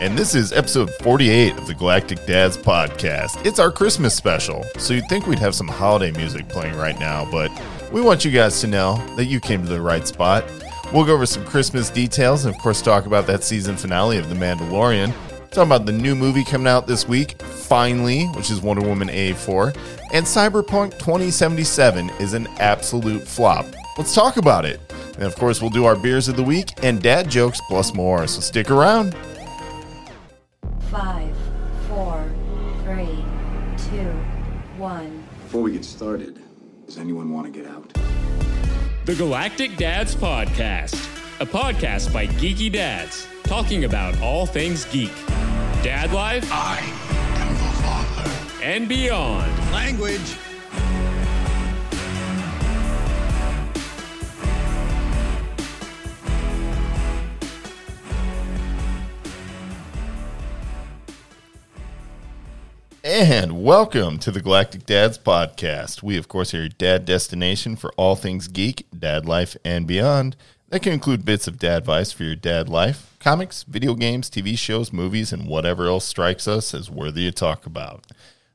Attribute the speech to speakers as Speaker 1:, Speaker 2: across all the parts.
Speaker 1: and this is episode 48 of the Galactic Dads podcast. It's our Christmas special, so you'd think we'd have some holiday music playing right now, but we want you guys to know that you came to the right spot. We'll go over some Christmas details and, of course, talk about that season finale of The Mandalorian. Talk about the new movie coming out this week, finally, which is Wonder Woman A4. And Cyberpunk 2077 is an absolute flop. Let's talk about it. And of course, we'll do our beers of the week and dad jokes plus more. So stick around.
Speaker 2: Five, four, three, two, one.
Speaker 3: Before we get started, does anyone want to get out?
Speaker 4: The Galactic Dads Podcast, a podcast by geeky dads talking about all things geek, dad life,
Speaker 5: I am the father.
Speaker 4: and beyond.
Speaker 5: Language.
Speaker 1: And welcome to the Galactic Dads Podcast. We, of course, are your dad destination for all things geek, dad life, and beyond. That can include bits of dad advice for your dad life, comics, video games, TV shows, movies, and whatever else strikes us as worthy to talk about.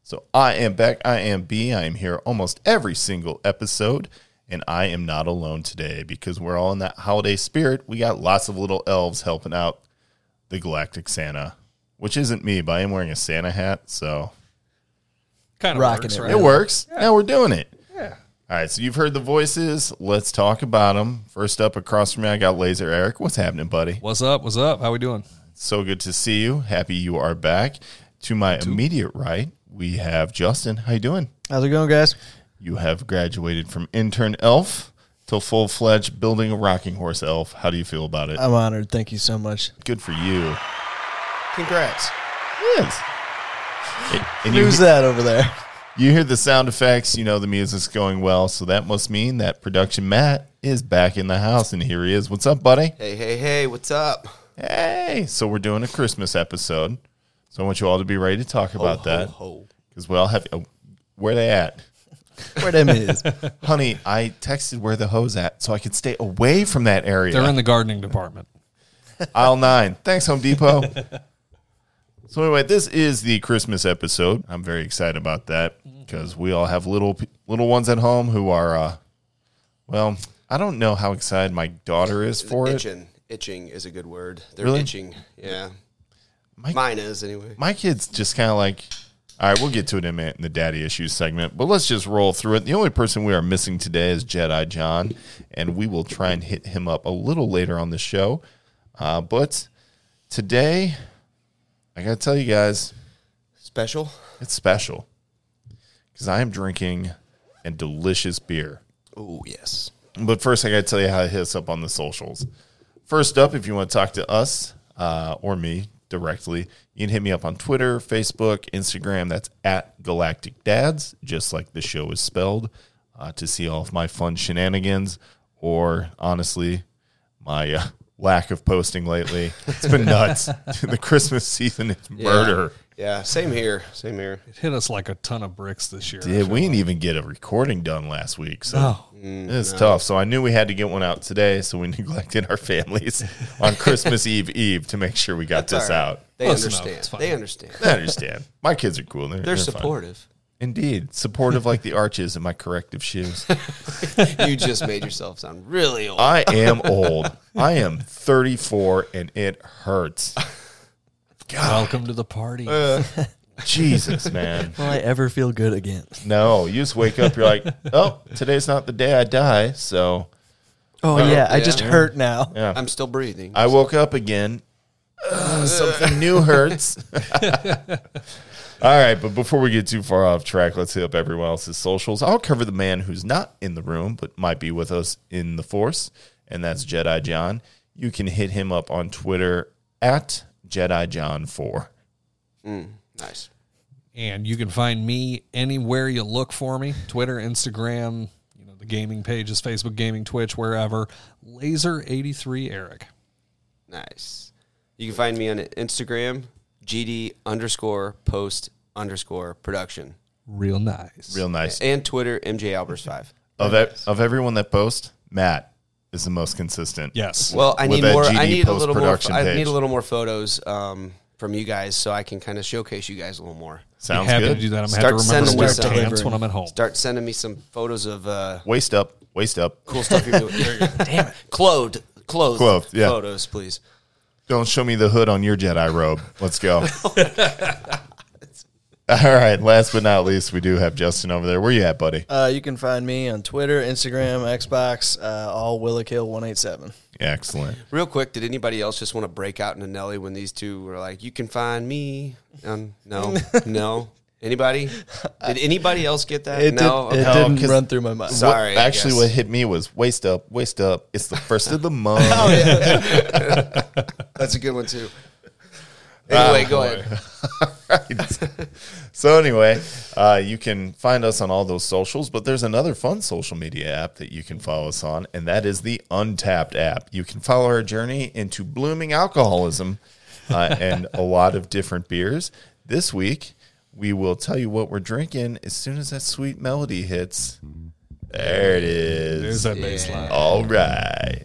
Speaker 1: So I am back. I am B. I am here almost every single episode, and I am not alone today because we're all in that holiday spirit. We got lots of little elves helping out the Galactic Santa, which isn't me, but I am wearing a Santa hat, so
Speaker 6: kind of
Speaker 7: Rocking
Speaker 6: works,
Speaker 7: it,
Speaker 6: right?
Speaker 7: Yeah.
Speaker 1: it works. Now we're doing it. Yeah. All right. So you've heard the voices. Let's talk about them. First up, across from me, I got Laser Eric. What's happening, buddy?
Speaker 6: What's up? What's up? How we doing?
Speaker 1: So good to see you. Happy you are back. To my immediate right, we have Justin. How you doing?
Speaker 7: How's it going, guys?
Speaker 1: You have graduated from intern elf to full fledged building a rocking horse elf. How do you feel about it?
Speaker 7: I'm honored. Thank you so much.
Speaker 1: good for you.
Speaker 7: Congrats.
Speaker 1: Yes. And- and you-
Speaker 7: Who's that over there?
Speaker 1: You hear the sound effects, you know the music's going well, so that must mean that production Matt is back in the house, and here he is. What's up, buddy?
Speaker 8: Hey, hey, hey, what's up?
Speaker 1: Hey! So we're doing a Christmas episode, so I want you all to be ready to talk about that because we all have. Oh, where they at,
Speaker 7: Where them is?
Speaker 1: honey? I texted where the hoes at, so I could stay away from that area.
Speaker 6: They're in the gardening department.
Speaker 1: aisle nine. Thanks, Home Depot. so anyway, this is the Christmas episode. I'm very excited about that because we all have little p- little ones at home who are, uh, well, I don't know how excited my daughter is for it.
Speaker 8: itching. Itching is a good word. They're
Speaker 1: Really?
Speaker 8: itching. Yeah.
Speaker 1: My-
Speaker 8: Mine is, anyway.
Speaker 1: My kids just kind of like. All right, we'll get to it in a minute in the daddy issues segment, but let's just roll through it. The only person we are missing today is Jedi John, and we will try and hit him up a little later on the show. Uh, but today, I got to tell you guys,
Speaker 8: Special?
Speaker 1: It's special because I am drinking a delicious beer.
Speaker 8: Oh, yes.
Speaker 1: But first, I got to tell you how to hit us up on the socials. First up, if you want to talk to us uh, or me directly, you can hit me up on Twitter, Facebook, Instagram. That's at Galactic Dads, just like the show is spelled, uh, to see all of my fun shenanigans or honestly, my uh, lack of posting lately. It's been nuts. the Christmas season is murder.
Speaker 8: Yeah, same here. Same here.
Speaker 6: It hit us like a ton of bricks this year.
Speaker 1: Dude, we didn't even get a recording done last week, so
Speaker 6: Oh.
Speaker 8: Mm,
Speaker 1: it's tough. So I knew we had to get one out today, so we neglected our families on Christmas Eve Eve to make sure we got
Speaker 8: all
Speaker 1: this
Speaker 8: right.
Speaker 1: out.
Speaker 8: They
Speaker 6: Close enough,
Speaker 8: understand.
Speaker 6: it's fine.
Speaker 8: They understand.
Speaker 1: I understand. My kids are cool. They're,
Speaker 8: They're
Speaker 1: fine.
Speaker 8: supportive.
Speaker 1: Indeed. Supportive like the arches in my corrective shoes.
Speaker 8: you just made yourself sound really old.
Speaker 1: I am old. I am 34 and it hurts.
Speaker 6: Welcome to the party.
Speaker 1: Jesus, man.
Speaker 7: Will I ever feel good again?
Speaker 1: No, you just wake up, you're like, oh, today's not the day I die. So
Speaker 7: Oh,
Speaker 8: Oh,
Speaker 7: yeah, I
Speaker 8: yeah.
Speaker 7: just hurt now.
Speaker 8: I'm still breathing.
Speaker 1: I woke up again. Ugh, something new hurts. All right, but before we get too far off track, let's hit up everyone else's socials. I'll cover the man who's not in the room but might be with us in the force, and that's Jedi John. You can hit him up on Twitter at Jedi John Four.
Speaker 8: nice.
Speaker 6: and you can find me anywhere you look for me Twitter, Instagram, you know, the gaming pages, Facebook Gaming, Twitch, wherever. Laser83 Eric.
Speaker 8: Nice. You can find me on Instagram, GD underscore post underscore production,
Speaker 6: Real nice.
Speaker 1: Real nice.
Speaker 8: and Twitter, MJ Albers5.
Speaker 1: Of e- of everyone that posts, Matt is the most consistent.
Speaker 6: Yes.
Speaker 8: Well, I
Speaker 1: With
Speaker 8: need
Speaker 1: that
Speaker 8: more.
Speaker 1: GD
Speaker 8: I need a little more.
Speaker 1: post-production
Speaker 8: I
Speaker 1: page.
Speaker 8: need a little more photos. Um, from you guys so I can kind of showcase you guys a little more.
Speaker 1: Sounds
Speaker 6: happy
Speaker 1: good.
Speaker 6: to do that. I'm gonna
Speaker 8: Start
Speaker 6: have to remember to
Speaker 8: sending
Speaker 6: wear
Speaker 8: us out.
Speaker 6: pants when I'm at home.
Speaker 8: Start sending me some photos of uh,
Speaker 1: Waist up, waist up.
Speaker 8: cool stuff you're doing. Damn it. Clothed. Clothed.
Speaker 1: Clothed, yeah.
Speaker 8: Photos, please.
Speaker 1: Don't show me the hood on your Jedi robe. Let's go. All right. Last but not least, we do have Justin over there. Where you at, buddy?
Speaker 7: Uh, you can find me on Twitter, Instagram, Xbox, uh, all Willakill187.
Speaker 1: Excellent.
Speaker 8: Real quick, did anybody else just want to break out into Nelly when these two were like, "You can find me"? Um, no, no. Anybody? Did anybody else get that?
Speaker 7: It,
Speaker 8: no.
Speaker 7: did, it
Speaker 1: okay. No,
Speaker 7: didn't
Speaker 1: 'cause-
Speaker 7: run through my mind.
Speaker 8: So- Sorry,
Speaker 1: What,
Speaker 8: I
Speaker 1: actually,
Speaker 8: guess.
Speaker 1: what hit me was waist up, waist up. It's the first of the month.
Speaker 8: Oh, That's a good one too.
Speaker 1: Ah,
Speaker 8: Anyway, go ahead.
Speaker 1: so anyway, uh, you can find us on all those socials, but there's another fun social media app that you can follow us on, and that is the Untapped app. You can follow our journey into blooming alcoholism uh, and a lot of different beers. This week, we will tell you what we're drinking as soon as that sweet melody hits. There it is.
Speaker 6: There's that baseline.
Speaker 1: all right.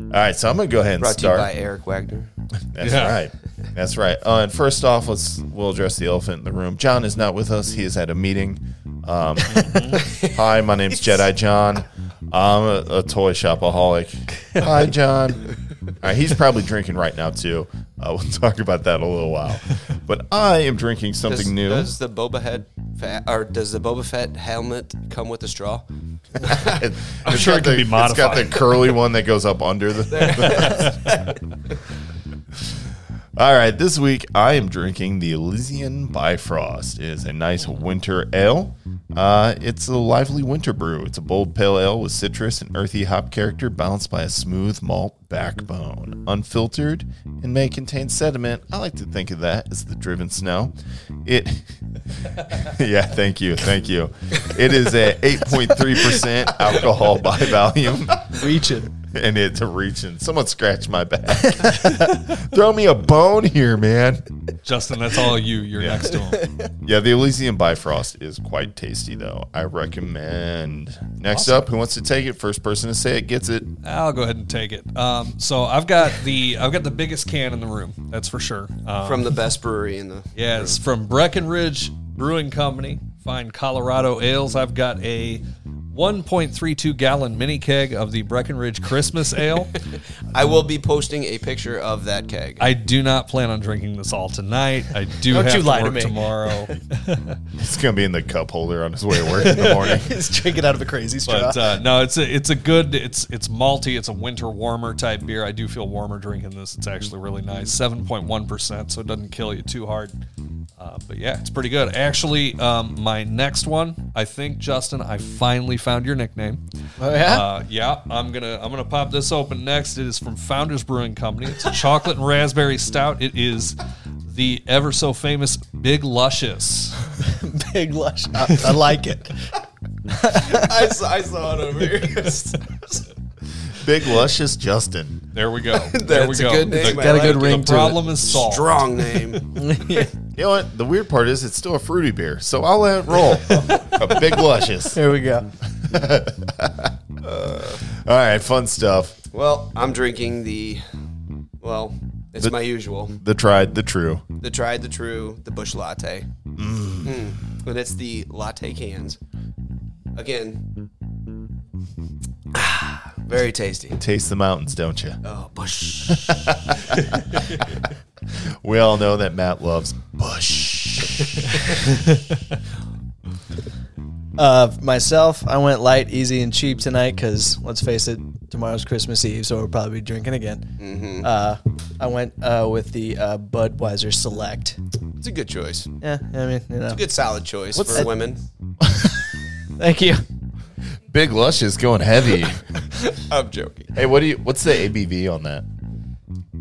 Speaker 1: All right, so I'm gonna go ahead and
Speaker 8: Brought to you
Speaker 1: start.
Speaker 8: by Eric Wagner.
Speaker 1: That's
Speaker 6: Yeah.
Speaker 1: right. That's right. Uh, and first off, let's we'll address the elephant in the room. John is not with us. He is at a meeting. Um, hi, my name's Jedi John. I'm a, a toy shopaholic. Hi, John. All right, he's probably drinking right now too. Uh, we'll talk about that in a little while. But I am drinking something
Speaker 8: Does,
Speaker 1: new.
Speaker 8: does the Boba Head fa- or does the Boba Fett helmet come with a straw?
Speaker 1: I'm
Speaker 6: sure it can be
Speaker 1: It's got the
Speaker 6: modified.
Speaker 1: curly one that goes up under the. All right, this week I am drinking the Elysian Bifrost. It is a nice winter ale. Uh, it's a lively winter brew. It's a bold pale ale with citrus and earthy hop character balanced by a smooth malt backbone. Unfiltered and may contain sediment. I like to think of that as the driven snow. It yeah, thank you, thank you. It is at eight point three percent alcohol by volume,
Speaker 7: Reaching.
Speaker 1: and it's reaching. Someone scratch my back. Throw me a bone here, man.
Speaker 6: Justin, that's all you. You're next to him.
Speaker 1: Yeah, the Elysium Bifrost is quite tasty, though. I recommend. Next up, who wants to take it? First person to say it gets it.
Speaker 6: I'll go ahead and take it. Um, so I've got the I've got the biggest can in the room. That's for sure. Um,
Speaker 8: From the best brewery in the
Speaker 6: Yeah, it's from Breckenridge Brewing Company. Fine Colorado ales. I've got a 1.32 gallon mini keg of the Breckenridge Christmas Ale.
Speaker 8: I will be posting a picture of that keg.
Speaker 6: I do not plan on drinking this all tonight. I do
Speaker 7: Don't
Speaker 6: have
Speaker 7: you
Speaker 6: to
Speaker 7: lie to
Speaker 6: work
Speaker 7: me.
Speaker 6: tomorrow.
Speaker 1: It's gonna be in the cup holder on his way to work in the morning.
Speaker 7: He's drinking out of a crazy straw.
Speaker 6: But uh, no, it's a it's a good it's it's malty. It's a winter warmer type beer. I do feel warmer drinking this. It's actually really nice. Seven point one percent, so it doesn't kill you too hard. Uh, but yeah, it's pretty good. Actually, um, my next one, I think Justin, I finally found your nickname.
Speaker 7: oh, yeah?
Speaker 6: Uh, yeah, I'm gonna I'm gonna pop this open next. It is from Founders Brewing Company. It's a chocolate and raspberry stout. It is the ever so famous Big Luscious.
Speaker 7: Big lush. I, I like it.
Speaker 8: I, saw, I saw it over here.
Speaker 1: Big luscious Justin.
Speaker 6: There we go. There we
Speaker 8: That's a
Speaker 6: go.
Speaker 8: good name.
Speaker 6: The,
Speaker 8: I
Speaker 7: Got a
Speaker 8: like
Speaker 7: good
Speaker 8: it.
Speaker 7: ring
Speaker 6: the problem is solved.
Speaker 8: Strong name.
Speaker 1: You know what? The weird part is it's still a fruity beer, so I'll let it roll. a big luscious.
Speaker 7: There we go.
Speaker 1: All right, fun stuff.
Speaker 8: Well, I'm drinking the. Well, it's my usual.
Speaker 1: The tried, the true.
Speaker 8: The tried, the true, the bush latte. Mm. And it's the latte cans. Again. Ah, very tasty.
Speaker 1: Taste the mountains, don't you?
Speaker 8: Oh, bush.
Speaker 1: We all know that Matt loves Bush.
Speaker 7: Uh, myself, I went light, easy, and cheap tonight because let's face it, tomorrow's Christmas Eve, so we'll probably be drinking again. Uh, I went uh, with the uh, Budweiser Select.
Speaker 8: It's a good choice.
Speaker 7: Yeah, I mean, you know.
Speaker 8: Good solid choice for
Speaker 7: that-
Speaker 8: women.
Speaker 7: Thank you.
Speaker 1: Big Lush is going heavy.
Speaker 8: I'm joking.
Speaker 1: hey, what do you? What's the ABV on that?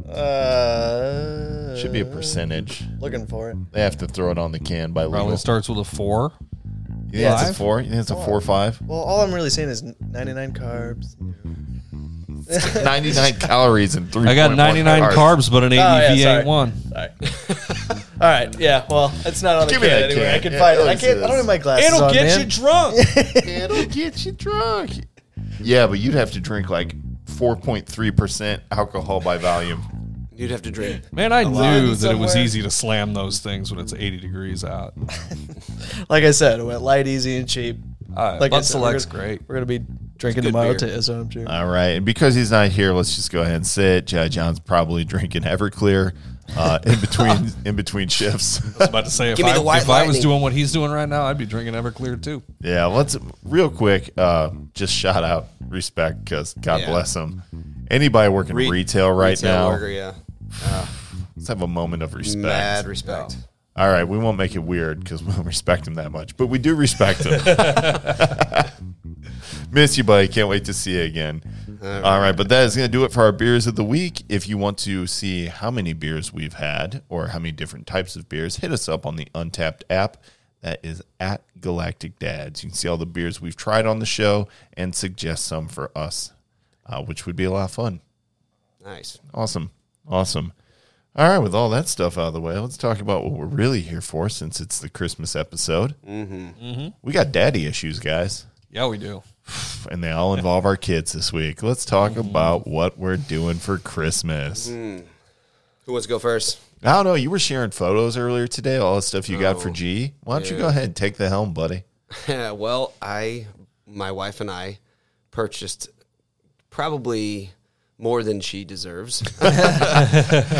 Speaker 7: Uh,
Speaker 1: Should be a percentage.
Speaker 7: looking for it.
Speaker 1: They have to throw it on the can by legal.
Speaker 6: Probably
Speaker 1: You
Speaker 6: starts with a four.
Speaker 1: think it's a
Speaker 6: Five?
Speaker 1: four? You think it's a four or five?
Speaker 7: Well, all I'm really saying is 99 carbs.
Speaker 1: 99 calories and three.
Speaker 6: I got 99 carbs,
Speaker 8: Oh,
Speaker 6: but an ABV
Speaker 7: yeah, sorry.
Speaker 6: ain't one.
Speaker 7: Sorry. all right. Yeah. Well, it's not on the
Speaker 1: Give me
Speaker 7: can
Speaker 1: that
Speaker 7: anyway.
Speaker 1: can.
Speaker 7: I can
Speaker 1: Yeah,
Speaker 7: find it. I
Speaker 1: let's do
Speaker 7: can't. I
Speaker 1: this.
Speaker 7: don't have my glasses on, man.
Speaker 6: drunk.
Speaker 1: It'll get you drunk. Yeah, but you'd have to drink like 4.3% alcohol by volume.
Speaker 8: You'd have to drink.
Speaker 6: Man, I knew that it was
Speaker 7: somewhere.
Speaker 6: easy to slam those things when it's 80 degrees out.
Speaker 7: Like I said, it went light, easy, and cheap.
Speaker 6: Uh,
Speaker 7: Like I
Speaker 6: Bud
Speaker 7: said, we're
Speaker 6: Select's
Speaker 7: gonna-
Speaker 6: great.
Speaker 7: We're gonna be drinking
Speaker 8: good
Speaker 7: tomorrow
Speaker 8: beer.
Speaker 7: too, so I'm sure.
Speaker 1: All right. And because he's not here, let's just go ahead and say it. Jai John's probably drinking Everclear uh, in between in between shifts.
Speaker 6: I was about to say, if,
Speaker 8: Give me
Speaker 6: I,
Speaker 8: the white
Speaker 6: if I was
Speaker 8: lightning.
Speaker 6: doing what he's doing right now, I'd be drinking Everclear too.
Speaker 1: yeah. Let's real quick. Uh, just shout out respect because God
Speaker 8: Yeah.
Speaker 1: bless him. Anybody working
Speaker 8: Re-
Speaker 1: retail right
Speaker 8: retail
Speaker 1: now,
Speaker 8: worker, yeah.
Speaker 1: let's have a moment of respect.
Speaker 8: Mad respect.
Speaker 1: All right, we won't make it weird because we don't respect him that much, but we do respect him. Miss you, buddy. Can't wait to see you again. All right, but that is going to do it for our beers of the week. If you want to see how many beers we've had or how many different types of beers, hit us up on the Untapped app. That is at Galactic Dads. You can see all the beers we've tried on the show and suggest some for us, uh, which would be a lot of fun.
Speaker 8: Nice.
Speaker 1: Awesome. Awesome. All right, with all that stuff out of the way, let's talk about what we're really here for since it's the Christmas episode. Mm-hmm. We got daddy issues, guys,
Speaker 6: Yeah, we do.
Speaker 1: and they all involve our kids this week. Let's talk about what we're doing for Christmas.
Speaker 8: Who wants to go first?
Speaker 1: I don't know. You were sharing photos earlier today, all the stuff you
Speaker 8: Oh,
Speaker 1: got for G. Why don't you go ahead and take the helm, buddy?
Speaker 8: well, I, my wife and I, purchased probably more than she deserves.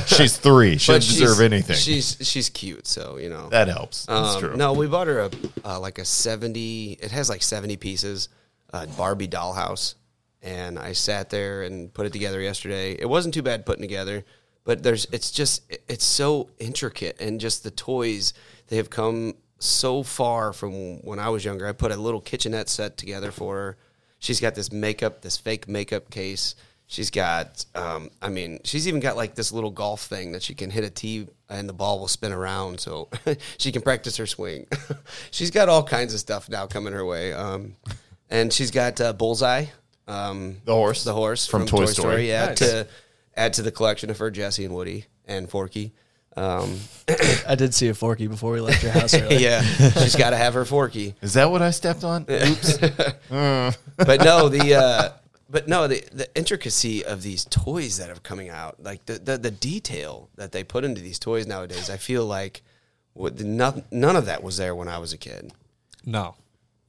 Speaker 1: She's three. She
Speaker 8: But
Speaker 1: doesn't deserve
Speaker 8: she's-
Speaker 1: anything.
Speaker 8: She's she's cute, so you know
Speaker 1: that helps. That's
Speaker 8: Um,
Speaker 1: true.
Speaker 8: No, we bought her a uh, like a seventy. It has like seventy pieces, uh, Barbie dollhouse, and I sat there and put it together yesterday. It wasn't too bad putting together, but there's it's just it- it's so intricate and just the toys they have come so far from when I was younger. I put a little kitchenette set together for her. She's got this makeup, this fake makeup case. She's got, um, I mean, she's even got like this little golf thing that she can hit a tee and the ball will spin around, so she can practice her swing. she's got all kinds of stuff now coming her way, um, and she's got uh, Bullseye, um,
Speaker 1: The horse.
Speaker 8: the horse
Speaker 1: From
Speaker 8: from,
Speaker 1: Toy
Speaker 8: Toy,
Speaker 1: Story.
Speaker 8: Story, yeah, to add to the collection of her Jesse and Woody and Forky. Um,
Speaker 7: I did see a forky before we left your house. Earlier.
Speaker 8: yeah, she's got to have her Forky.
Speaker 1: is that what I stepped on? Oops.
Speaker 8: but no, the uh, but no, the, the intricacy of these toys that are coming out, like the, the the detail that they put into these toys nowadays, I feel like what, none, none of that was there when I was a kid.
Speaker 6: No.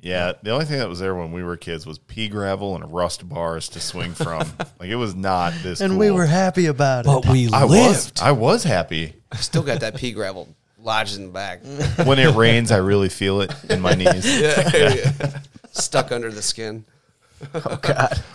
Speaker 1: Yeah, the only thing that was there when we were kids was pea gravel and rust bars to swing from. like it was not this.
Speaker 7: and
Speaker 1: cool.
Speaker 7: we were happy about it.
Speaker 6: we
Speaker 1: I was. I was happy.
Speaker 8: I still got that pea gravel lodged in the back,
Speaker 1: When it rains, I really feel it in my knees.
Speaker 8: stuck under the skin.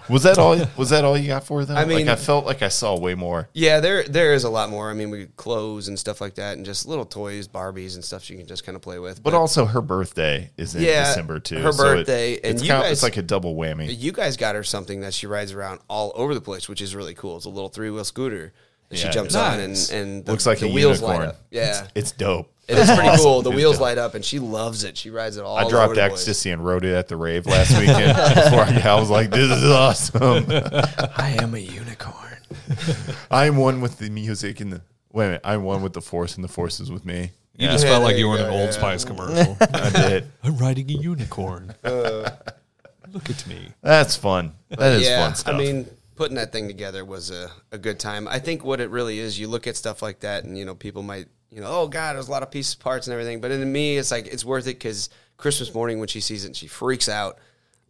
Speaker 1: Was that all? Was that all you got for them?
Speaker 8: I
Speaker 1: like
Speaker 8: mean-
Speaker 1: I felt like I saw way more.
Speaker 8: Yeah, there there is a lot more. I mean, we clothes and stuff like that, and just little toys, Barbies and stuff you can just kind of play with.
Speaker 1: But also, her birthday is in
Speaker 8: Yeah,
Speaker 1: December too.
Speaker 8: her
Speaker 1: so it-
Speaker 8: birthday, and
Speaker 1: it's
Speaker 8: you
Speaker 1: kind of
Speaker 8: guys-
Speaker 1: it's like a double whammy.
Speaker 8: you guys got her something that she rides around all over the place, which is really cool. It's a little three wheel scooter that
Speaker 1: Yeah,
Speaker 8: she jumps on
Speaker 6: nice.
Speaker 8: and and the,
Speaker 1: Looks like
Speaker 8: the
Speaker 1: a
Speaker 8: wheels
Speaker 1: unicorn.
Speaker 8: light up. Yeah,
Speaker 1: it's dope.
Speaker 8: it is pretty cool. The
Speaker 1: It's
Speaker 8: wheels
Speaker 1: dope.
Speaker 8: light up, and she loves it. She rides it all.
Speaker 1: I dropped
Speaker 8: over the place.
Speaker 1: ecstasy and rode it at the rave last weekend. before I, I was like, "This is awesome."
Speaker 7: I am a unicorn.
Speaker 1: I'm one with the music and the wait a minute. I'm one with the force, and the force is with me.
Speaker 6: You just felt like you were in an Old Spice commercial.
Speaker 1: I did.
Speaker 6: I'm riding a unicorn. Look at me.
Speaker 1: That's fun. That is
Speaker 8: yeah,
Speaker 1: fun stuff.
Speaker 8: I mean, putting that thing together was a, a good time. I think what it really is, you look at stuff like that, and you know, people might, you know, oh god, there's a lot of pieces, parts, and everything. But in me, it's like it's worth it because Christmas morning when she sees it, and she freaks out.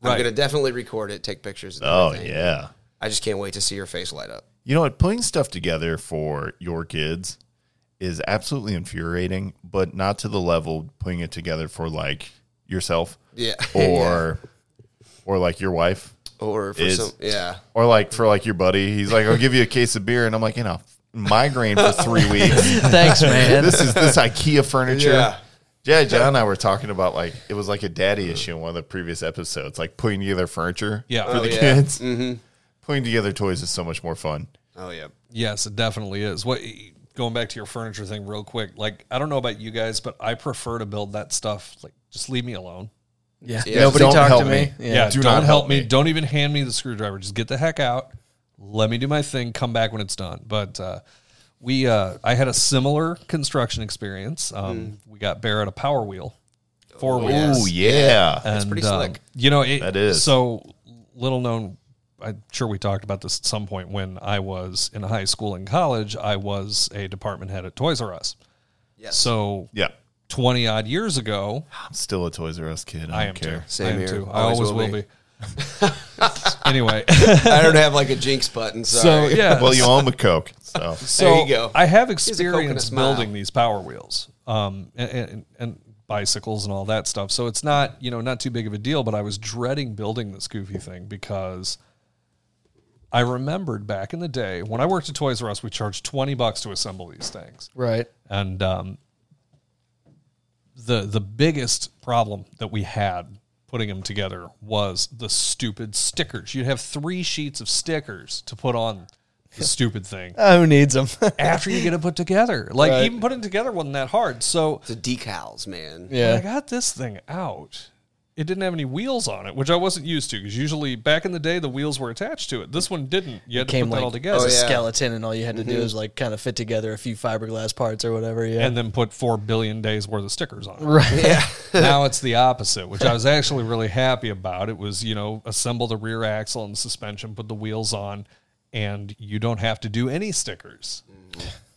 Speaker 6: Right.
Speaker 8: I'm gonna definitely record it, take pictures. And
Speaker 1: oh
Speaker 8: everything.
Speaker 1: yeah.
Speaker 8: I just can't wait to see her face light up.
Speaker 1: You know what? Putting stuff together for your kids is absolutely infuriating, but not to the level of putting it together for like yourself
Speaker 8: Yeah.
Speaker 1: or or like your wife
Speaker 8: Yeah. or for
Speaker 1: is-
Speaker 8: some yeah.
Speaker 1: or like for like your buddy. He's like, "I'll give you a case of beer," and I'm like, "You know, migraine for three weeks."
Speaker 7: Thanks, man.
Speaker 1: this is this IKEA furniture.
Speaker 8: Yeah.
Speaker 1: Yeah. John and I were talking about like it was like a daddy issue in one of the previous episodes, like putting together furniture
Speaker 6: Yeah.
Speaker 1: for
Speaker 6: Oh,
Speaker 1: the
Speaker 8: yeah.
Speaker 1: kids. Putting together toys is so much more fun.
Speaker 8: Oh yeah.
Speaker 6: Yes, it definitely is. What going back to your furniture thing real quick, like I don't know about you guys, but I prefer to build that stuff. Like just leave me alone.
Speaker 7: yeah.
Speaker 8: Yeah,
Speaker 7: Nobody
Speaker 1: don't
Speaker 7: talked
Speaker 1: help
Speaker 7: to me.
Speaker 1: me.
Speaker 6: Yeah,
Speaker 1: do
Speaker 6: do not
Speaker 1: not
Speaker 6: help,
Speaker 1: help
Speaker 6: me.
Speaker 1: me.
Speaker 6: Don't even hand me the screwdriver. Just get the heck out. Let me do my thing. Come back when it's done. But uh, we, uh, I had a similar construction experience. Um, We got Barrett a power wheel, four wheel.
Speaker 1: Oh yeah.
Speaker 6: That's
Speaker 8: pretty slick.
Speaker 6: um, you know, it,
Speaker 1: That is.
Speaker 6: so little known. I'm sure we talked about this at some point when I was in high school and college. I was a department head at Toys R Us.
Speaker 8: Yes.
Speaker 6: So
Speaker 1: Yeah.
Speaker 6: 20 odd years ago,
Speaker 1: I'm still a Toys R Us kid. I don't
Speaker 6: I am
Speaker 1: care.
Speaker 6: too.
Speaker 8: Same
Speaker 6: I am
Speaker 8: here.
Speaker 6: too. I
Speaker 8: Always
Speaker 6: always
Speaker 8: will
Speaker 6: will
Speaker 8: be.
Speaker 6: be. anyway,
Speaker 8: I don't have like a jinx button.
Speaker 6: so
Speaker 8: Sorry.
Speaker 6: yeah.
Speaker 1: Well, you owe him a Coke. So
Speaker 6: so
Speaker 8: There you go.
Speaker 6: I have
Speaker 8: a coconut
Speaker 6: experience
Speaker 8: smile.
Speaker 6: building these power wheels, um, and, and, and bicycles and all that stuff. So it's not you know not too big of a deal. But I was dreading building this goofy thing because I remembered back in the day when I worked at Toys R Us, we charged twenty bucks to assemble these things
Speaker 7: Right.
Speaker 6: and um, the the biggest problem that we had putting them together was the stupid stickers. You'd have three sheets of stickers to put on the stupid thing
Speaker 7: Uh, who needs them?
Speaker 6: after you get it put together. Like
Speaker 7: Right.
Speaker 6: even putting it together wasn't that hard. So
Speaker 8: The decals, man.
Speaker 6: when I got this thing out. It didn't have any wheels on it, which I wasn't used to because usually back in the day the wheels were attached to it. This one didn't. You had to
Speaker 7: Came
Speaker 6: put that all
Speaker 7: like
Speaker 6: together. Oh,
Speaker 7: as a
Speaker 8: yeah.
Speaker 7: skeleton, and all you had to do was like kind of fit together a few fiberglass parts or whatever. Yeah.
Speaker 6: and then put four billion days worth of stickers on it. Right. now it's the opposite, which I was actually really happy about. It was, you know, assemble the rear axle and suspension, put the wheels on, and you don't have to do any stickers.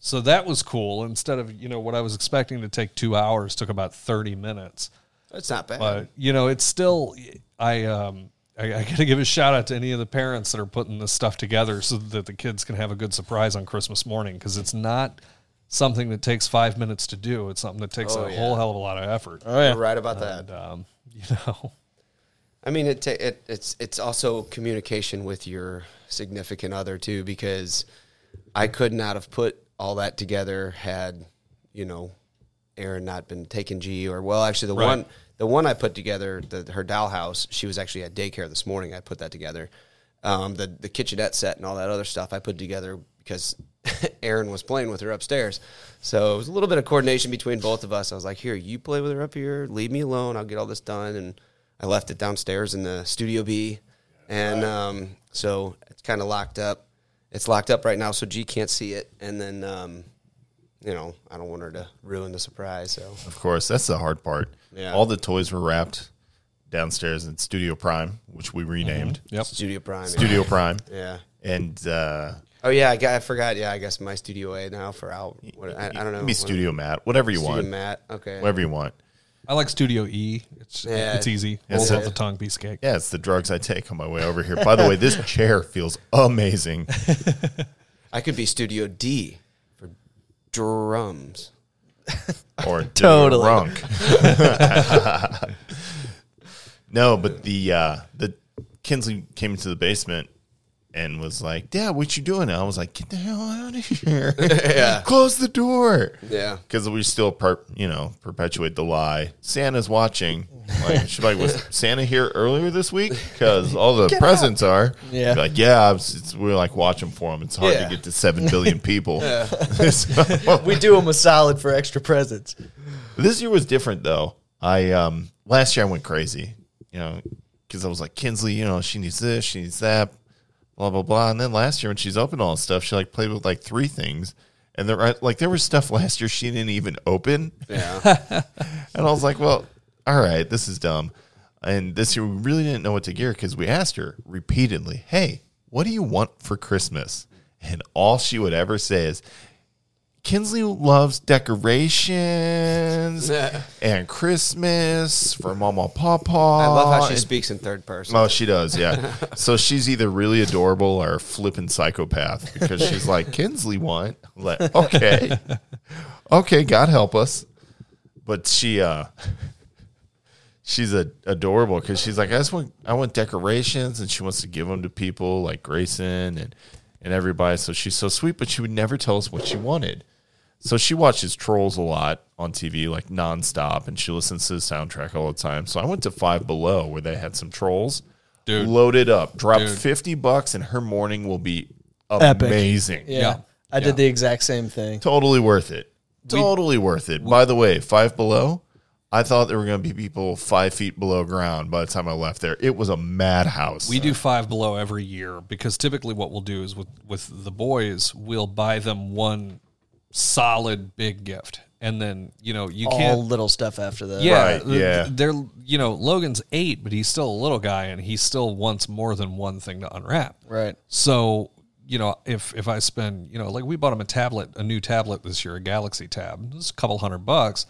Speaker 6: So that was cool. Instead of, you know, what I was expecting to take two hours took about 30 minutes
Speaker 8: That's not bad.
Speaker 6: but you know it's still i um I, I gotta give a shout out to any of the parents that are putting this stuff together so that the kids can have a good surprise on christmas morning because it's not something that takes five minutes to do it's something that takes
Speaker 8: Oh,
Speaker 6: a
Speaker 8: yeah. Oh,
Speaker 6: whole hell of a lot of effort
Speaker 8: You're right about that.
Speaker 6: and um you know
Speaker 8: I mean, it, ta- it it's it's also communication with your significant other too, because I could not have put all that together had you know Aaron not been taking G E or well, actually the
Speaker 6: Right.
Speaker 8: one the one I put together the her dollhouse. She was actually at daycare this morning. I put that together. Um, the the kitchenette set and all that other stuff I put together because Aaron was playing with her upstairs. So it was a little bit of coordination between both of us. I was like, "Here, you play with her up here. Leave me alone. I'll get all this done." And I left it downstairs in the studio B, and um, so it's kind of locked up. It's locked up right now, so G E can't see it. And then, um, you know, I don't want her to ruin the surprise. So
Speaker 1: Of course, that's the hard part.
Speaker 8: Yeah.
Speaker 1: All the toys were wrapped downstairs in Studio Prime, which we renamed
Speaker 6: yep
Speaker 8: Studio Prime.
Speaker 1: Studio Prime,
Speaker 8: Yeah.
Speaker 1: and uh,
Speaker 8: Oh yeah, I, got, I forgot. Yeah, I guess my Studio A now for out. What, I, I don't know.
Speaker 1: Give me Studio Matt, whatever you
Speaker 8: Studio
Speaker 1: want,
Speaker 8: Matt. Okay.
Speaker 1: whatever you want.
Speaker 6: i like studio e it's
Speaker 8: Yeah.
Speaker 6: it's easy
Speaker 1: That's
Speaker 6: rolls off
Speaker 1: it.
Speaker 6: the tongue piece of cake
Speaker 1: Yeah, it's the drugs I take on my way over here. By the way, this chair feels amazing.
Speaker 8: I could be Studio D for drums.
Speaker 1: or
Speaker 7: Totally.
Speaker 1: drunk. no, but the uh, the Kinsley came into the basement and was like, "Dad, what you doing?" And I was like, "Get the hell out of here! Close the door!"
Speaker 8: Yeah.
Speaker 1: because we still, per- you know, perpetuate the lie. Santa's watching. Like, she's like, "Was Santa here earlier this week?" Because all the presents are.
Speaker 7: Yeah.
Speaker 1: Be like yeah, I was- it's, we're like watching for him. It's hard
Speaker 8: Yeah.
Speaker 1: to get to seven billion people.
Speaker 7: we do them a solid for extra presents.
Speaker 1: This year was different though. I um last year I went crazy, you know, because I was like Kinsley, you know, she needs this, she needs that, blah blah blah. And then last year when she's opened all this stuff, she like played with like three things, and there like there was stuff last year she didn't even open,
Speaker 8: Yeah.
Speaker 1: and I was like, well, all right, this is dumb. And this year we really didn't know what to gear because we asked her repeatedly, hey, what do you want for Christmas? And all she would ever say is. Kinsley loves decorations and Christmas for Mama Papa.
Speaker 8: I love how she speaks in third person.
Speaker 1: Oh, she does, yeah. so she's either really adorable or a flippin' psychopath because she's like, Kinsley want. I'm Like, okay. Okay, God help us. But she uh she's a, adorable because she's like, I just want I want decorations and she wants to give them to people like Grayson and and everybody. So she's so sweet, but she would never tell us what she wanted. So she watches Trolls a lot on TV, like nonstop, and she listens to the soundtrack all the time. So I went to Five Below where they had some Trolls,
Speaker 6: Dude.
Speaker 1: loaded up, dropped
Speaker 6: Dude.
Speaker 1: fifty bucks, and her morning will be
Speaker 7: Epic.
Speaker 1: amazing.
Speaker 7: Yeah.
Speaker 6: Yeah.
Speaker 7: I did the exact same thing.
Speaker 1: Totally worth it. Totally worth it. by the way, five below, I thought there were going to be people five feet below ground by the time I left there. It was a madhouse.
Speaker 6: We do five below every year because typically what we'll do is with with the boys, we'll buy them one solid big gift and then you know you
Speaker 7: all
Speaker 6: can't.
Speaker 7: little stuff after that.
Speaker 6: Yeah,
Speaker 1: Right,
Speaker 6: th-
Speaker 1: yeah.
Speaker 6: th- They're you know Logan's eight, but he's still a little guy, and he still wants more than one thing to unwrap.
Speaker 7: Right.
Speaker 6: So you know if if I spend you know like we bought him a tablet, a new tablet this year, a Galaxy Tab, it's a couple hundred bucks.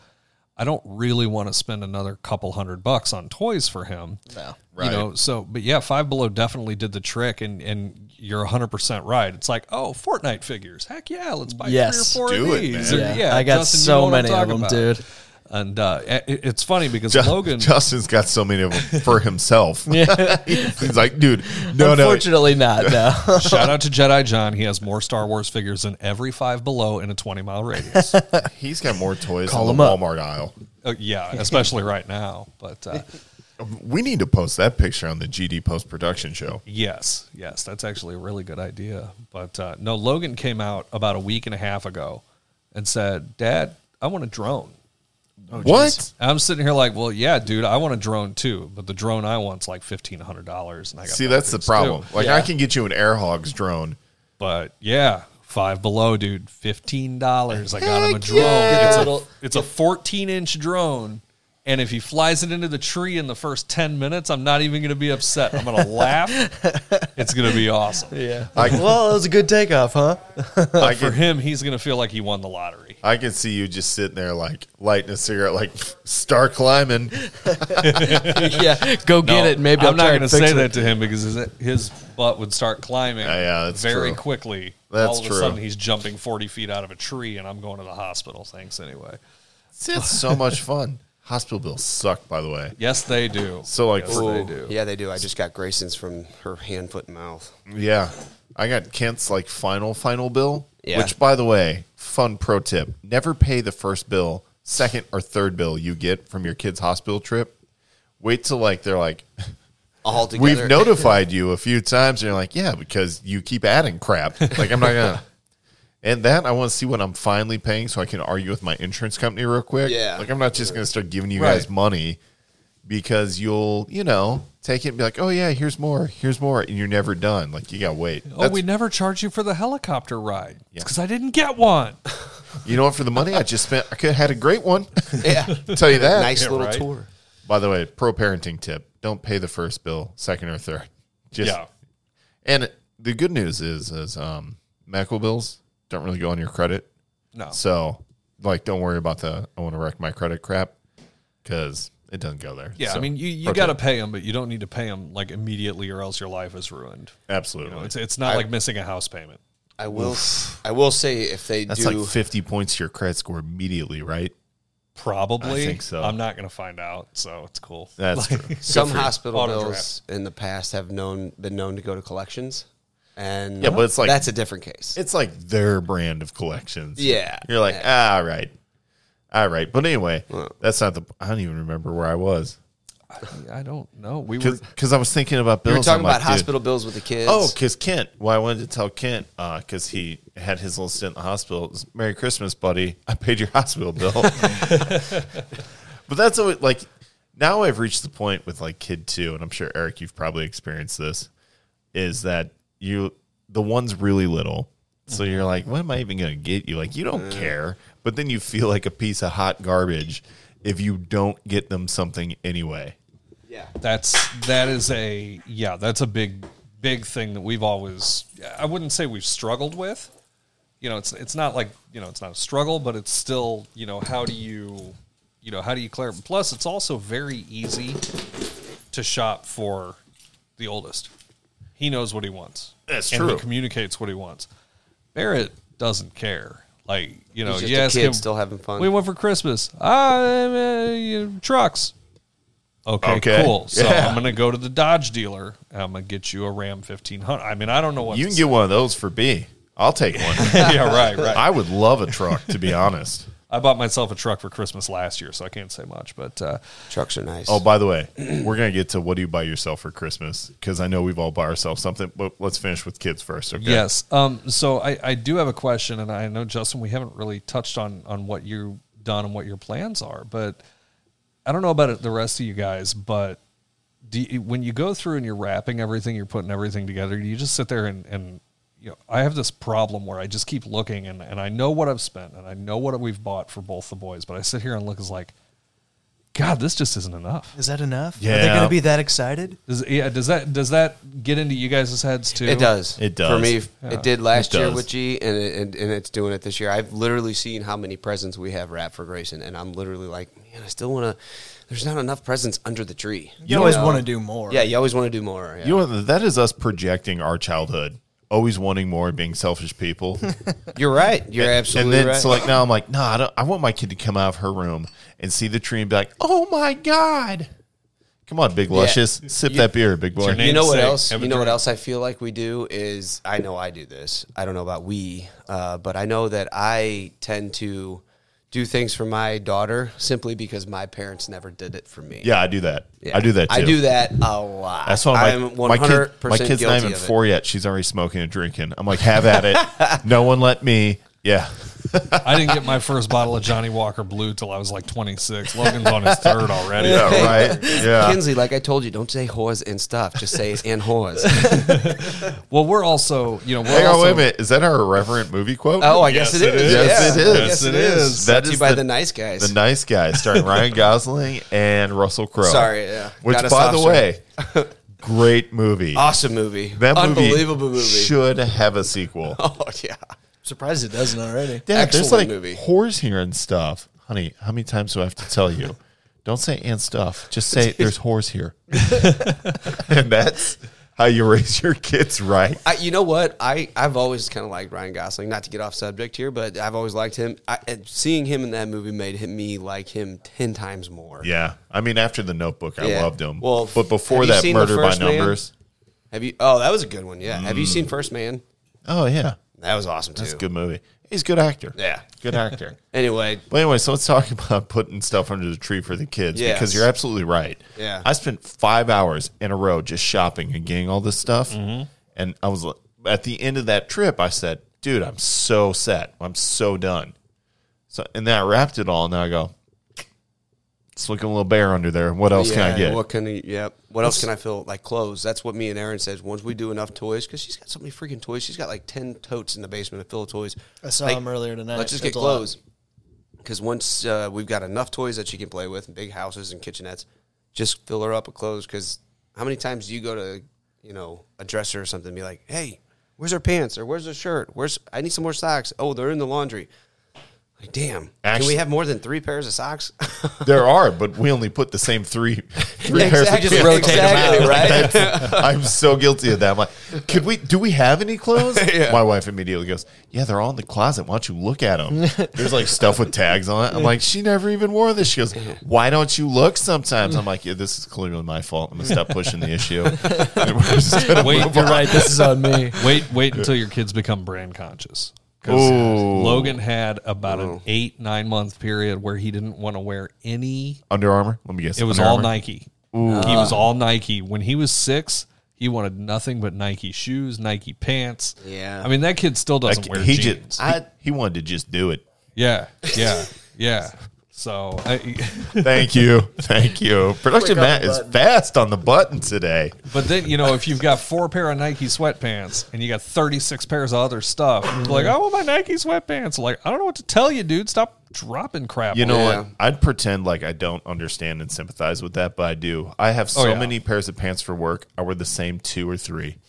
Speaker 6: I don't really want to spend another couple hundred bucks on toys for him. No.
Speaker 1: Right.
Speaker 6: You know, so but yeah, Five Below definitely did the trick and and you're 100% right. It's like, "Oh, Fortnite figures. Heck yeah, let's buy
Speaker 7: Yes.
Speaker 6: three or four
Speaker 1: Do
Speaker 6: of
Speaker 1: it,
Speaker 6: these."
Speaker 1: man.
Speaker 6: Or,
Speaker 7: Yeah, I got
Speaker 6: Justin, you
Speaker 7: so
Speaker 6: know what I'm
Speaker 7: many of
Speaker 6: talking
Speaker 7: them, dude.
Speaker 6: And uh, it, it's funny because
Speaker 1: Ju-
Speaker 6: Logan
Speaker 1: Justin's got so many of them for himself. He's like, dude, no, no.
Speaker 7: Unfortunately, not. No.
Speaker 6: Shout out to Jedi John. He has more Star Wars figures than every Five Below in a 20 mile radius.
Speaker 1: He's got more toys
Speaker 7: Call
Speaker 1: on
Speaker 7: him
Speaker 1: the
Speaker 7: up.
Speaker 1: Walmart aisle.
Speaker 6: Uh, yeah, especially right now. But uh,
Speaker 1: We need to post that picture on the GD post production show.
Speaker 6: yes, yes, that's actually a really good idea. But uh, no, Logan came out about a week and a half ago and said, Dad, I want a drone. Oh,
Speaker 1: what?
Speaker 6: I'm sitting here like, well, yeah, dude, I want a drone too, but the drone I want's like fifteen hundred dollars, and I got
Speaker 1: See,
Speaker 6: better
Speaker 1: that's the
Speaker 6: things to
Speaker 1: problem.
Speaker 6: do.
Speaker 1: Like, I can get you an Airhogs drone.
Speaker 6: But yeah, five below, dude, fifteen dollars. I got him a
Speaker 1: Heck
Speaker 6: drone.
Speaker 1: yeah.
Speaker 6: It's, a, it's a fourteen inch drone, and if he flies it into the tree in the first ten minutes, I'm not even going to be upset. I'm going to laugh. It's going to be awesome.
Speaker 7: yeah.
Speaker 1: I-
Speaker 7: well, it was a good takeoff, huh?
Speaker 1: I
Speaker 6: For
Speaker 1: could,
Speaker 6: him, he's going to feel like he won the lottery.
Speaker 1: I could see you just sitting there, like lighting a cigarette, like star climbing.
Speaker 7: yeah. Go get
Speaker 6: No,
Speaker 7: it. Maybe
Speaker 6: I'm
Speaker 7: I'll
Speaker 6: not
Speaker 7: try
Speaker 6: going to
Speaker 7: and
Speaker 6: say
Speaker 7: fix it.
Speaker 6: that to him because his, his butt would start climbing
Speaker 1: Yeah, yeah, that's
Speaker 6: very
Speaker 1: true.
Speaker 6: quickly.
Speaker 1: That's
Speaker 6: All of
Speaker 1: true.
Speaker 6: a sudden, he's jumping 40 feet out of a tree, and I'm going to the hospital. Thanks anyway.
Speaker 1: It's so much fun. Hospital bills suck, by the way.
Speaker 6: Yes, they do.
Speaker 1: So, like,
Speaker 6: yes,
Speaker 1: for-
Speaker 6: they do.
Speaker 8: Yeah, they do. I just got Grayson's from her hand, foot, and mouth.
Speaker 1: Yeah. I got Kent's like final final bill.
Speaker 8: Yeah.
Speaker 1: Which by the way, fun pro tip. Never pay the first bill, second or third bill you get from your kid's hospital trip. Wait till like they're like
Speaker 8: All together.
Speaker 1: We've notified you a few times and you're like, Yeah, because you keep adding crap. Like I'm not gonna And that I want to see what I'm finally paying so I can argue with my insurance company real quick.
Speaker 8: Yeah.
Speaker 1: Like I'm not just gonna start giving you
Speaker 6: Right.
Speaker 1: guys money because you'll, you know, take it and be like, Oh yeah, here's more, here's more, and you're never done. Like you gotta wait.
Speaker 6: Oh,
Speaker 1: That's-
Speaker 6: we never charge you for the helicopter ride. It's because I didn't get one.
Speaker 1: You know what? For the money I just spent, I could have had a great one. Yeah, tell you that.
Speaker 8: nice little
Speaker 6: right.
Speaker 8: tour.
Speaker 1: By the way, pro parenting tip: don't pay the first bill, second or third. Just
Speaker 6: yeah.
Speaker 1: and the good news is, is um, medical bills don't really go on your credit,
Speaker 6: No.
Speaker 1: so like don't worry about the I want to wreck my credit crap because it doesn't go there.
Speaker 6: yeah.
Speaker 1: So,
Speaker 6: I mean, you, you
Speaker 1: pro
Speaker 6: got to
Speaker 1: tip.
Speaker 6: pay them, but you don't need to pay them like immediately or else your life is ruined. You
Speaker 1: absolutely.
Speaker 6: know, it's, it's not like missing a house payment.
Speaker 8: I will. I will say if they
Speaker 1: That's
Speaker 8: do.
Speaker 1: like fifty points to your credit score immediately, right?
Speaker 6: Probably.
Speaker 1: think so.
Speaker 6: I'm not going to find out. So it's cool.
Speaker 1: That's true.
Speaker 8: some
Speaker 1: Good for you.
Speaker 8: hospital
Speaker 6: Auto
Speaker 8: bills in the past have known been known to go to collections, and
Speaker 1: Yeah, but it's like-
Speaker 8: that's a different case.
Speaker 1: It's like their brand of collections.
Speaker 8: Yeah.
Speaker 1: You're like,
Speaker 8: Yeah.
Speaker 1: ah, all right. All right. But anyway, that's not the. I don't even remember where I was.
Speaker 6: I don't know. We were
Speaker 1: Because I was thinking about bills.
Speaker 8: You're talking
Speaker 1: I'm like,
Speaker 8: about
Speaker 1: dude.
Speaker 8: hospital bills with the kids.
Speaker 1: Oh, because Kent. Well, I wanted to tell Kent because he had his little stint in the hospital. It was, Merry Christmas, buddy. I paid your hospital bill. but that's always, like now I've reached the point with like kid two, and I'm sure Eric, you've probably experienced this, is that you the one's really little, so you're like, what am I even going to get you? Like you don't care, but then you feel like a piece of hot garbage if you don't get them something anyway.
Speaker 8: yeah.
Speaker 6: that's that is a yeah that's a big big thing that we've always i wouldn't say we've struggled with you know it's it's not like you know it's not a struggle but it's still you know how do you you know how do you clarify plus it's also very easy to shop for the oldest he knows what he wants
Speaker 1: That's
Speaker 6: and
Speaker 1: true.
Speaker 6: he communicates what he wants barrett doesn't care like you know
Speaker 8: He's just
Speaker 6: you
Speaker 8: a
Speaker 6: ask
Speaker 8: kid
Speaker 6: him
Speaker 8: still having fun.
Speaker 6: we went for christmas ah uh, you- trucks Okay,
Speaker 1: Okay.
Speaker 6: cool. So
Speaker 1: Yeah.
Speaker 6: I'm gonna go to the Dodge dealer. And I'm gonna get you a Ram 1500. I mean, I don't know what
Speaker 1: You
Speaker 6: to
Speaker 1: can get one of those for B. I'll take one.
Speaker 6: say. yeah, right, right.
Speaker 1: I would love a truck, to be honest.
Speaker 6: I bought myself a truck for Christmas last year, so I can't say much. But uh,
Speaker 8: Trucks are nice.
Speaker 1: Oh, by the way, we're gonna get to what do you buy yourself for Christmas? Because I know we've all bought ourselves something, but let's finish with kids first. Okay.
Speaker 6: yes, um, so I, I do have a question, and I know Justin, we haven't really touched on on what you've done and what your plans are, but I don't know about it, the rest of you guys, but. Do you, when you go through and you're wrapping everything, you're putting everything together. Do you just sit there and, and you know, I have this problem where I just keep looking and, and I know what I've spent and I know what we've bought for both the boys, but I sit here and look is like, God, this just isn't enough.
Speaker 7: Is that enough? Are they
Speaker 1: Yeah.
Speaker 7: going to be that excited?
Speaker 6: Does, yeah, does that does that get into you guys' heads too?
Speaker 8: It does.
Speaker 1: It does.
Speaker 8: For me, it did last
Speaker 1: It
Speaker 8: year
Speaker 1: does.
Speaker 8: with G, and, it, and and it's doing it this year. I've literally seen how many presents we have wrapped for Grayson, and I'm literally like, man, I still want to. There's not enough presents under the tree.
Speaker 7: You, always want to do more.
Speaker 8: Yeah, you always want to do more. Yeah.
Speaker 1: You know, what? that is us projecting our childhood, always wanting more, being selfish people.
Speaker 8: You're right. You're
Speaker 1: and
Speaker 8: absolutely
Speaker 1: then,
Speaker 8: right.
Speaker 1: so like now I'm like, nah, I, don't, I want my kid to come out of her room and see the tree and be like, oh my God. Come on, big luscious. Sip that beer, big boy.
Speaker 6: your name.
Speaker 8: you know what
Speaker 6: Namesake,
Speaker 8: else? You
Speaker 6: have a
Speaker 8: know what
Speaker 6: drink.
Speaker 8: else? I feel like we do is I know I do this. I don't know about we, uh, but I know that I tend to do things for my daughter simply because my parents never did it for me.
Speaker 1: Yeah, I do that.
Speaker 8: Yeah.
Speaker 1: I do that too.
Speaker 8: I do that a lot.
Speaker 1: That's why
Speaker 8: I'm
Speaker 1: I'm like, my, kid,
Speaker 8: 100%
Speaker 1: my kid's not
Speaker 8: guilty
Speaker 1: even
Speaker 8: of it.
Speaker 1: four yet. She's already smoking and drinking. I'm like, have at it. no one let me. Yeah.
Speaker 6: I didn't get my first bottle of Johnny Walker Blue till I was like 26. Logan's on his third already.
Speaker 1: Yeah, right. Yeah.
Speaker 8: Kinsley, like I told you, don't say whores and stuff. Just say it and whores.
Speaker 6: Well, we're also, you know, we're
Speaker 1: Hang on,
Speaker 6: also,
Speaker 1: wait a minute. Is that our irreverent movie quote?
Speaker 8: oh, I guess it is.
Speaker 1: Yes,
Speaker 8: Yeah.
Speaker 1: it is.
Speaker 8: Yes, it is.
Speaker 1: That
Speaker 8: Brought to you
Speaker 1: is
Speaker 8: by the nice guys.
Speaker 1: The nice guy starring Ryan Gosling and Russell Crowe.
Speaker 8: Sorry, yeah.
Speaker 1: Which,
Speaker 8: Got us
Speaker 1: by
Speaker 8: off
Speaker 1: the way, great movie.
Speaker 8: Awesome movie.
Speaker 1: That movie
Speaker 8: Unbelievable movie.
Speaker 1: should have a sequel.
Speaker 8: Oh yeah.
Speaker 7: Surprised it doesn't already.
Speaker 1: Dad,
Speaker 8: excellent
Speaker 1: there's like
Speaker 8: movie.
Speaker 1: whores here and stuff. Honey, how many times do I have to tell you? Don't say and stuff. Just say there's whores here. and that's how you raise your kids right.
Speaker 8: I, you know what? I, I've always kind of liked Ryan Gosling. Not to get off subject here, but I've always liked him. I, and seeing him in that movie made him, me like him ten times more.
Speaker 1: Yeah. I mean, after the notebook, I
Speaker 8: Yeah.
Speaker 1: loved him.
Speaker 8: Well,
Speaker 1: but before
Speaker 8: have you
Speaker 1: that,
Speaker 8: seen The
Speaker 1: Murder by
Speaker 8: First Man?
Speaker 1: Numbers.
Speaker 8: Have you? Oh, that was a good one. Yeah. Have you seen First Man?
Speaker 1: Oh, yeah.
Speaker 8: That was awesome too.
Speaker 1: Mm. That's a good movie. He's a good actor.
Speaker 8: Yeah.
Speaker 1: Good actor.
Speaker 8: Anyway,
Speaker 1: But anyway, so let's talk about putting stuff under the tree for the kids
Speaker 8: Yes.
Speaker 1: because you're absolutely right.
Speaker 8: Yeah.
Speaker 1: I spent five hours in a row just shopping and getting all this stuff.
Speaker 8: Mm-hmm.
Speaker 1: And I was like- at the end of that trip, I said, dude, I'm so set. I'm so done. So, and then I wrapped it all. And now I go, it's looking a little bare under there. What else can I
Speaker 8: Yeah,
Speaker 1: get?
Speaker 8: What can I, yep. What else can I fill? Like clothes. That's what me and Aaron says. Once we do enough toys, because she's got so many freaking toys. She's got like ten totes in the basement to fill of toys.
Speaker 7: I saw
Speaker 8: Like,
Speaker 7: him earlier tonight.
Speaker 8: Let's just get
Speaker 7: That's a lot.
Speaker 8: clothes. Because once uh, we've got enough toys that she can play with, and big houses and kitchenettes, just fill her up with clothes. Because how many times do you go to, you know, a dresser or something, and be like, "Hey, where's her pants? Or where's her shirt? Where's I need some more socks? Oh, they're in the laundry." Like, damn. can
Speaker 1: Actually-
Speaker 8: we have more than three pairs of socks?
Speaker 1: There are, but we only put the same three, three
Speaker 8: Yeah,
Speaker 1: pairs of
Speaker 8: exactly,
Speaker 1: pants.
Speaker 8: rotate 'em out. Exactly,
Speaker 1: That's- I'm so guilty of that. I'm like, could we? Do we have any clothes? My wife immediately goes, "Yeah, they're all in the closet. Why don't you look at them? There's like stuff with tags on it. I'm like, she never even wore this. She goes, "Why don't you look?" Sometimes I'm like, "Yeah, this is clearly my fault. I'm gonna stop pushing the issue." And we're just gonna
Speaker 6: Wait,
Speaker 1: move
Speaker 6: you're
Speaker 1: on.
Speaker 7: Right, this is on me.
Speaker 6: Wait, wait until your kids become brand conscious. 'Cause
Speaker 1: Ooh.
Speaker 6: Logan had about an eight, nine month period where he didn't want to wear any.
Speaker 1: Under Armour. Let me guess.
Speaker 6: It was
Speaker 1: Under
Speaker 6: all
Speaker 1: Armour?
Speaker 6: Nike. He was all Nike. When he was six, he wanted nothing but Nike shoes, Nike pants.
Speaker 8: Yeah.
Speaker 6: I mean, that kid still doesn't
Speaker 1: Like,
Speaker 6: wear
Speaker 1: he
Speaker 6: jeans.
Speaker 1: just he, he wanted to just do it.
Speaker 6: yeah, yeah, yeah. So, I,
Speaker 1: Thank you, thank you. Production Matt is fast on the button today.
Speaker 6: But then you know if you've got four pair of Nike sweatpants and you got thirty six pairs of other stuff, you're like
Speaker 1: Mm-hmm.
Speaker 6: I want my Nike sweatpants. Like I don't know what to tell you, dude. Stop dropping crap.
Speaker 1: You know
Speaker 8: Yeah.
Speaker 1: what? I'd pretend like I don't understand and sympathize with that, but I do. I have so
Speaker 6: Oh, yeah.
Speaker 1: many pairs of pants for work. I wear the same two or three.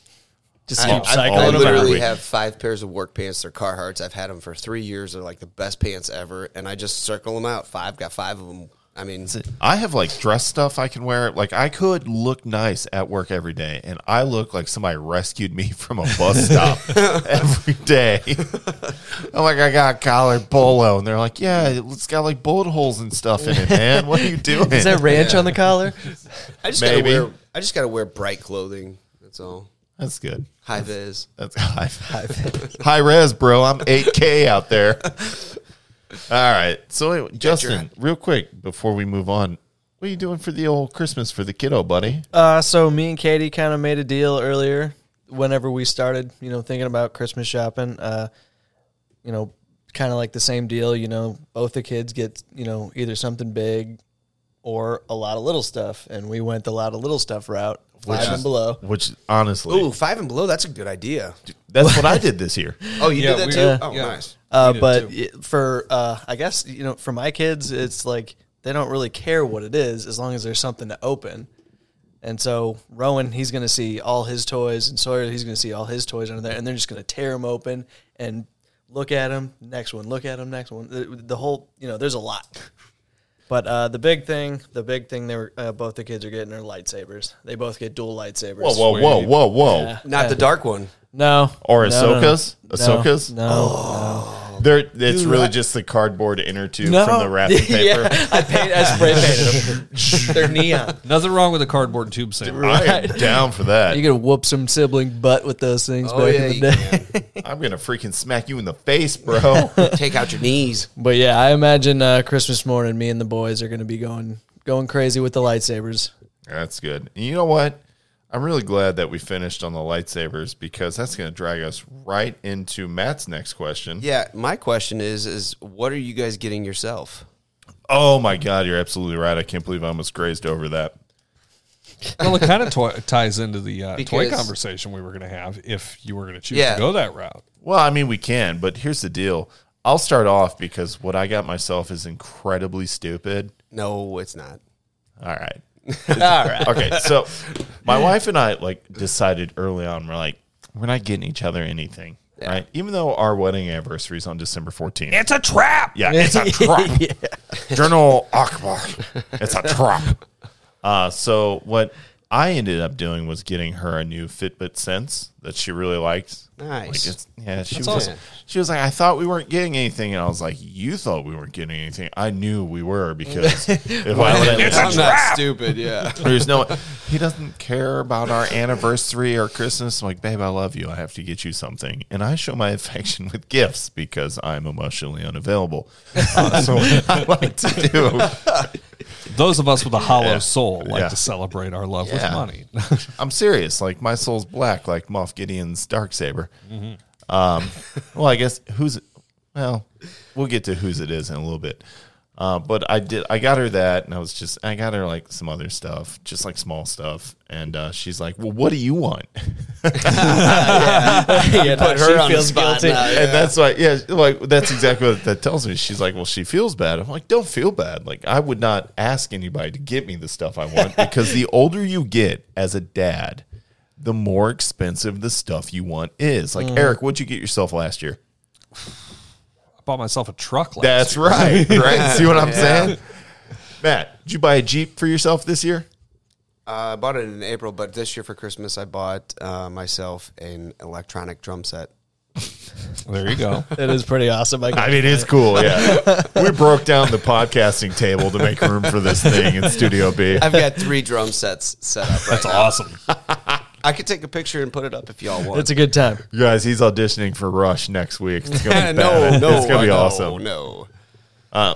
Speaker 7: Just
Speaker 8: Oh, I-
Speaker 7: keep cycling.
Speaker 8: I
Speaker 1: all
Speaker 7: them out.
Speaker 1: over
Speaker 8: literally
Speaker 1: it.
Speaker 8: have five pairs of work pants. They're Carhartts. I've had them for three years. They're like the best pants ever, and I just circle them out. Five got five of them. I mean,
Speaker 1: I have like dress stuff I can wear. Like I could look nice at work every day, and I look like somebody rescued me from a bus stop every day. I'm like, I got a collared polo, and they're like, Yeah, it's got like bullet holes and stuff in it, man. What are you doing?
Speaker 7: Is that ranch on the collar?
Speaker 8: I just
Speaker 1: maybe.
Speaker 8: gotta wear. I just gotta wear bright clothing. That's all.
Speaker 1: That's good.
Speaker 8: High vis.
Speaker 1: That's high high res, bro. I'm 8K out there. All right. So, anyway, Justin, real quick before we move on, what are you doing for the old Christmas for the kiddo, buddy?
Speaker 7: Uh, so me and Katie kind of made a deal earlier. Whenever we started, you know, thinking about Christmas shopping, uh, you know, kind of like the same deal. You know, both the kids get you know either something big or a lot of little stuff, and we went the lot of little stuff route, five and below.
Speaker 1: Which, honestly,
Speaker 8: Ooh, five and below. That's a good idea.
Speaker 1: That's what I did this year.
Speaker 8: Oh, you
Speaker 6: Yeah,
Speaker 8: did that
Speaker 6: we-
Speaker 8: too?
Speaker 6: yeah.
Speaker 8: oh,
Speaker 6: Yeah.
Speaker 8: nice.
Speaker 7: Uh,
Speaker 6: did
Speaker 7: but
Speaker 6: too.
Speaker 7: it- for uh, I guess you know, for my kids, it's like they don't really care what it is as long as there's something to open. And so Rowan, he's going to see all his toys, and Sawyer, he's going to see all his toys under there, and they're just going to tear them open and look at them. Next one, look at them. Next one. The, the whole, you know, there's a lot. But uh, the big thing, the big thing, they were uh, both the kids are getting are lightsabers. They both get dual lightsabers.
Speaker 1: Whoa, whoa, whoa,
Speaker 6: Sweet.
Speaker 1: whoa, whoa.
Speaker 8: Not the dark one.
Speaker 7: No,
Speaker 1: Or
Speaker 7: No, no, no.
Speaker 1: Ahsoka's?
Speaker 7: No,
Speaker 1: Ahsoka's?
Speaker 7: No,
Speaker 1: There, it's really just the cardboard inner tube
Speaker 7: no.
Speaker 1: from the wrapping paper.
Speaker 7: yeah, I paint, I spray painted them. They're neon.
Speaker 6: Nothing wrong with a cardboard tube sandwich.
Speaker 1: I am down for that.
Speaker 7: You could whoop some sibling butt with those things
Speaker 8: Oh,
Speaker 7: back
Speaker 8: yeah,
Speaker 7: in the
Speaker 8: you
Speaker 7: day.
Speaker 8: can.
Speaker 1: I'm gonna freaking smack you in the face, bro.
Speaker 8: Take out your knees.
Speaker 7: But yeah, I imagine uh, Christmas morning, me and the boys are going to be going going crazy with the lightsabers.
Speaker 1: that's good. And you know what? I'm really glad that we finished on the lightsabers because that's gonna drag us right into Matt's next question.
Speaker 8: Yeah, my question is, is what are you guys getting yourself?
Speaker 1: Oh my god, you're absolutely right. I can't believe I almost grazed over that.
Speaker 6: well, it kind of to- ties into the uh, toy
Speaker 8: Because-
Speaker 6: conversation we were going to have if you were going to choose
Speaker 8: Yeah.
Speaker 6: to go that route.
Speaker 1: Well, I mean, we can, but here's the deal. I'll start off because what I got myself is incredibly stupid.
Speaker 8: No, it's not.
Speaker 1: All right. All right. Okay. So my wife and I like decided early on, we're like, we're not getting each other anything. Right. Even though our wedding anniversary is on December 14th.
Speaker 6: It's a trap.
Speaker 1: yeah. It's a trap. General Akbar. It's a trap. Uh, so what I ended up doing was getting her a new Fitbit Sense that she really liked.
Speaker 8: Nice.
Speaker 1: Like it's, yeah, she was.
Speaker 6: awesome.
Speaker 1: She was like, I thought we weren't getting anything, and I was like, You thought we weren't getting anything? I knew we were because if I let
Speaker 8: I'm not stupid, yeah.
Speaker 1: there's no. He doesn't care about our anniversary or Christmas. I'm like, babe, I love you. I have to get you something, and I show my affection with gifts because I'm emotionally unavailable. Uh, so what I like to do.
Speaker 6: Those of us with a hollow soul like
Speaker 1: Yeah.
Speaker 6: to celebrate our love
Speaker 1: Yeah.
Speaker 6: with money.
Speaker 1: I'm serious. Like my soul's black, like Moff Gideon's dark saber. Um, well, I guess who's. Well, we'll get to whose it is in a little bit. Uh, but I did. I got her that, and I was just. I got her like some other stuff, just like small stuff. And uh, she's like, "Well, what do you want?"
Speaker 7: yeah,
Speaker 8: Put her on the spot now, yeah.
Speaker 1: And that's why, yeah, like that's exactly what that tells me. She's like, well, she feels bad. I'm like, don't feel bad. Like I would not ask anybody to get me the stuff I want because the older you get as a dad, the more expensive the stuff you want is. Like Eric, what'd you get yourself last year?
Speaker 6: I bought myself a truck last
Speaker 1: That's
Speaker 6: year.
Speaker 1: right, right. See what I'm saying? Matt, did you buy a Jeep for yourself this year?
Speaker 8: I bought it in April, but this year for Christmas, I bought uh, myself an electronic drum set.
Speaker 6: There you go.
Speaker 7: It is pretty awesome. I
Speaker 1: I mean, it's cool. Yeah, we broke down the podcasting table to make room for this thing in Studio B.
Speaker 8: I've got three drum sets set up. Right
Speaker 6: That's awesome.
Speaker 8: I could take a picture and put it up if y'all want.
Speaker 7: it's a good time.
Speaker 1: You guys, he's auditioning for Rush next week. It's gonna
Speaker 8: no,
Speaker 1: be
Speaker 8: no,
Speaker 1: bad. it's gonna be
Speaker 8: no,
Speaker 1: awesome.
Speaker 8: No,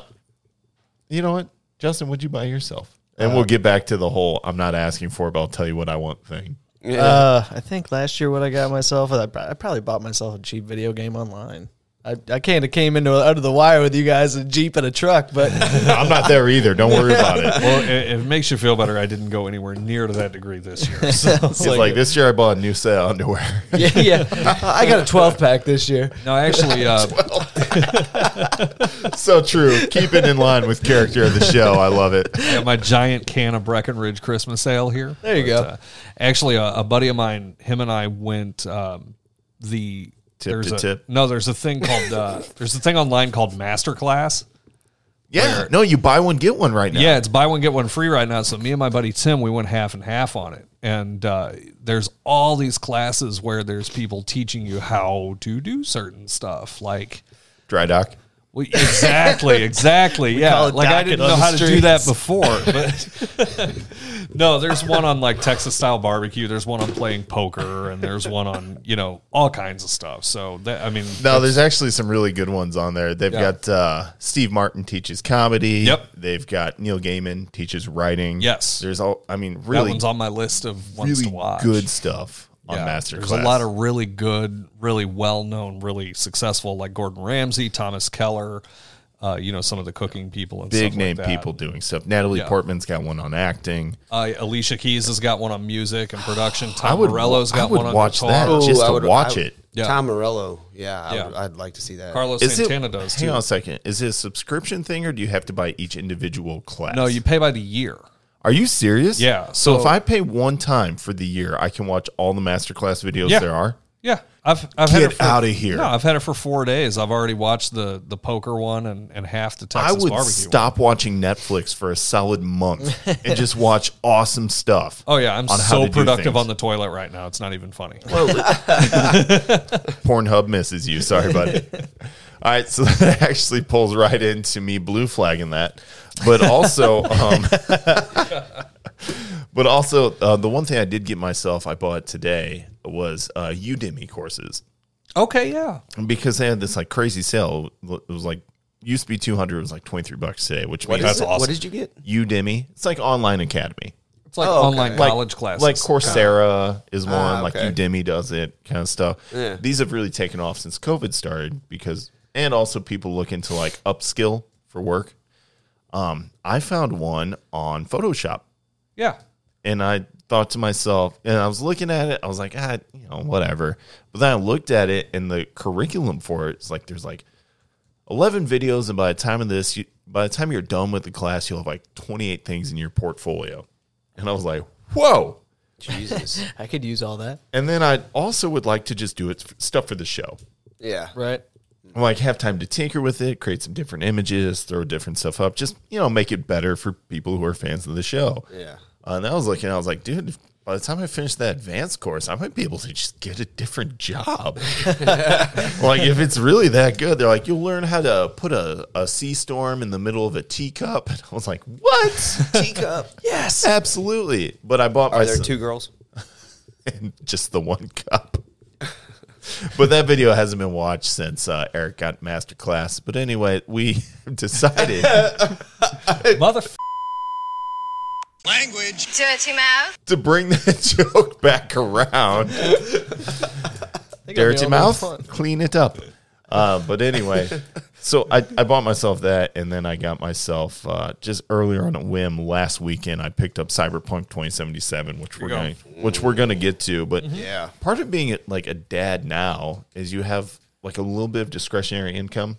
Speaker 1: You know what, Justin? What'd you buy yourself? And
Speaker 6: Uh,
Speaker 1: we'll get back to the whole "I'm not asking for it, but I'll tell you what I want" thing.
Speaker 7: Uh, I think last year what I got myself, I, I probably bought myself a cheap video game online. I, I kind of came into under the wire with you guys a jeep and a truck, but
Speaker 1: I'm not there either. Don't worry about it.
Speaker 6: Well, it, it makes you feel better. I didn't go anywhere near to that degree this year. So.
Speaker 1: It's like, this year, I bought a new set of underwear.
Speaker 7: yeah, yeah, I got a twelve pack this year.
Speaker 6: No, actually, uh,
Speaker 1: so true. Keep it in line with character of the show. I love it.
Speaker 6: I got my giant can of Breckenridge Christmas ale here.
Speaker 7: There you go.
Speaker 6: Uh, actually, a, a buddy of mine, him and I went um, the
Speaker 1: Tip
Speaker 6: there's
Speaker 1: to
Speaker 6: a,
Speaker 1: tip.
Speaker 6: No, there's a thing called uh, there's a thing online called Masterclass.
Speaker 1: Yeah. No, you buy one, get one right now.
Speaker 6: Yeah, it's buy one get one free right now. So me and my buddy Tim, we went half and half on it. And uh, there's all these classes where there's people teaching you how to do certain stuff, like
Speaker 1: Dry dock.
Speaker 6: well, exactly, exactly. yeah,
Speaker 7: call it
Speaker 6: like I
Speaker 7: docket
Speaker 6: didn't
Speaker 7: on
Speaker 6: know
Speaker 7: the
Speaker 6: how to do that
Speaker 7: streets.
Speaker 6: before. But no, there's one on like Texas style barbecue. There's one on playing poker, and there's one on you know all kinds of stuff. So that I mean,
Speaker 1: No, there's actually some really good ones on there. They've
Speaker 6: Yeah.
Speaker 1: got uh, Steve Martin teaches comedy.
Speaker 6: Yep.
Speaker 1: They've got Neil Gaiman teaches writing.
Speaker 6: Yes.
Speaker 1: There's all. I mean,
Speaker 6: that
Speaker 1: really
Speaker 6: one's on my list of ones
Speaker 1: really
Speaker 6: to watch.
Speaker 1: good stuff on
Speaker 6: Yeah,
Speaker 1: Masterclass.
Speaker 6: There's a lot of really good, really well known, really successful, like Gordon Ramsay, Thomas Keller, uh, you know, some of the cooking people and
Speaker 1: big
Speaker 6: stuff
Speaker 1: name
Speaker 6: like that.
Speaker 1: people doing stuff. Natalie
Speaker 6: Yeah.
Speaker 1: Portman's got one on acting.
Speaker 6: Uh, Alicia Keys has got one on music and production. Tom
Speaker 1: I would
Speaker 6: Morello's got
Speaker 1: I would
Speaker 6: one on
Speaker 1: watch
Speaker 6: guitar.
Speaker 1: that just
Speaker 8: I
Speaker 1: to
Speaker 8: would-
Speaker 1: watch
Speaker 8: I-
Speaker 1: it.
Speaker 6: Yeah.
Speaker 8: Tom Morello. Yeah, I
Speaker 6: Yeah.
Speaker 8: would, I'd like to see that.
Speaker 6: Carlos
Speaker 1: Is
Speaker 6: Santana
Speaker 1: it,
Speaker 6: does
Speaker 1: Hang
Speaker 6: too.
Speaker 1: on a second. Is it a subscription thing, or do you have to buy each individual class?
Speaker 6: No, you pay by the year.
Speaker 1: Are you serious?
Speaker 6: Yeah,
Speaker 1: So,
Speaker 6: so-
Speaker 1: if I pay one time for the year, I can watch all the masterclass videos
Speaker 6: Yeah.
Speaker 1: there are.
Speaker 6: Yeah, I've I've had
Speaker 1: Get
Speaker 6: it for,
Speaker 1: outta here.
Speaker 6: No, I've had it for four days. I've already watched the the poker one and, and half the
Speaker 1: I
Speaker 6: Texas
Speaker 1: would
Speaker 6: barbecue.
Speaker 1: stop watching Netflix for a solid month and just watch awesome stuff.
Speaker 6: One. Oh yeah, I'm
Speaker 1: on how
Speaker 6: so
Speaker 1: to do
Speaker 6: productive
Speaker 1: things.
Speaker 6: on the toilet right now. It's not even funny.
Speaker 1: Pornhub misses you. Sorry, buddy. All right, so that actually pulls right into me blue flagging that, but also, um, but also uh, the one thing I did get myself I bought today was uh, Udemy courses.
Speaker 6: okay, yeah,
Speaker 1: because they had this like crazy sale. It was like used to be two hundred. It was like twenty three bucks today, which
Speaker 8: What
Speaker 1: means
Speaker 8: is it? What did you get?
Speaker 1: Udemy. It's like online academy,
Speaker 6: it's like
Speaker 8: Oh, okay.
Speaker 6: online
Speaker 1: like
Speaker 6: college classes.
Speaker 1: Like Coursera is one.
Speaker 8: Ah, okay.
Speaker 1: Like Udemy does it kind of stuff.
Speaker 8: Yeah.
Speaker 1: These have really taken off since COVID started because, and also people look into like upskill for work. Um, I found one on Photoshop
Speaker 6: yeah,
Speaker 1: and I thought to myself, and I was looking at it, I was like, ah, you know, whatever. But then I looked at it, and the curriculum for it is like there's like eleven videos, and by the time of this, you, by the time you're done with the class, you'll have like twenty eight things in your portfolio. And I was like, whoa.
Speaker 8: Jesus.
Speaker 7: I could use all that.
Speaker 1: And then I also would like to just do it stuff for the show.
Speaker 8: Yeah.
Speaker 7: Right.
Speaker 1: Like have time to tinker with it, create some different images, throw different stuff up, just you know, make it better for people who are fans of the show.
Speaker 8: Yeah.
Speaker 1: Uh, and I was looking, I was like, dude, by the time I finish that advanced course, I might be able to just get a different job. like, if it's really that good, they're like, you'll learn how to put a, a sea storm in the middle of a teacup. And I was like, what?
Speaker 8: Teacup.
Speaker 1: yes. Absolutely. But I bought
Speaker 8: Are there
Speaker 1: myself
Speaker 8: two girls?
Speaker 1: just the one cup. but that video hasn't been watched since uh, Eric got masterclass. But anyway, we decided
Speaker 6: mother.
Speaker 5: Language.
Speaker 2: Dirty mouth.
Speaker 1: to bring that joke back around. dirty mouth, clean it up. Uh, but anyway, so I, I bought myself that, and then I got myself uh, just earlier on a whim last weekend. I picked up Cyberpunk 2077, which we're
Speaker 6: you go.
Speaker 1: going which we're gonna get to. But
Speaker 8: Yeah.
Speaker 1: part of being like a dad now is you have like a little bit of discretionary income,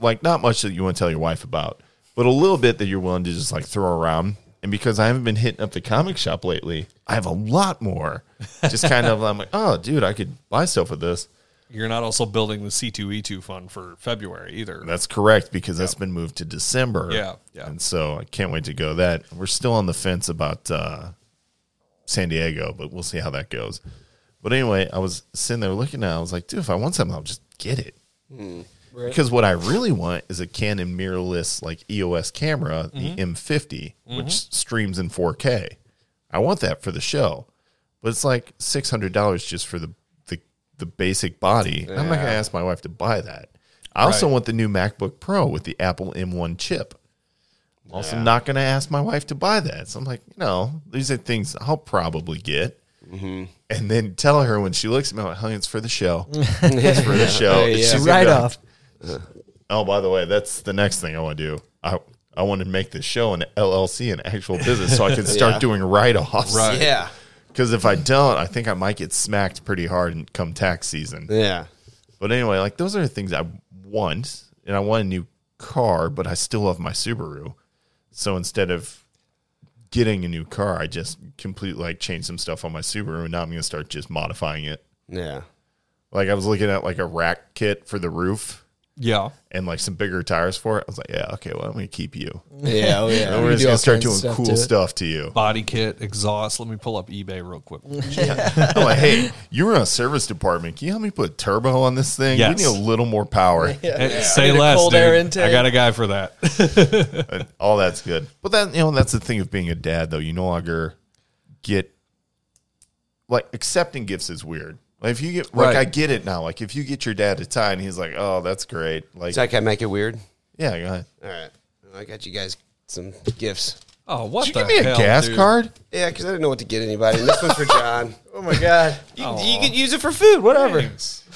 Speaker 1: like not much that you want to tell your wife about, but a little bit that you're willing to just like throw around. And because I haven't been hitting up the comic shop lately, I have a lot more. Just kind of, I'm like, oh, dude, I could buy stuff with this.
Speaker 6: You're not also building the C2E2 fund for February either.
Speaker 1: That's correct because that's been moved to December.
Speaker 6: Yeah, yeah.
Speaker 1: And so I can't wait to go that. We're still on the fence about uh, San Diego, but we'll see how that goes. But anyway, I was sitting there looking at it. I was like, dude, if I want something, I'll just get it. Because what I really want is a Canon mirrorless like EOS camera,
Speaker 7: Mm-hmm.
Speaker 1: the M50, which streams in 4K. I want that for the show, but it's like six hundred dollars just for the the, the basic body. I'm not gonna ask my wife to buy that. I also
Speaker 6: Right.
Speaker 1: want the new MacBook Pro with the Apple M1 chip. I'm also not gonna ask my wife to buy that. So I'm like, you know, these are things I'll probably get. And then tell her when she looks at me, I'm like, honey, it's for the show. it's for the show. She's gonna be
Speaker 7: Right
Speaker 1: like,
Speaker 7: off.
Speaker 1: Oh, by the way, that's the next thing I want to do. I I want to make this show an LLC, an actual business, so I can start
Speaker 8: Yeah.
Speaker 1: doing write offs.
Speaker 6: Right.
Speaker 8: Yeah.
Speaker 1: Because if I don't, I think I might get smacked pretty hard in come tax season.
Speaker 8: Yeah.
Speaker 1: But anyway, like those are the things I want, and I want a new car, but I still love my Subaru. So instead of getting a new car, I just completely like changed some stuff on my Subaru, and now I'm going to start just modifying it.
Speaker 8: Yeah.
Speaker 1: Like I was looking at like a rack kit for the roof
Speaker 6: Yeah.
Speaker 1: and like some bigger tires for it. I was like, yeah, okay, well, I'm going to keep you.
Speaker 7: Yeah, oh yeah.
Speaker 1: And we're
Speaker 7: We
Speaker 1: just
Speaker 7: do all
Speaker 1: gonna start
Speaker 7: kinds of
Speaker 1: doing
Speaker 7: stuff
Speaker 1: cool
Speaker 7: to it.
Speaker 1: stuff to you.
Speaker 6: Body kit, exhaust. Let me pull up eBay real quick.
Speaker 1: I'm like, hey, you were in a service department. Can you help me put turbo on this thing?
Speaker 6: Yes.
Speaker 1: We need a little more power.
Speaker 6: Hey, Say
Speaker 7: Need a
Speaker 6: less,
Speaker 7: cold
Speaker 6: dude.
Speaker 7: air intake.
Speaker 6: I got a guy for that.
Speaker 1: All that's good. But that you know, that's the thing of being a dad, though. You no longer get like accepting gifts is weird. Like if you get like
Speaker 6: Right.
Speaker 1: I get it now. Like if you get your dad a tie and he's like, oh, that's great. Like,
Speaker 8: It's like I make it weird.
Speaker 1: yeah, go ahead.
Speaker 8: All right. I got you guys some gifts.
Speaker 6: Oh, what
Speaker 1: Did you
Speaker 6: the
Speaker 1: give me
Speaker 6: hell,
Speaker 1: a gas
Speaker 6: dude?
Speaker 1: card?
Speaker 8: Yeah, because I didn't know what to get anybody. And this one's for John.
Speaker 7: Oh my god.
Speaker 8: You, can- you could use it for food, whatever.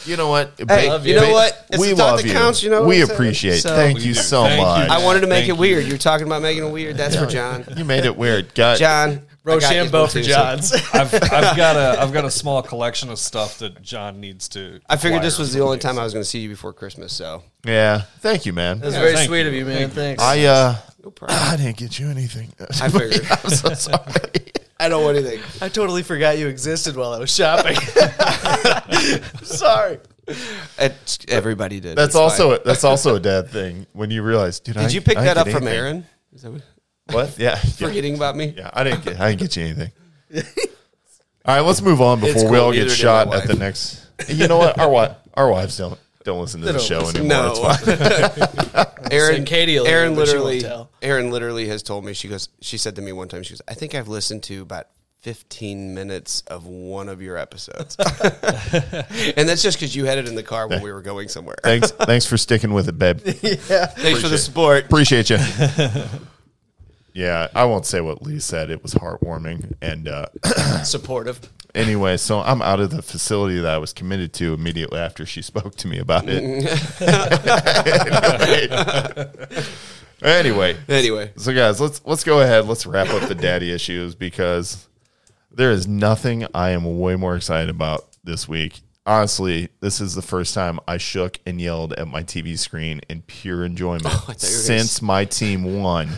Speaker 1: You know what?
Speaker 8: Hey,
Speaker 1: Ba-
Speaker 8: you know
Speaker 1: ba-
Speaker 8: what? It's
Speaker 1: we
Speaker 8: the thought
Speaker 1: love
Speaker 8: that
Speaker 1: you.
Speaker 8: counts, you know what
Speaker 1: we
Speaker 8: I'm saying?
Speaker 1: appreciate.
Speaker 7: So-
Speaker 1: thank
Speaker 6: We
Speaker 1: you
Speaker 6: do.
Speaker 1: so
Speaker 6: Thank you.
Speaker 1: much.
Speaker 8: I wanted to make
Speaker 6: Thank
Speaker 8: it
Speaker 6: you.
Speaker 8: weird. You're talking about making it weird. That's for John.
Speaker 1: You made it weird. God,
Speaker 8: John, I got you
Speaker 7: Rochambeau
Speaker 8: one
Speaker 7: for
Speaker 8: too, so-
Speaker 7: Johns.
Speaker 6: I've, I've got a I've got a small collection of stuff that John needs to.
Speaker 8: I figured this
Speaker 6: acquire
Speaker 8: was the
Speaker 6: from
Speaker 8: only
Speaker 6: me,
Speaker 8: time
Speaker 6: so.
Speaker 8: I was going to see you before Christmas, so
Speaker 1: Yeah. Thank you, man.
Speaker 7: That's very
Speaker 6: thank
Speaker 7: sweet
Speaker 6: you.
Speaker 7: of you, man.
Speaker 6: Thank you.
Speaker 7: Thanks.
Speaker 1: I uh
Speaker 8: no problem.
Speaker 1: I didn't get you anything.
Speaker 8: I figured.
Speaker 1: I'm so sorry.
Speaker 8: I don't want anything.
Speaker 7: I totally forgot you existed while I was shopping. Sorry.
Speaker 8: It's, everybody did.
Speaker 1: That's
Speaker 8: It's
Speaker 1: also
Speaker 8: fine.
Speaker 1: a, that's also a dad thing when you realize, dude. I,
Speaker 8: Did you pick
Speaker 1: I
Speaker 8: that
Speaker 1: didn't
Speaker 8: up
Speaker 1: get
Speaker 8: from
Speaker 1: anything.
Speaker 8: Aaron? Is that what,
Speaker 1: What? Yeah. yeah.
Speaker 8: forgetting about me?
Speaker 1: Yeah, I didn't get I didn't get you anything. all right, let's move on before we
Speaker 8: cool,
Speaker 1: all
Speaker 8: neither
Speaker 1: get
Speaker 8: did
Speaker 1: shot
Speaker 8: my
Speaker 1: at the
Speaker 8: wife.
Speaker 1: next. You know what? Our wife, our wives don't don't listen to the
Speaker 7: don't
Speaker 1: show
Speaker 7: listen.
Speaker 1: anymore. It's
Speaker 8: No,
Speaker 1: fine.
Speaker 8: Aaron.
Speaker 7: Katie will
Speaker 8: Aaron
Speaker 7: hear, but she won't
Speaker 8: literally.
Speaker 7: tell.
Speaker 8: Aaron literally has told me. She goes. She said to me one time. She goes. I think I've listened to about fifteen minutes of one of your episodes, and that's just because you had it in the car when we were going somewhere.
Speaker 1: Thanks, thanks for sticking with it, babe.
Speaker 8: Thanks for the support.
Speaker 1: Appreciate you. yeah, I won't say what Lee said. It was heartwarming. And uh,
Speaker 7: Supportive.
Speaker 1: anyway, so I'm out of the facility that I was committed to immediately after she spoke to me about it. anyway,
Speaker 8: Anyway,
Speaker 1: So guys, let's let's go ahead. Let's wrap up the daddy issues because there is nothing I am way more excited about this week. Honestly, this is the first time I shook and yelled at my TV screen in pure enjoyment
Speaker 8: gonna
Speaker 1: since my team won.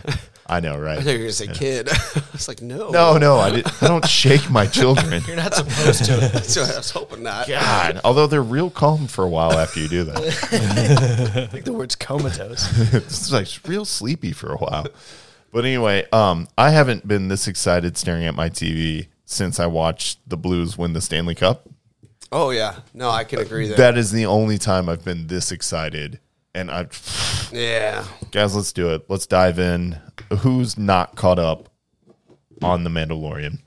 Speaker 1: I know,
Speaker 8: I thought
Speaker 1: right?
Speaker 8: you were gonna say kid. I was like, no,
Speaker 1: No, no, I, did, I don't shake my children.
Speaker 7: You're not supposed to.
Speaker 8: That's what I was hoping not.
Speaker 1: God, although they're real calm for a while after you do that.
Speaker 7: I think the word's comatose.
Speaker 1: it's like real sleepy for a while. But anyway, um, I haven't been this excited staring at my TV since I watched the Blues win the Stanley Cup.
Speaker 8: Oh yeah, no, I can agree there.
Speaker 1: That is the only time I've been this excited. And I,
Speaker 8: yeah,
Speaker 1: guys, let's do it. Let's dive in. Who's not caught up on the Mandalorian?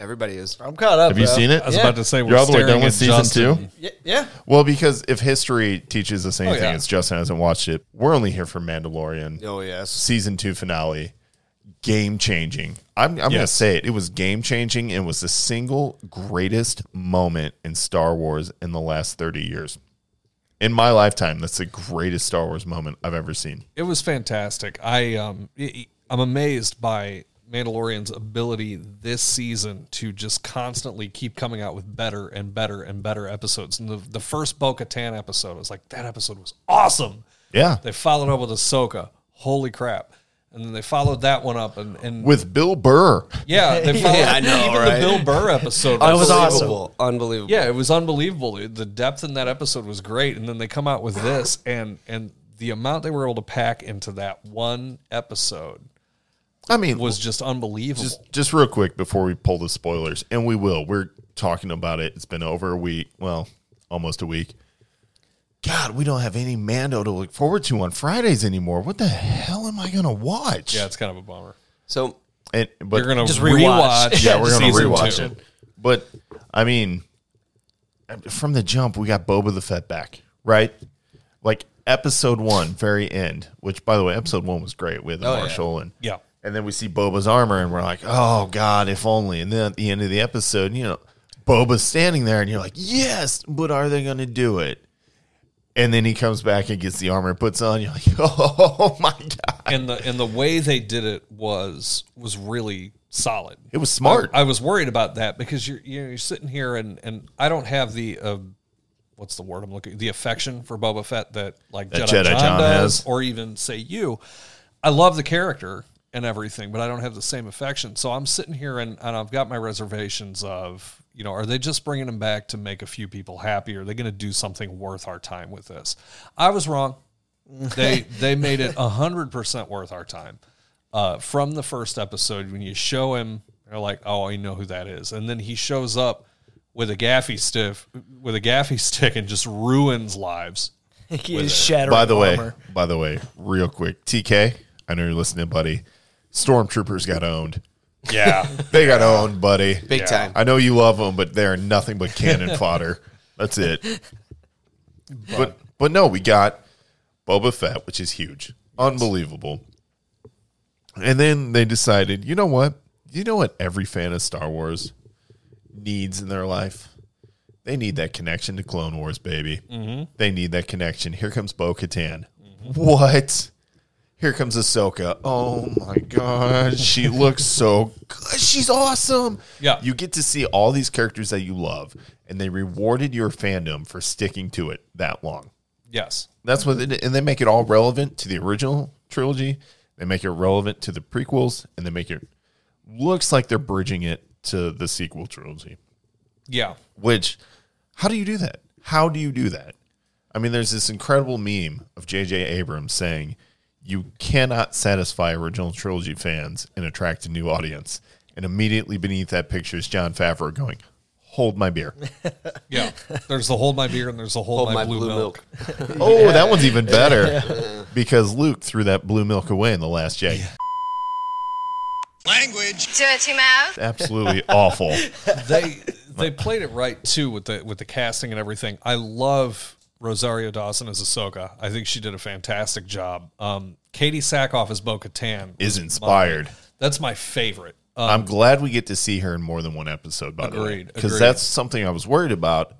Speaker 8: everybody is.
Speaker 7: I'm caught up.
Speaker 1: Have you
Speaker 7: bro.
Speaker 1: seen it?
Speaker 6: I was about to say we're
Speaker 1: You're all the way
Speaker 6: staring
Speaker 1: done with
Speaker 6: at
Speaker 1: season
Speaker 6: Justin.
Speaker 1: two.
Speaker 7: Yeah. yeah.
Speaker 1: Well, because if history teaches us anything,
Speaker 6: yeah.
Speaker 1: it's Justin hasn't watched it. We're only here for Mandalorian.
Speaker 8: Oh yes,
Speaker 1: season two finale game changing i'm, I'm gonna
Speaker 6: Yes.
Speaker 1: say it it was game changing and was the single greatest moment in star wars in the last 30 years in my lifetime that's the greatest star wars moment i've ever seen
Speaker 6: It was fantastic. I um I- I'm amazed by Mandalorian's ability this season to just constantly keep coming out with better and better and better episodes. And the, the first Bo Katan episode I was like, that episode was awesome.
Speaker 1: yeah
Speaker 6: They followed up with Ahsoka. Holy crap. And then they followed that one up and, and
Speaker 1: with bill burr
Speaker 6: yeah, they followed
Speaker 8: I know,
Speaker 6: even the
Speaker 8: right?
Speaker 6: Bill Burr episode.
Speaker 7: That was awesome.
Speaker 8: Unbelievable. Unbelievable.
Speaker 6: Yeah, it was unbelievable. It- The depth in that episode was great, and then they come out with this, and and the amount they were able to pack into that one episode
Speaker 1: i mean
Speaker 6: was just unbelievable.
Speaker 1: just just real quick before we pull the spoilers and we will we're talking about it it's been over a week well almost a week god we don't have any mando to look forward to on fridays anymore what the hell am i gonna watch
Speaker 6: yeah, it's kind of a bummer.
Speaker 8: So
Speaker 1: And but
Speaker 6: You're gonna
Speaker 7: Just
Speaker 6: rewatch.
Speaker 7: rewatch.
Speaker 1: yeah, we're gonna
Speaker 6: season
Speaker 1: rewatch
Speaker 6: two.
Speaker 1: it. But I mean, from the jump, we got Boba the Fett back, right? Like episode one, very end. Which, by the way, episode one was great with the
Speaker 8: yeah.
Speaker 1: Marshall and
Speaker 6: Oh, Yeah.
Speaker 1: and then we see Boba's armor, and we're like, oh god, if only. And then at the end of the episode, you know, Boba's standing there, and you're like, yes, but are they gonna do it? And then he comes back and gets the armor, puts on. You're like, oh my god,
Speaker 6: And the and the way they did it was was really solid.
Speaker 1: it was smart.
Speaker 6: I, I was worried about that because you're you're, you're sitting here and and I don't have the uh, what's the word I'm looking the affection for Boba Fett that like
Speaker 1: That
Speaker 6: Jedi,
Speaker 1: Jedi
Speaker 6: John,
Speaker 1: John
Speaker 6: does,
Speaker 1: has.
Speaker 6: or even say you. I love the character and everything, but I don't have the same affection. So I'm sitting here and, and I've got my reservations of you know are they just bringing him back to make a few people happy? Are they going to do something worth our time with this? I was wrong they they made it hundred percent worth our time. Uh, from the first episode, when you show him, they're like, "Oh, I know who that is," and then he shows up with a gaffy stiff with a gaffy stick and just ruins lives.
Speaker 7: He's shattering.
Speaker 1: By the way,
Speaker 7: armor.
Speaker 1: by the way, real quick, TK, I know you're listening, buddy. Stormtroopers got owned.
Speaker 6: Yeah,
Speaker 1: They got owned, buddy.
Speaker 8: big time.
Speaker 1: I know you love them, but they're nothing but cannon fodder. That's it. But but no, we got Boba Fett, which is huge, unbelievable. And then they decided, you know what? You know what every fan of Star Wars needs in their life? They need that connection to Clone Wars, baby. They need that connection. Here comes Bo Katan. What? Here comes Ahsoka. Oh my god, she looks so good. She's awesome.
Speaker 6: Yeah.
Speaker 1: you get to see all these characters that you love, and they rewarded your fandom for sticking to it that long.
Speaker 6: Yes.
Speaker 1: That's what, they did. and they make it all relevant to the original trilogy. They make it relevant to the prequels, and they make it looks like they're bridging it to the sequel trilogy.
Speaker 6: Yeah.
Speaker 1: Which, how do you do that? How do you do that? I mean, there's this incredible meme of J.J. Abrams saying, "You cannot satisfy original trilogy fans and attract a new audience." And immediately beneath that picture is John Favreau going, "Hold my beer."
Speaker 6: Yeah. There's the hold my beer and there's the hold,
Speaker 8: Hold
Speaker 6: my, blue, milk.
Speaker 1: Oh, that one's even better because Luke threw that blue milk away in the last Jedi.
Speaker 5: Language.
Speaker 2: Dirty mouth.
Speaker 1: absolutely awful.
Speaker 6: they they played it right too with the with the casting and everything. I love Rosario Dawson as Ahsoka. I think she did a fantastic job. Um, Katie Sackhoff as Bo Katan
Speaker 1: Is inspired.
Speaker 6: That's my favorite. Uh,
Speaker 1: I'm glad we get to see her in more than one episode. By the way,
Speaker 6: Agreed,
Speaker 1: because
Speaker 6: agreed.
Speaker 1: that's something I was worried about.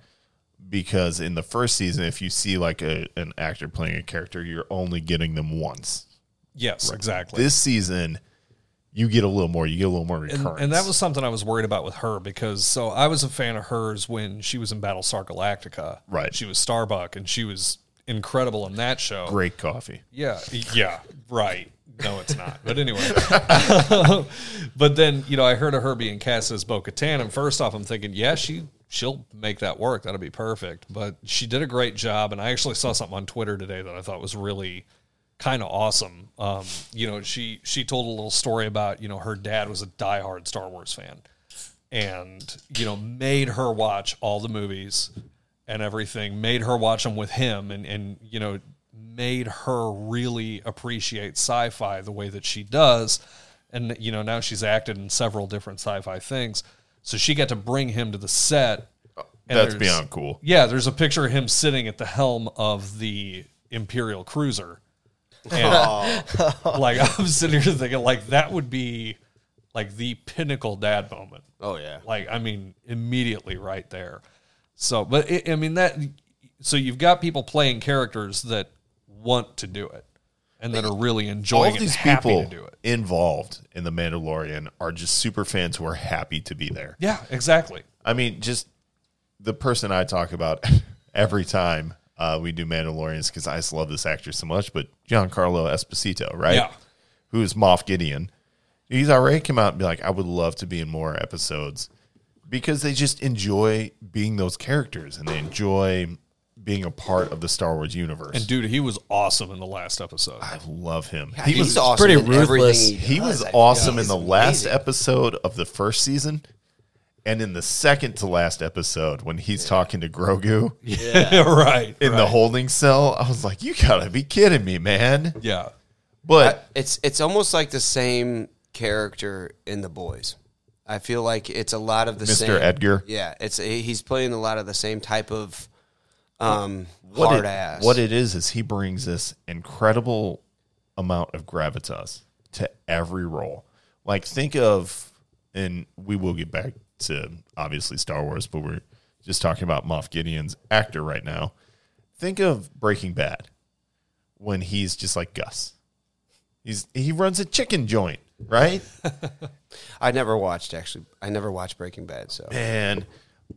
Speaker 1: Because in the first season, if you see like a, an actor playing a character, you're only getting them once.
Speaker 6: yes, exactly.
Speaker 1: This season, you get a little more. You get a little more
Speaker 6: and,
Speaker 1: recurrence.
Speaker 6: and that was something I was worried about with her because so I was a fan of hers when she was in Battlestar Galactica.
Speaker 1: Right.
Speaker 6: She was Starbuck and she was incredible in that show.
Speaker 1: great coffee.
Speaker 6: Yeah, yeah, right. No, it's not. But anyway, but then you know, I heard of her being cast as Bo Katan, and first off, I'm thinking, yeah, she she'll make that work. That'll be perfect. But she did a great job, and I actually saw something on Twitter today that I thought was really kind of awesome. Um, you know, she she told a little story about you know her dad was a diehard Star Wars fan, and you know made her watch all the movies and everything made her watch them with him and and you know made her really appreciate sci-fi the way that she does and you know now she's acted in several different sci-fi things so she got to bring him to the set and
Speaker 1: That's
Speaker 6: there's-
Speaker 1: beyond cool.
Speaker 6: yeah there's a picture of him sitting at the helm of the imperial cruiser and like i'm sitting here thinking like that would be like the pinnacle dad moment
Speaker 8: Oh yeah.
Speaker 6: like i mean immediately right there so but it, i mean that so you've got people playing characters that want to do it and that are really
Speaker 1: All
Speaker 6: enjoying
Speaker 1: of
Speaker 6: it
Speaker 1: these
Speaker 6: and happy
Speaker 1: people
Speaker 6: to do it
Speaker 1: involved in the Mandalorian are just super fans who are happy to be there.
Speaker 6: yeah exactly
Speaker 1: I mean, just the person I talk about every time uh, we do Mandalorians because I just love this actor so much. But Giancarlo Esposito, right?
Speaker 6: Yeah.
Speaker 1: Who is Moff Gideon? He's already come out and be like, I would love to be in more episodes because they just enjoy being those characters and they enjoy being a part of the Star Wars universe.
Speaker 6: and dude he was awesome in the last episode
Speaker 1: I love him.
Speaker 8: He's awesome
Speaker 7: pretty
Speaker 8: in everything
Speaker 7: ruthless.
Speaker 8: he
Speaker 1: He
Speaker 8: does.
Speaker 1: was
Speaker 8: I think
Speaker 1: awesome in
Speaker 8: he's
Speaker 1: the last
Speaker 8: amazing.
Speaker 1: episode of the first season and in the second to last episode when he's talking to Grogu
Speaker 6: right
Speaker 1: in the holding cell. I was like, you gotta be kidding me, man.
Speaker 6: yeah
Speaker 1: But
Speaker 8: It's it's almost like the same character in The Boys. I feel like it's a lot of the
Speaker 1: Mr.
Speaker 8: same.
Speaker 1: Edgar?
Speaker 8: Yeah, it's he's playing a lot of the same type of um,
Speaker 1: what,
Speaker 8: hard
Speaker 1: it,
Speaker 8: ass.
Speaker 1: what it is, is he brings this incredible amount of gravitas to every role. Like, think of, and we will get back to obviously Star Wars, but we're just talking about Moff Gideon's actor right now. Think of Breaking Bad when he's just like Gus. He's he runs a chicken joint, right?
Speaker 8: I never watched actually. I never watched Breaking Bad. So
Speaker 1: And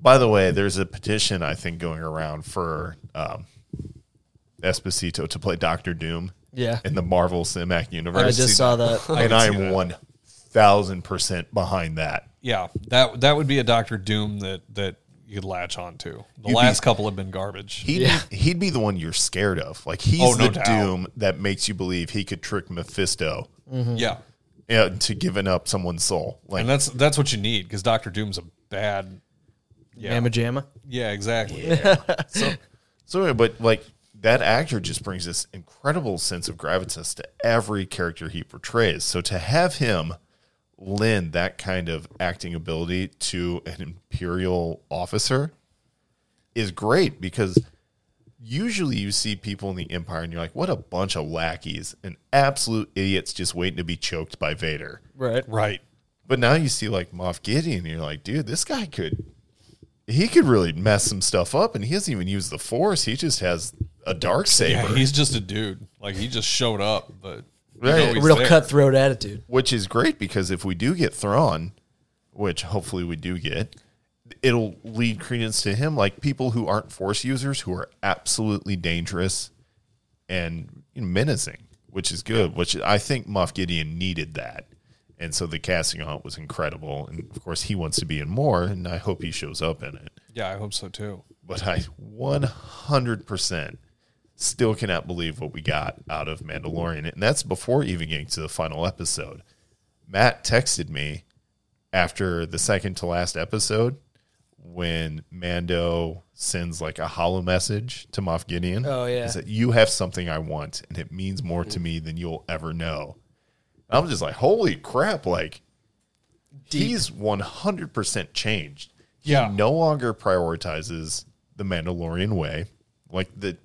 Speaker 1: by the way, there's a petition I think going around for um, Esposito to play Doctor Doom.
Speaker 7: Yeah.
Speaker 1: In the Marvel Cinematic Universe.
Speaker 7: I just saw that.
Speaker 1: and
Speaker 6: I
Speaker 1: I
Speaker 6: can see
Speaker 1: am
Speaker 6: that.
Speaker 1: one thousand percent behind that.
Speaker 6: yeah that that would be a dr doom that that you could latch on to the
Speaker 1: You'd
Speaker 6: last
Speaker 1: be-
Speaker 6: couple have been garbage
Speaker 1: He'd, be, he'd be the one you're scared of. Like he's
Speaker 6: Oh, no
Speaker 1: the
Speaker 6: doubt.
Speaker 1: Doom that makes you believe he could trick Mephisto
Speaker 6: Mm. Mm-hmm. yeah
Speaker 1: uh, to giving up someone's soul. Like
Speaker 6: and that's that's what you need because dr doom's a bad yeah
Speaker 7: Mamma jamma.
Speaker 6: yeah exactly
Speaker 1: So, anyway, but like that actor just brings this incredible sense of gravitas to every character he portrays. So to have him lend that kind of acting ability to an imperial officer is great because usually you see people in the empire and you're like, what a bunch of lackeys and absolute idiots just waiting to be choked by Vader.
Speaker 7: Right.
Speaker 6: right
Speaker 1: But now you see like Moff Gideon, and you're like, dude, this guy could, he could really mess some stuff up, and he doesn't even use the Force. He just has a dark saber.
Speaker 6: Yeah, he's just a dude. Like he just showed up, but
Speaker 1: Right.
Speaker 6: always
Speaker 7: real
Speaker 6: there.
Speaker 7: cutthroat attitude.
Speaker 1: which is great because if we do get Thrawn, which hopefully we do get, it'll lead credence to him. Like people who aren't Force users who are absolutely dangerous and menacing, which is good. Which I think Moff Gideon needed that, and so the casting on it was incredible. And of course, he wants to be in more, and I hope he shows up in it.
Speaker 6: Yeah, I hope so too.
Speaker 1: But I 100% still cannot believe what we got out of Mandalorian. And that's before even getting to the final episode. Matt texted me after the second to last episode when Mando sends like a hollow message to Moff Gideon.
Speaker 7: Oh, yeah.
Speaker 1: He said, You have something I want, and it means more to me than you'll ever know. And I'm just like, Holy crap. Like, he's 100% changed.
Speaker 6: Yeah.
Speaker 1: He no longer prioritizes the Mandalorian way. Like, the,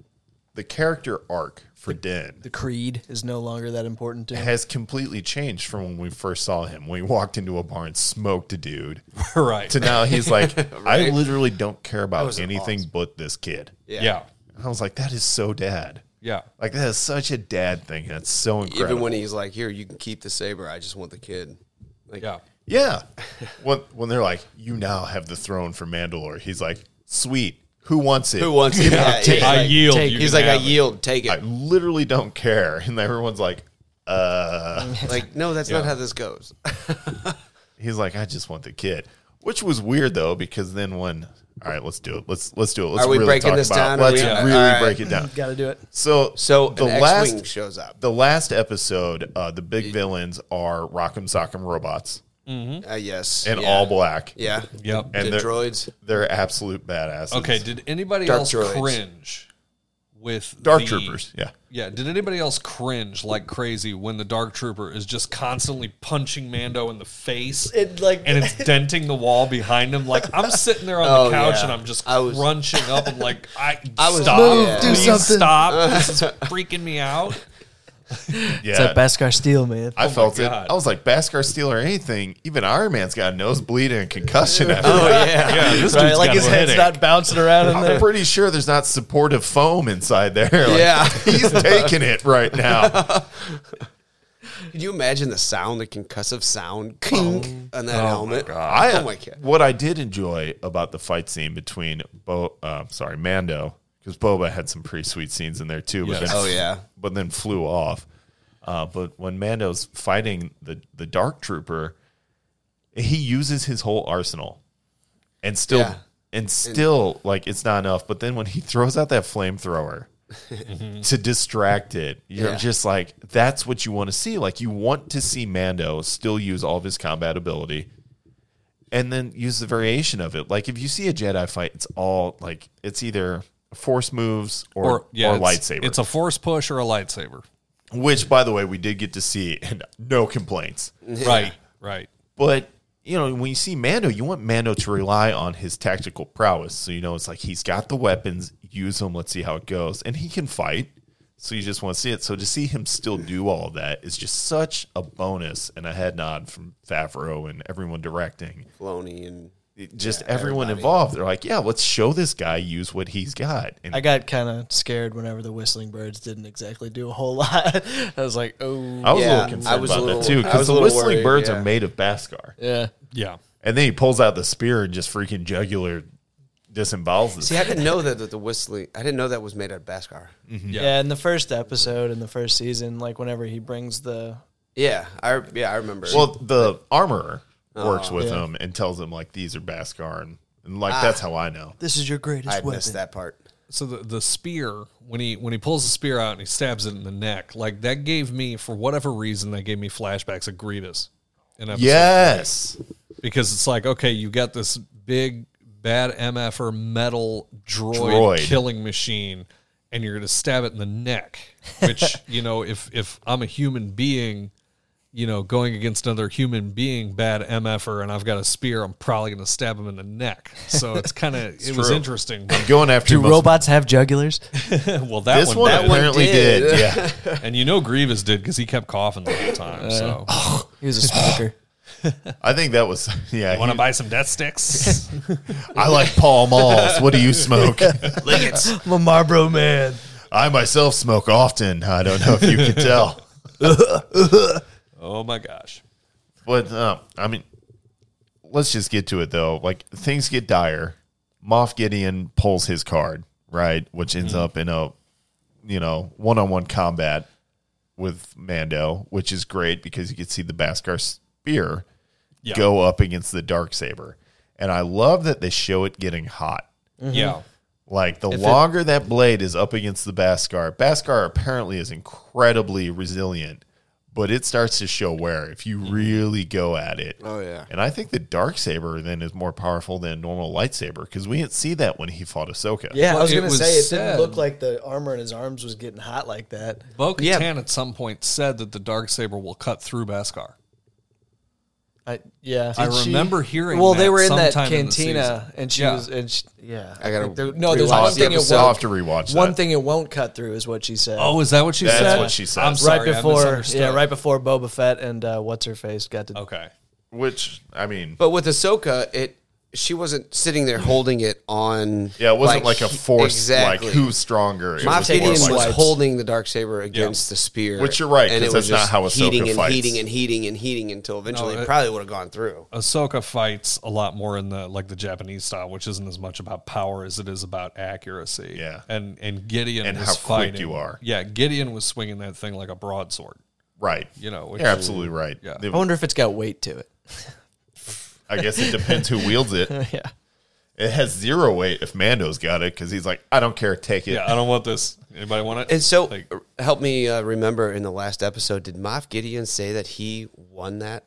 Speaker 1: the character arc for Din
Speaker 7: The creed is no longer that important to him.
Speaker 1: has completely changed from when we first saw him. When he walked into a bar and smoked a dude,
Speaker 6: right.
Speaker 1: to now he's like, I literally don't care about anything but this kid.
Speaker 6: yeah. yeah.
Speaker 1: And I was like, that is so dad. Like that is such a dad thing. That's so incredible.
Speaker 8: Even when he's like, "Here, you can keep the saber. I just want the kid." Like,
Speaker 6: Yeah.
Speaker 1: yeah, when when they're like, you now have the throne for Mandalore. He's like, sweet. Who wants it?
Speaker 8: Who wants it? Yeah,
Speaker 1: take
Speaker 8: yeah.
Speaker 1: it.
Speaker 6: I
Speaker 8: like,
Speaker 6: yield.
Speaker 7: take-
Speaker 6: you
Speaker 8: He's
Speaker 6: can
Speaker 8: like, "I
Speaker 6: have it.
Speaker 8: yield. Take it."
Speaker 1: I literally don't care. And everyone's like, uh.
Speaker 8: like, no, that's not how this goes.
Speaker 1: He's like, I just want the kid. Which was weird though, because then when, all right, let's do it. Let's let's do it. Let's
Speaker 8: Are we
Speaker 1: really
Speaker 8: breaking
Speaker 1: talk
Speaker 8: this
Speaker 1: about-
Speaker 8: down? Are
Speaker 1: Let's
Speaker 8: we- uh,
Speaker 1: really
Speaker 8: all right.
Speaker 1: break it down.
Speaker 7: Got to do it.
Speaker 1: So
Speaker 8: So
Speaker 1: the
Speaker 8: an
Speaker 1: last
Speaker 8: X-wing shows up.
Speaker 1: The last episode, uh, the big villains are Rock'em Sock'em robots
Speaker 8: Uh, yes.
Speaker 1: Hmm? and
Speaker 8: yeah.
Speaker 1: all black.
Speaker 8: Yeah.
Speaker 6: Yep.
Speaker 1: And
Speaker 8: the
Speaker 1: they're,
Speaker 8: droids.
Speaker 1: they're absolute badasses.
Speaker 6: okay. Did anybody
Speaker 8: Dark
Speaker 6: else
Speaker 8: droids.
Speaker 6: cringe with
Speaker 1: Dark
Speaker 6: the-
Speaker 1: Troopers. Yeah.
Speaker 6: Yeah. Did anybody else cringe like crazy when the dark trooper is just constantly punching Mando in the face?
Speaker 7: It, like-
Speaker 6: and it's denting the wall behind him. Like I'm sitting there on
Speaker 8: Oh,
Speaker 6: the couch
Speaker 8: yeah.
Speaker 6: and I'm just
Speaker 8: I was-
Speaker 6: crunching up. I'm like, I,
Speaker 8: I was-
Speaker 6: stop.
Speaker 8: Move, do
Speaker 6: Please
Speaker 7: something.
Speaker 6: Stop. This is freaking me out.
Speaker 1: Yeah.
Speaker 7: It's like Beskar Steel, man.
Speaker 1: I felt it.
Speaker 6: oh God.
Speaker 1: I was like, Baskar Steel or anything, even Iron Man's got a nosebleed and a concussion. After
Speaker 8: Oh
Speaker 1: that.
Speaker 8: yeah.
Speaker 6: Yeah, this
Speaker 7: Right,
Speaker 6: dude's
Speaker 7: like
Speaker 6: got
Speaker 7: his
Speaker 6: a
Speaker 7: head's
Speaker 6: headache.
Speaker 7: not bouncing around in
Speaker 1: I'm
Speaker 7: there.
Speaker 1: pretty sure there's not supportive foam inside there. Like,
Speaker 8: Yeah.
Speaker 1: He's taking it right now.
Speaker 8: Can you imagine the sound, the concussive sound, kink, on that helmet?
Speaker 1: I,
Speaker 8: oh my god.
Speaker 1: What I did enjoy about the fight scene between Bo, uh, sorry, Mando, because Boba had some pretty sweet scenes in there too. But then,
Speaker 6: Yes.
Speaker 8: Oh, yeah.
Speaker 1: but then flew off. Uh, but when Mando's fighting the the Dark Trooper, he uses his whole arsenal, and still,
Speaker 8: Yeah.
Speaker 1: and still, like it's not enough. But then when he throws out that flamethrower. to distract it. You're
Speaker 8: Yeah.
Speaker 1: just like, that's what you want to see. Like, you want to see Mando still use all of his combat ability and then use the variation of it. Like, if you see a Jedi fight, it's all like, it's either force moves or, or,
Speaker 6: it's-
Speaker 1: lightsaber.
Speaker 6: It's a force push or a lightsaber.
Speaker 1: which, by the way, we did get to see and no complaints.
Speaker 6: Right. Right.
Speaker 1: But you know, when you see Mando, you want Mando to rely on his tactical prowess. So you know, it's like he's got the weapons, use them. Let's see how it goes, and he can fight. So you just want to see it. So to see him still do all of that is just such a bonus and a head nod from Favreau and everyone directing.
Speaker 8: Filoni and
Speaker 1: It- Just everyone involved. They're like, yeah, let's show this guy use what he's got. And
Speaker 7: I got kind of scared whenever the Whistling Birds didn't exactly do a whole lot. I was like, oh,
Speaker 1: I was a
Speaker 8: Yeah,
Speaker 1: little concerned
Speaker 8: I was a
Speaker 1: about that
Speaker 8: little-
Speaker 1: too
Speaker 8: I
Speaker 1: because
Speaker 8: was a
Speaker 1: the
Speaker 8: little
Speaker 1: whistling
Speaker 8: worried,
Speaker 1: birds
Speaker 8: yeah.
Speaker 1: are made of Bhaskar.
Speaker 7: yeah.
Speaker 6: Yeah.
Speaker 1: And then he pulls out the spear and just freaking jugular disembowels this
Speaker 8: see, I didn't know that, that the whistling. I didn't know that was made out of Beskar.
Speaker 1: Mm.
Speaker 7: yeah, In the first episode, in the first season, like whenever he brings the
Speaker 8: Yeah, I yeah I remember.
Speaker 1: Well, the armorer
Speaker 8: Oh,
Speaker 1: works with
Speaker 7: Yeah.
Speaker 1: him and tells him like these are Baskar, and, and like
Speaker 8: Ah.
Speaker 1: that's how I know.
Speaker 7: this is your greatest
Speaker 8: I
Speaker 7: weapon.
Speaker 8: missed that part.
Speaker 6: so the, the spear when he when he pulls the spear out and he stabs it in the neck like that gave me for whatever reason that gave me flashbacks of grievous in episode
Speaker 1: Yes,
Speaker 6: three. because it's like okay you got this big bad mf'er metal droid,
Speaker 1: Droid.
Speaker 6: killing machine and you're gonna stab it in the neck which you know if if i'm a human being you know going against another human being bad mf'er and i've got a spear i'm probably gonna stab him in the neck so it's kind of it was
Speaker 1: true.
Speaker 6: interesting
Speaker 1: going after
Speaker 7: Do
Speaker 1: most-
Speaker 7: robots have jugulars?
Speaker 6: well that
Speaker 1: This
Speaker 6: one,
Speaker 1: one
Speaker 6: that
Speaker 1: apparently
Speaker 8: did.
Speaker 1: did. Yeah,
Speaker 6: And you know Grievous did because he kept coughing the whole time. So,
Speaker 7: Uh, He was a smoker.
Speaker 1: I think that was. Yeah,
Speaker 6: want to
Speaker 1: he-
Speaker 6: buy some death sticks?
Speaker 1: I like Paul Malls. What do you smoke?
Speaker 7: I'm a Marlboro man.
Speaker 1: I myself smoke often. I don't know if you can tell.
Speaker 6: Oh my gosh.
Speaker 1: But uh, I mean, let's just get to it though. Like things get dire. Moff Gideon pulls his card, right, which ends up in a you know one-on-one combat with Mando, which is great because you can see the Baskar spear
Speaker 6: Yeah.
Speaker 1: go up against the dark saber, and I love that they show it getting hot.
Speaker 7: Mm-hmm.
Speaker 6: Yeah.
Speaker 1: Like the longer that blade is up against the Baskar, Baskar apparently is incredibly resilient, but it starts to show wear if you really go at it.
Speaker 8: Mm-hmm. Oh, yeah.
Speaker 1: And I think the dark saber then is more powerful than a normal lightsaber because we didn't see that when he fought Ahsoka.
Speaker 7: Yeah,
Speaker 6: Well,
Speaker 7: I was
Speaker 6: it
Speaker 7: gonna
Speaker 6: was
Speaker 7: say it
Speaker 6: said-
Speaker 7: didn't look like the armor in his arms was getting hot like that.
Speaker 6: Bo Katan
Speaker 8: Yeah.
Speaker 6: at some point said that the dark saber will cut through Beskar.
Speaker 7: I yeah.
Speaker 6: I remember hearing
Speaker 7: Well,
Speaker 6: that
Speaker 7: they were in that
Speaker 6: sometime in the
Speaker 7: cantina,
Speaker 6: season.
Speaker 7: and she
Speaker 6: Yeah.
Speaker 7: was and she, yeah.
Speaker 8: I gotta
Speaker 7: think there- no. There's
Speaker 8: rewatch
Speaker 7: one
Speaker 8: the
Speaker 7: thing it
Speaker 8: episode.
Speaker 1: Uh, I'll
Speaker 7: won't.
Speaker 1: have to rewatch
Speaker 7: One
Speaker 1: that.
Speaker 7: thing it won't cut through is what she said.
Speaker 6: Oh, is that what she
Speaker 1: That's
Speaker 6: said?
Speaker 1: what she said.
Speaker 6: I'm
Speaker 1: Right
Speaker 6: sorry,
Speaker 7: right
Speaker 6: I
Speaker 7: before
Speaker 6: misunderstood.
Speaker 7: yeah, right before Boba Fett and uh, what's her face got to.
Speaker 6: Okay.
Speaker 1: Which, I mean,
Speaker 8: But with Ahsoka, it she wasn't sitting there holding it on.
Speaker 1: yeah, it wasn't like, a
Speaker 8: he-
Speaker 1: force,
Speaker 8: Exactly.
Speaker 1: like who's stronger. It
Speaker 8: My
Speaker 1: was more
Speaker 8: Gideon was
Speaker 1: like-
Speaker 7: swipes.
Speaker 8: holding the dark saber against the spear,
Speaker 1: Which you're right, 'cause
Speaker 8: it
Speaker 1: that's
Speaker 8: was
Speaker 1: not
Speaker 8: just
Speaker 1: how Ahsoka
Speaker 8: heating and
Speaker 1: fights.
Speaker 8: heating and heating and heating until eventually
Speaker 6: it-
Speaker 8: it probably would have gone through.
Speaker 6: Ahsoka fights a lot more in the like the Japanese style, which isn't as much about power as it is about accuracy.
Speaker 1: Yeah.
Speaker 6: and and Gideon
Speaker 1: And
Speaker 6: was
Speaker 1: how quick
Speaker 6: fighting-
Speaker 1: you are.
Speaker 6: Yeah, Gideon was swinging that thing like a broadsword.
Speaker 1: Right.
Speaker 6: You know, which
Speaker 1: You're
Speaker 6: is-
Speaker 1: absolutely right.
Speaker 6: yeah.
Speaker 1: They-
Speaker 7: I wonder if it's got weight to it.
Speaker 1: I guess it depends who wields it.
Speaker 7: yeah.
Speaker 1: It has zero weight if Mando's got it because he's like, I don't care, take it.
Speaker 6: Yeah, I don't want this. Anybody want it?
Speaker 8: And so,
Speaker 6: Like-
Speaker 8: r- help me uh, remember in the last episode, did Moff Gideon say that he won that?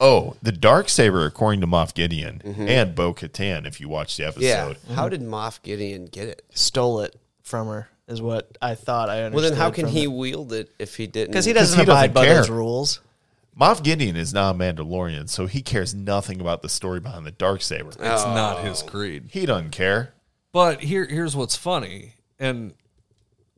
Speaker 1: Oh, the dark saber, according to Moff Gideon and Bo Katan, if you watch the episode.
Speaker 8: Yeah. How did Moff Gideon get it?
Speaker 7: Stole it from her is what I thought I understood.
Speaker 8: Well, then how can he wield it if he didn't?
Speaker 7: Because he doesn't
Speaker 1: he doesn't
Speaker 7: abide by
Speaker 1: care.
Speaker 7: those rules.
Speaker 1: Moff Gideon is not a Mandalorian, so he cares nothing about the story behind the dark saber.
Speaker 6: it's not his creed.
Speaker 1: He doesn't care.
Speaker 6: But here, here's what's funny, and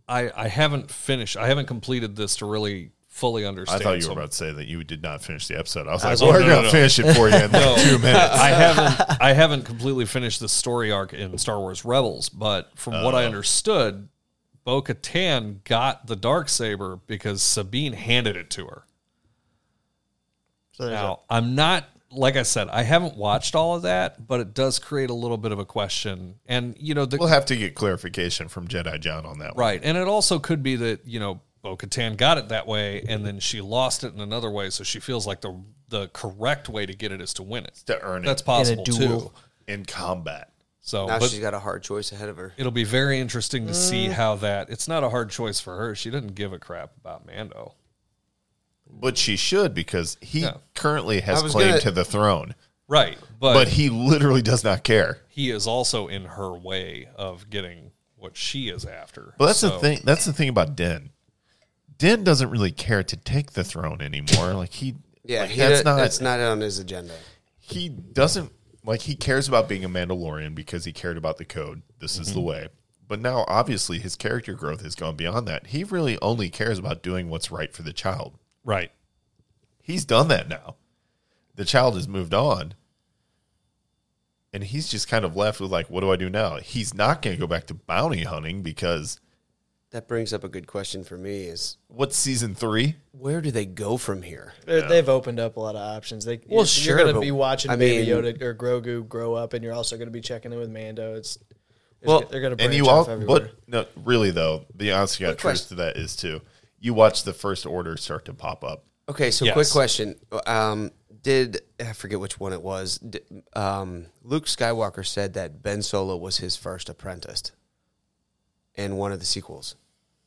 Speaker 6: I I haven't finished. I haven't completed this to really fully
Speaker 1: I
Speaker 6: understand.
Speaker 1: thought you
Speaker 6: so
Speaker 1: were
Speaker 6: I'm
Speaker 1: about to say that you did not finish the episode. I was like, we're going to finish it for you in like two minutes.
Speaker 6: I haven't I haven't completely finished the story arc in Star Wars Rebels, but from what I understood, Bo Katan got the dark saber because Sabine handed it to her.
Speaker 7: So there's
Speaker 6: Now I'm not like I said, I haven't watched all of that, but it does create a little bit of a question. And you know the
Speaker 1: We'll have to get clarification from Jedi John on that one.
Speaker 6: Right. And it also could be that, you know, Bo Katan got it that way and then she lost it in another way, so she feels like the the correct way to get it is to win it.
Speaker 1: To earn
Speaker 6: That's
Speaker 1: it
Speaker 6: possible
Speaker 7: duel.
Speaker 6: too.
Speaker 1: in combat.
Speaker 6: So
Speaker 8: Now
Speaker 6: but
Speaker 8: she's got a hard choice ahead of her.
Speaker 6: it'll be very interesting to see how that it's not a hard choice for her. She doesn't give a crap about Mando.
Speaker 1: But she should because he
Speaker 6: No.
Speaker 1: currently has
Speaker 8: I was
Speaker 1: claim
Speaker 8: gonna-
Speaker 1: to the throne,
Speaker 6: Right. But,
Speaker 1: but
Speaker 6: he,
Speaker 1: he literally does not care.
Speaker 6: is also in her way of getting what she is after.
Speaker 1: Well, that's the
Speaker 6: So-
Speaker 1: thing. That's the thing about Den. Den doesn't really care to take the throne anymore. Like he,
Speaker 8: Yeah,
Speaker 1: like
Speaker 8: he
Speaker 1: that's
Speaker 8: did-
Speaker 1: not.
Speaker 8: that's not on his agenda.
Speaker 1: He doesn't like. He cares about being a Mandalorian because he cared about the code. This is the way. But now, obviously, his character growth has gone beyond that. He really only cares about doing what's right for the child.
Speaker 6: Right.
Speaker 1: He's done that now. The child has moved on. And he's just kind of left with, like, what do I do now? He's not going to go back to bounty hunting because
Speaker 8: That brings up a good question for me: is
Speaker 1: what's season three?
Speaker 8: where do they go from here?
Speaker 7: They're- They've opened up a lot of options. They,
Speaker 8: Well,
Speaker 7: you're,
Speaker 8: sure,
Speaker 7: you're going
Speaker 8: but
Speaker 7: to be watching
Speaker 8: I
Speaker 7: Baby
Speaker 8: mean-
Speaker 7: Yoda or Grogu grow up, and you're also going to be checking in with Mando. It's, it's
Speaker 8: Well,
Speaker 7: they're going to
Speaker 1: and
Speaker 7: branch
Speaker 1: you all,
Speaker 7: off everywhere.
Speaker 1: but no, really though, the honest got truth
Speaker 8: question.
Speaker 1: to that is too. You watch the first order start to pop up.
Speaker 8: Okay, so
Speaker 6: Yes.
Speaker 8: quick question: um, Did I forget which one it was? Did, um, Luke Skywalker said that Ben Solo was his first apprentice in one of the sequels.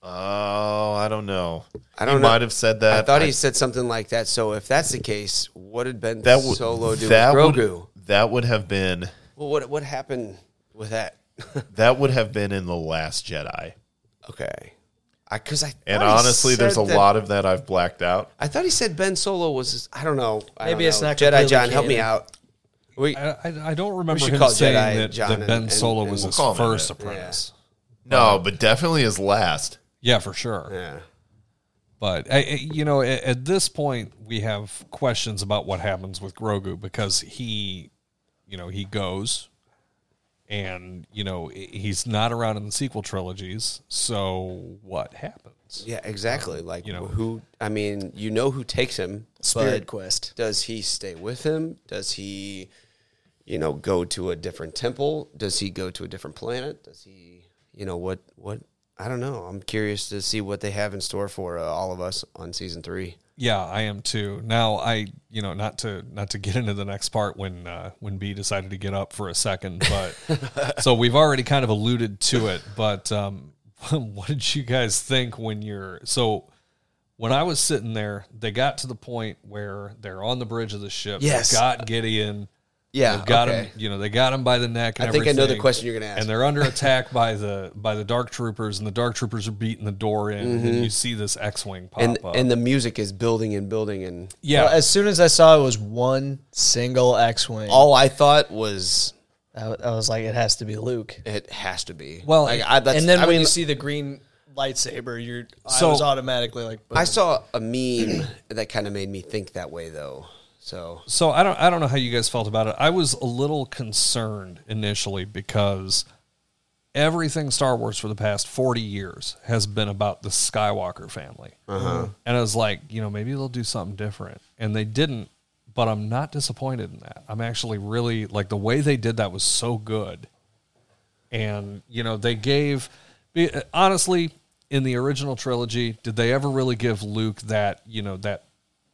Speaker 1: Oh, I don't know.
Speaker 8: I don't
Speaker 1: He
Speaker 8: know.
Speaker 1: might have said that.
Speaker 8: I thought he said something like that. So if that's the case, what did Ben
Speaker 1: that would
Speaker 8: Solo do
Speaker 1: that
Speaker 8: with
Speaker 1: would-
Speaker 8: Grogu?
Speaker 1: that would have been
Speaker 8: well, what what happened with that?
Speaker 1: that would have been in the Last Jedi.
Speaker 8: okay, because I,
Speaker 1: And honestly, there's a lot of that I've blacked out.
Speaker 8: I thought he said Ben Solo was. I don't know. I don't
Speaker 7: Maybe it's
Speaker 8: know.
Speaker 7: not
Speaker 8: Jedi
Speaker 7: completely
Speaker 8: John. Help me
Speaker 7: canon.
Speaker 8: out. We,
Speaker 6: I, I, I don't remember
Speaker 8: should
Speaker 6: him
Speaker 8: call
Speaker 6: saying
Speaker 8: Jedi
Speaker 6: that,
Speaker 8: John
Speaker 6: that
Speaker 8: and-
Speaker 6: Ben
Speaker 8: and-
Speaker 6: Solo
Speaker 8: and
Speaker 6: was
Speaker 8: we'll
Speaker 6: his
Speaker 1: call him
Speaker 6: first
Speaker 1: that.
Speaker 6: apprentice.
Speaker 1: No, but definitely is last.
Speaker 6: Yeah, for sure.
Speaker 8: yeah.
Speaker 6: But I, I- you know, at, at this point, we have questions about what happens with Grogu because he, you know, he goes, and you know i- he's not around in the sequel trilogies. So what happens?
Speaker 8: Yeah,
Speaker 1: Um,
Speaker 8: exactly. Like
Speaker 6: you know.
Speaker 8: who? I mean, you know who takes him.
Speaker 7: Spirit
Speaker 8: but
Speaker 7: quest.
Speaker 8: Does he stay with him? Does he, you know, go to a different temple? Does he go to a different planet? Does he, you know, what? What? I don't know. I'm curious to see what they have in store for uh, all of us on season three.
Speaker 6: Yeah, I am too. Now I, you know, not to not to get into the next part when uh, when B decided to get up for a second, but so we've already kind of alluded to it. But um, what did you guys think when you're so? When I was sitting there, they got to the point where they're on the bridge of the ship. They've
Speaker 8: Yes.
Speaker 6: got Gideon.
Speaker 8: Yeah,
Speaker 6: They've got
Speaker 8: okay.
Speaker 6: him. You know, they got him by the neck. And
Speaker 8: I think I know the
Speaker 6: everything.
Speaker 8: question you're gonna ask.
Speaker 6: And they're under attack by the by the dark troopers, and the dark troopers are beating the door in, and you see this X-wing pop
Speaker 8: Mm-hmm. And
Speaker 6: up.
Speaker 8: and the music is building and building and
Speaker 6: yeah,
Speaker 7: Well, as soon as I saw it was one single X-wing,
Speaker 8: all I thought was
Speaker 7: I, I was like, it has to be Luke.
Speaker 8: it has to be
Speaker 6: Well,
Speaker 8: Like, I, that's,
Speaker 7: and then
Speaker 8: I
Speaker 7: when
Speaker 8: mean,
Speaker 7: you see the green lightsaber, you're
Speaker 6: So-
Speaker 7: I was automatically like,
Speaker 8: I saw a meme that kind of made me think that way though. So
Speaker 6: so I don't I don't know how you guys felt about it. I was a little concerned initially because everything Star Wars for the past 40 years has been about the Skywalker family.
Speaker 7: Uh-huh.
Speaker 6: And I was like, you know, maybe they'll do something different. And they didn't, but I'm not disappointed in that. I'm actually really like the way they did that was so good. And, you know, they gave, be- honestly, in the original trilogy, did they ever really give Luke that, you know, that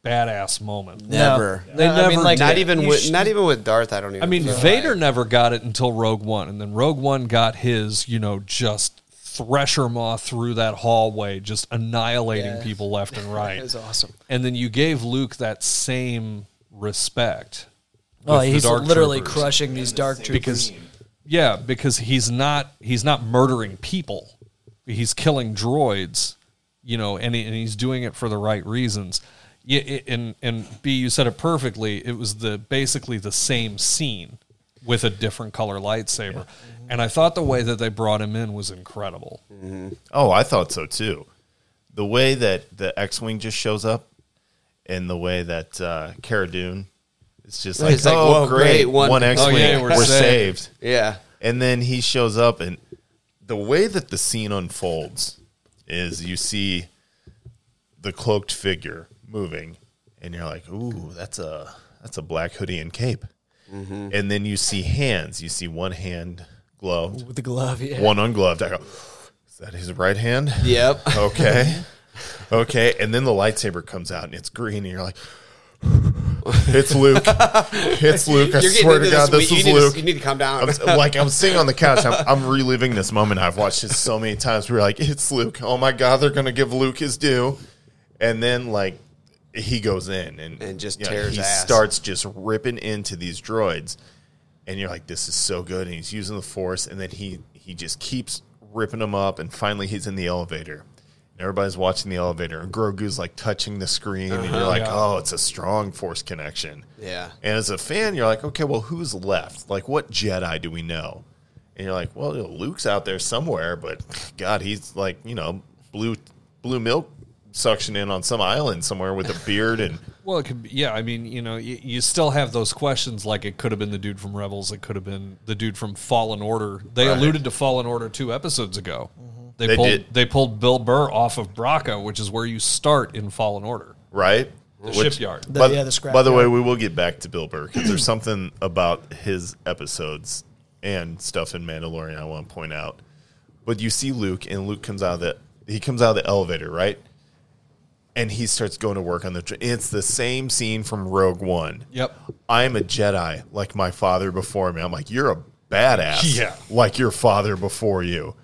Speaker 6: badass moment?
Speaker 8: never.
Speaker 6: They
Speaker 7: No, I
Speaker 6: never
Speaker 7: mean, like,
Speaker 6: did.
Speaker 8: Not even
Speaker 7: You
Speaker 8: with
Speaker 7: sh-
Speaker 8: not even with Darth. I don't even.
Speaker 6: I mean,
Speaker 8: feel
Speaker 6: Vader
Speaker 8: like-
Speaker 6: never got it until Rogue One, and then Rogue One got his, you know, just thresher maw through that hallway, just annihilating people left and right.
Speaker 7: it was awesome.
Speaker 6: And then you gave Luke that same respect.
Speaker 7: Oh,
Speaker 6: with the
Speaker 7: he's
Speaker 6: Dark
Speaker 7: literally
Speaker 6: Troopers.
Speaker 7: crushing these dark troopers.
Speaker 6: Yeah, because he's not he's not murdering people. He's killing droids, you know, and he, and he's doing it for the right reasons. Yeah, it- and and B, you said it perfectly. It was the basically the same scene with a different color lightsaber, and I thought the way that they brought him in was incredible.
Speaker 1: Oh, I thought so too. The way that the X-wing just shows up, and the way that uh, Cara Dune, it's just like,
Speaker 8: It's like,
Speaker 1: oh,
Speaker 8: whoa,
Speaker 1: great,
Speaker 8: great,
Speaker 1: one,
Speaker 8: one- Oh,
Speaker 1: X-wing,
Speaker 6: yeah,
Speaker 1: we're,
Speaker 6: we're
Speaker 1: saved.
Speaker 6: saved.
Speaker 8: Yeah,
Speaker 1: And then he shows up, and the way that the scene unfolds is you see the cloaked figure moving, and you're like, ooh, that's a that's a black hoodie and cape.
Speaker 8: Mm-hmm.
Speaker 1: And then you see hands. You see one hand gloved,
Speaker 7: With the glove, yeah.
Speaker 1: one ungloved. I go, is that his right hand?
Speaker 8: Yep.
Speaker 1: Okay. okay. And then the lightsaber comes out and it's green and you're like, it's Luke. It's Luke. I
Speaker 8: You're getting
Speaker 1: swear
Speaker 8: into
Speaker 1: to God, this,
Speaker 8: this week.
Speaker 1: is
Speaker 8: You need to-
Speaker 1: Luke.
Speaker 8: you need to calm down.
Speaker 1: I'm, s- like, I'm sitting on the couch. I'm, I'm reliving this moment. I've watched this so many times. We're like, it's Luke. Oh my God, they're going to give Luke his due. And then, like, he goes in and,
Speaker 8: And just
Speaker 1: you know,
Speaker 8: tears
Speaker 1: he
Speaker 8: ass.
Speaker 1: starts just ripping into these droids and you're like, this is so good. And he's using the force, and then he he just keeps ripping them up, and finally he's in the elevator. And everybody's watching the elevator, and Grogu's like touching the screen, and you're like, oh, it's a strong force connection.
Speaker 8: Yeah.
Speaker 1: And as a fan, you're like, okay, well, who's left? Like, what Jedi do we know? And you're like, well, you know, Luke's out there somewhere, but God, he's like, you know, blue blue milk suction in on some island somewhere with a beard and
Speaker 6: Well, it could be, yeah. I mean, you know, you, you still have those questions. Like it could have been the dude from Rebels. It could have been the dude from Fallen Order. They
Speaker 1: Right. Mm-hmm.
Speaker 6: alluded to Fallen Order two episodes ago. They,
Speaker 1: They
Speaker 6: pulled
Speaker 1: did.
Speaker 6: they pulled Bill Burr off of Braca, which is where you start in Fallen Order,
Speaker 1: right?
Speaker 6: the
Speaker 1: Which-
Speaker 6: shipyard.
Speaker 7: The-
Speaker 1: by,
Speaker 7: yeah, the scrap
Speaker 1: by the way,
Speaker 7: yard.
Speaker 1: we will get back to Bill Burr because there's something about his episodes and stuff in Mandalorian I want to point out. But you see Luke, and Luke comes out of the he comes out of the elevator, right? And he starts going to work on the. dr- It's the same scene from Rogue One.
Speaker 6: Yep.
Speaker 1: I'm a Jedi like my father before me. I'm like, you're a badass
Speaker 6: Yeah.
Speaker 1: like your father before you.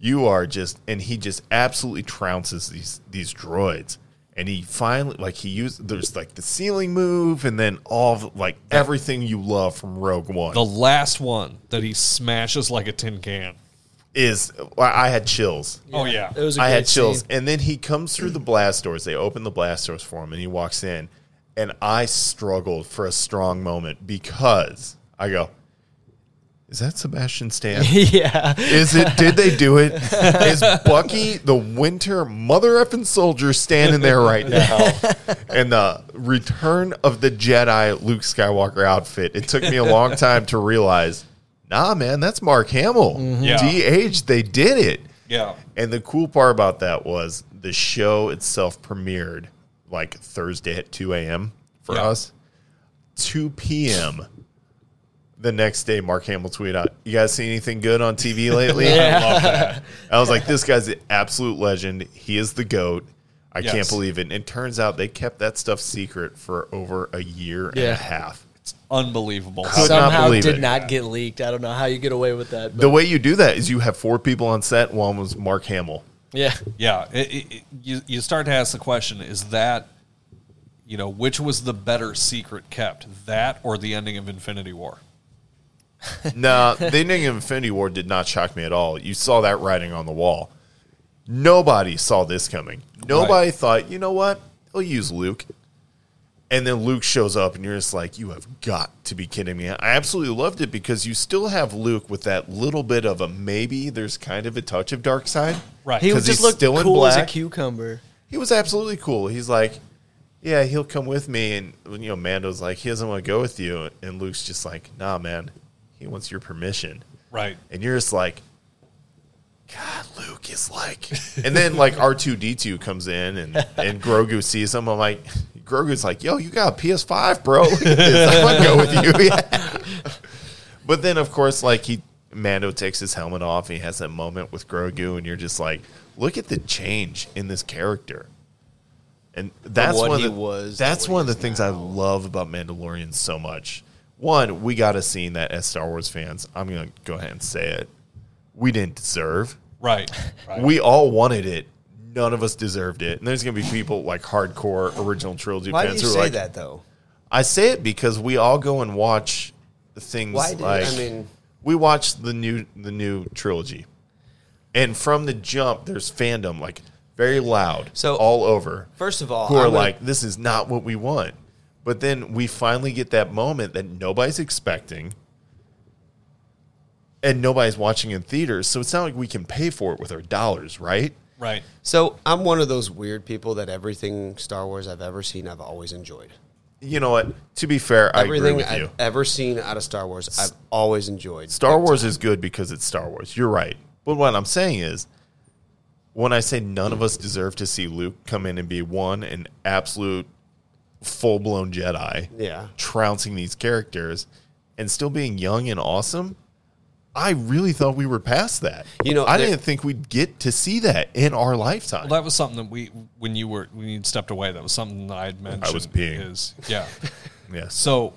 Speaker 1: You are just and he just absolutely trounces these these droids. And he finally like he used there's like the ceiling move and then all of, like everything you love from Rogue One
Speaker 6: The last one that he smashes like a tin can.
Speaker 1: is I I had chills.
Speaker 6: Oh yeah.
Speaker 7: It was. A
Speaker 1: I
Speaker 7: great
Speaker 1: had chills.
Speaker 7: scene.
Speaker 1: And then he comes through the blast doors. They open the blast doors for him, and he walks in. And I struggled for a strong moment because I go, "Is that Sebastian Stan?
Speaker 7: yeah,
Speaker 1: Is it? Did they do it? Is Bucky the winter mother effing soldier standing there right now? And the Return of the Jedi Luke Skywalker outfit. It took me a long time to realize. Nah, man, that's Mark Hamill.
Speaker 6: Yeah.
Speaker 1: De-aged, they did it.
Speaker 6: Yeah.
Speaker 1: And the cool part about that was the show itself premiered like Thursday at 2 a.m. for
Speaker 6: Yeah.
Speaker 1: us. 2 p.m. The next day, Mark Hamill tweeted out, You guys see anything good on TV lately? I love that. I was like, This guy's an absolute legend. He is the GOAT. I can't
Speaker 6: Yes.
Speaker 1: believe it. And it turns out they kept that stuff secret for over a year and
Speaker 7: Yeah.
Speaker 1: a half.
Speaker 6: Unbelievable.
Speaker 1: Could not
Speaker 7: Somehow
Speaker 1: believe
Speaker 7: did
Speaker 1: it.
Speaker 7: not get leaked. I don't know how you get away with that. But
Speaker 1: The way you do that is you have four people on set. One was Mark Hamill.
Speaker 7: yeah.
Speaker 6: Yeah, it, it, it- you you start to ask the question: Is that you know which was the better secret kept, that or the ending of Infinity War?
Speaker 1: No, the ending of Infinity War did not shock me at all. You saw that writing on the wall. Nobody saw this coming. Nobody thought, you know what? They'll use Luke. And then Luke shows up, and you're just like, you have got to be kidding me. I absolutely loved it because you still have Luke with that little bit of a maybe there's kind of a touch of dark side.
Speaker 6: Right.
Speaker 7: He
Speaker 1: 'Cause
Speaker 7: just
Speaker 1: he's
Speaker 7: looked
Speaker 1: still in
Speaker 7: cool as a
Speaker 1: black.
Speaker 7: cucumber.
Speaker 1: He was absolutely cool. He's like, yeah, he'll come with me. And, you know, Mando's like, he doesn't want to go with you. And Luke's just like, nah, man, he wants your permission
Speaker 6: Right.
Speaker 1: and you're just like, God, Luke is like, and then like R two D two comes in and and Grogu sees him. I'm like, Grogu's like, yo, you got a PS five, bro? Look at this. I'm gonna go with you. Yeah. But then of course, like he Mando takes his helmet off. And he has that moment with Grogu, and you're just like, look at the change in this character. And that's
Speaker 8: what
Speaker 1: one
Speaker 8: he
Speaker 1: of the,
Speaker 8: was to
Speaker 1: That's
Speaker 8: what
Speaker 1: one
Speaker 8: he
Speaker 1: of the
Speaker 8: is
Speaker 1: things I love about Mandalorian so much. One, we got a scene that as Star Wars fans, I'm gonna go ahead and say it. We didn't deserve.
Speaker 6: Right. right.
Speaker 1: We all wanted it. None of us deserved it. And there's gonna be people like hardcore original trilogy
Speaker 8: Why do you
Speaker 1: fans who
Speaker 8: say
Speaker 1: are like,
Speaker 8: that though?
Speaker 1: I say it because we all go and watch the things
Speaker 8: Why do-
Speaker 1: like
Speaker 8: I mean-
Speaker 1: we watch the new the new trilogy. And from the jump, there's fandom like very loud,
Speaker 8: So-
Speaker 1: all over.
Speaker 8: First of all,
Speaker 1: who
Speaker 8: I'm
Speaker 1: are
Speaker 8: gonna-
Speaker 1: like, "This is not what we want," but then we finally get that moment that nobody's expecting, and nobody's watching in theaters. So it's not like we can pay for it with our dollars, right?
Speaker 6: Right.
Speaker 8: So I'm one of those weird people that everything Star Wars I've ever seen, I've always enjoyed.
Speaker 1: You know what? To be fair,
Speaker 8: Everything
Speaker 1: I agree with you.
Speaker 8: I've ever seen out of Star Wars, I've always enjoyed.
Speaker 1: Star Wars is good because it's Star Wars. You're right. But what I'm saying is, when I say none of us deserve to see Luke come in and be one, an absolute full blown Jedi,
Speaker 8: Yeah.
Speaker 1: trouncing these characters and still being young and awesome, I really thought we were past that.
Speaker 8: You know,
Speaker 1: I
Speaker 8: there-
Speaker 1: didn't think we'd get to see that in our lifetime.
Speaker 6: Well, that was something that we when you were when you stepped away. That was something that I had mentioned.
Speaker 1: was peeing.
Speaker 6: Is yeah.
Speaker 1: yeah.
Speaker 6: so,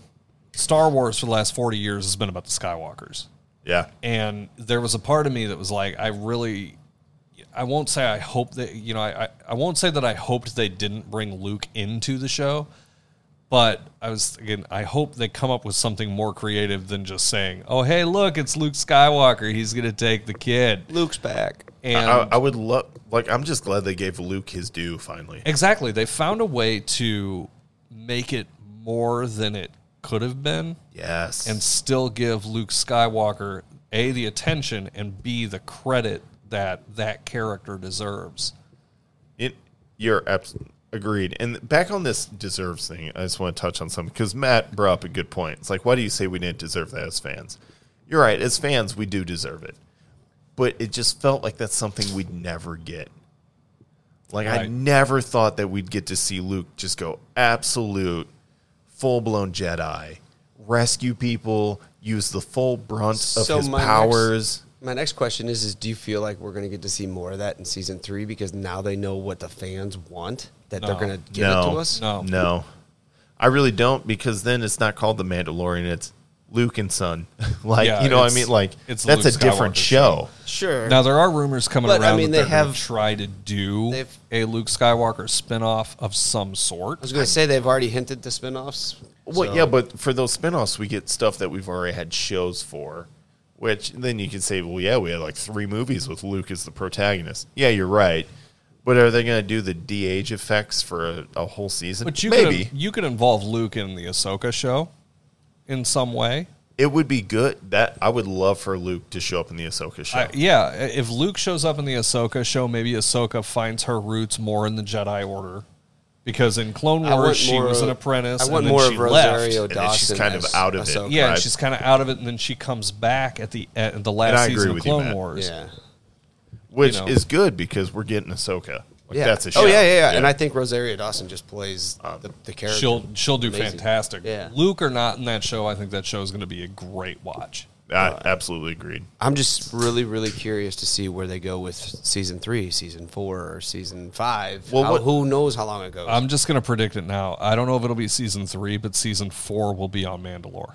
Speaker 6: Star Wars for the last forty years has been about the Skywalkers.
Speaker 1: yeah.
Speaker 6: and there was a part of me that was like i really i won't say i hope that you know I, I i won't say that i hoped they didn't bring luke into the show but i was again i hope they come up with something more creative than just saying oh hey look it's luke skywalker he's gonna take the kid
Speaker 8: Luke's back.
Speaker 6: and
Speaker 1: I, I would love, like, I'm just glad they gave Luke his due finally.
Speaker 6: exactly they found a way to make it more than it could have been
Speaker 1: Yes.
Speaker 6: and still give Luke Skywalker a the attention and b the credit that that character deserves.
Speaker 1: It, you're abs- agreed. And back on this deserves thing, I just want to touch on something because Matt brought up a good point. It's like, why do you say we didn't deserve that as fans? You're right. As fans, we do deserve it, but it just felt like that's something we'd never get. Like I
Speaker 6: Right.
Speaker 1: never thought that we'd get to see Luke just go absolute full blown Jedi, rescue people, use the full brunt of
Speaker 8: So
Speaker 1: his
Speaker 8: my next-
Speaker 1: powers.
Speaker 8: My next question is: Is do you feel like we're going to get to see more of that in season three because now they know what the fans want that they're
Speaker 6: No.
Speaker 8: going to give it to us?
Speaker 6: No.
Speaker 1: No. I really don't because then it's not called The Mandalorian. It's Luke and Son. like,
Speaker 6: Yeah,
Speaker 1: you know what I
Speaker 6: it's-
Speaker 1: mean? Like,
Speaker 6: it's
Speaker 1: that's
Speaker 6: Luke
Speaker 1: a different
Speaker 6: Skywalker's
Speaker 1: show.
Speaker 8: Sure.
Speaker 6: Now there are rumors coming
Speaker 8: But, I
Speaker 6: around
Speaker 8: mean,
Speaker 6: that
Speaker 8: they
Speaker 6: they're gonna
Speaker 8: have-
Speaker 6: try to do
Speaker 8: they've-
Speaker 6: a Luke Skywalker spinoff of some
Speaker 8: I was
Speaker 6: sort.
Speaker 8: going to say they've already hinted to spinoffs.
Speaker 1: Well,
Speaker 8: so-
Speaker 1: yeah, but for those spinoffs, we get stuff that we've already had shows for, which then you can say, well, yeah, we had like three movies with Luke as the protagonist. Yeah, you're right. But are they going to do the de age effects for a, a whole season?
Speaker 6: But you
Speaker 1: Maybe.
Speaker 6: could you could involve Luke in the Ahsoka show in some way.
Speaker 1: it would be good. That I would love for Luke to show up in the Ahsoka show.
Speaker 6: I, yeah, i- if Luke shows up in the Ahsoka show, maybe Ahsoka finds her roots more in the Jedi Order. because in Clone
Speaker 8: I want
Speaker 6: Wars she
Speaker 8: more
Speaker 6: was an
Speaker 8: of-
Speaker 6: apprentice.
Speaker 8: I
Speaker 6: and
Speaker 8: want
Speaker 6: then
Speaker 8: more
Speaker 6: she
Speaker 8: of Rosario
Speaker 6: Left.
Speaker 1: And then she's
Speaker 8: Dawson
Speaker 1: kind of
Speaker 8: as
Speaker 1: out of it.
Speaker 8: Ahsoka.
Speaker 6: Yeah,
Speaker 1: Right.
Speaker 6: and she's kind of out of it, and then she comes back at the at the
Speaker 1: And I
Speaker 6: last
Speaker 1: agree
Speaker 6: season of
Speaker 1: with you,
Speaker 6: Clone
Speaker 1: Matt.
Speaker 6: Wars.
Speaker 8: yeah.
Speaker 1: which
Speaker 6: you know.
Speaker 1: is good because we're getting Ahsoka. Like,
Speaker 8: Yeah.
Speaker 1: That's a show. Um,
Speaker 8: Oh yeah, yeah, yeah, And I think Rosario Dawson just plays the, the character.
Speaker 6: She'll she'll do
Speaker 8: Amazing.
Speaker 6: fantastic.
Speaker 8: Yeah.
Speaker 6: Luke or not in that show, I think that show is going to be a great watch.
Speaker 1: I absolutely agreed.
Speaker 8: I'm just really, really curious to see where they go with season three, season four, or season five.
Speaker 1: Well,
Speaker 8: How-
Speaker 1: what-
Speaker 8: who knows how long it goes?
Speaker 6: I'm just going to predict it now. I don't know if it'll be season three, but season four will be on Mandalore.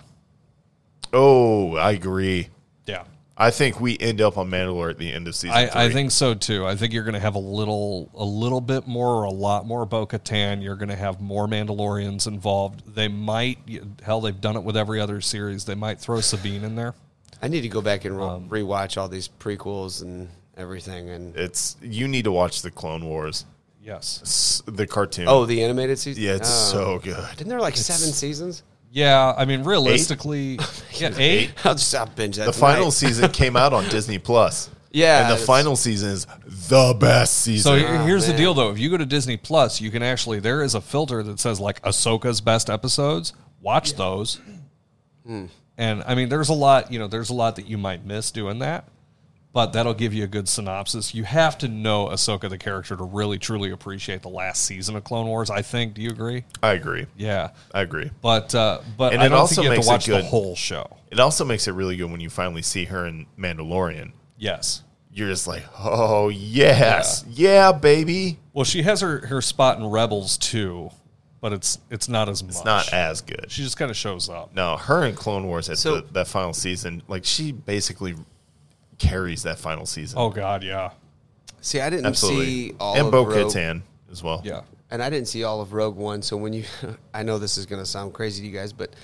Speaker 1: Oh, I agree.
Speaker 6: Yeah,
Speaker 1: I think we end up on Mandalore at the end of season.
Speaker 6: I, I
Speaker 1: three.
Speaker 6: think so too. I think you're going to have a little, a little bit more, or a lot more Bo-Katan. You're going to have more Mandalorians involved. They might, hell, they've done it with every other series. They might throw Sabine in there.
Speaker 8: I need to go back and re-
Speaker 6: um,
Speaker 8: rewatch all these prequels and everything. And
Speaker 1: it's you need to watch the Clone Wars,
Speaker 6: Yes.
Speaker 1: S- the cartoon.
Speaker 8: oh, the animated season.
Speaker 1: yeah, it's
Speaker 8: Oh.
Speaker 1: so good.
Speaker 8: Didn't there like seven seasons?
Speaker 6: Yeah. I mean, realistically, yeah, eight.
Speaker 8: I'll just I'll binge that.
Speaker 1: The
Speaker 8: tonight.
Speaker 1: final season came out on Disney Plus.
Speaker 8: Yeah,
Speaker 1: and the
Speaker 8: it's- Uh-huh.
Speaker 1: final season is the best
Speaker 6: So
Speaker 1: season.
Speaker 6: here- here's the deal, though. If you go to Disney Plus, you can actually there is a filter that says like Ahsoka's best episodes. Watch those.
Speaker 1: Hmm.
Speaker 6: And I mean, there's a lot. You know, there's a lot that you might miss doing that, but that'll give you a good synopsis. You have to know Ahsoka the character to really truly appreciate the last season of Clone Wars. I think. Do you agree?
Speaker 1: I agree.
Speaker 6: Yeah.
Speaker 1: I agree.
Speaker 6: But uh, but
Speaker 1: And
Speaker 6: I
Speaker 1: it
Speaker 6: don't
Speaker 1: also
Speaker 6: think you have
Speaker 1: makes
Speaker 6: to
Speaker 1: it
Speaker 6: watch the
Speaker 1: good.
Speaker 6: whole show.
Speaker 1: It also makes it really good when you finally see her in Mandalorian.
Speaker 6: Yes.
Speaker 1: You're just like, oh yes, yeah, baby.
Speaker 6: Well, she has her, her spot in Rebels too, but it's it's not as much.
Speaker 1: It's not as good.
Speaker 6: she just kind of shows up.
Speaker 1: No, her and Clone Wars at
Speaker 8: So-
Speaker 1: the, that final season, like she basically carries that final season.
Speaker 6: Oh God, yeah.
Speaker 8: See, I didn't
Speaker 1: absolutely.
Speaker 8: see all
Speaker 1: and
Speaker 8: of
Speaker 1: Bo
Speaker 8: Rogue-
Speaker 1: Katan as well.
Speaker 6: Yeah.
Speaker 8: and I didn't see all of Rogue One. So when you, I know this is going to sound crazy to you guys, but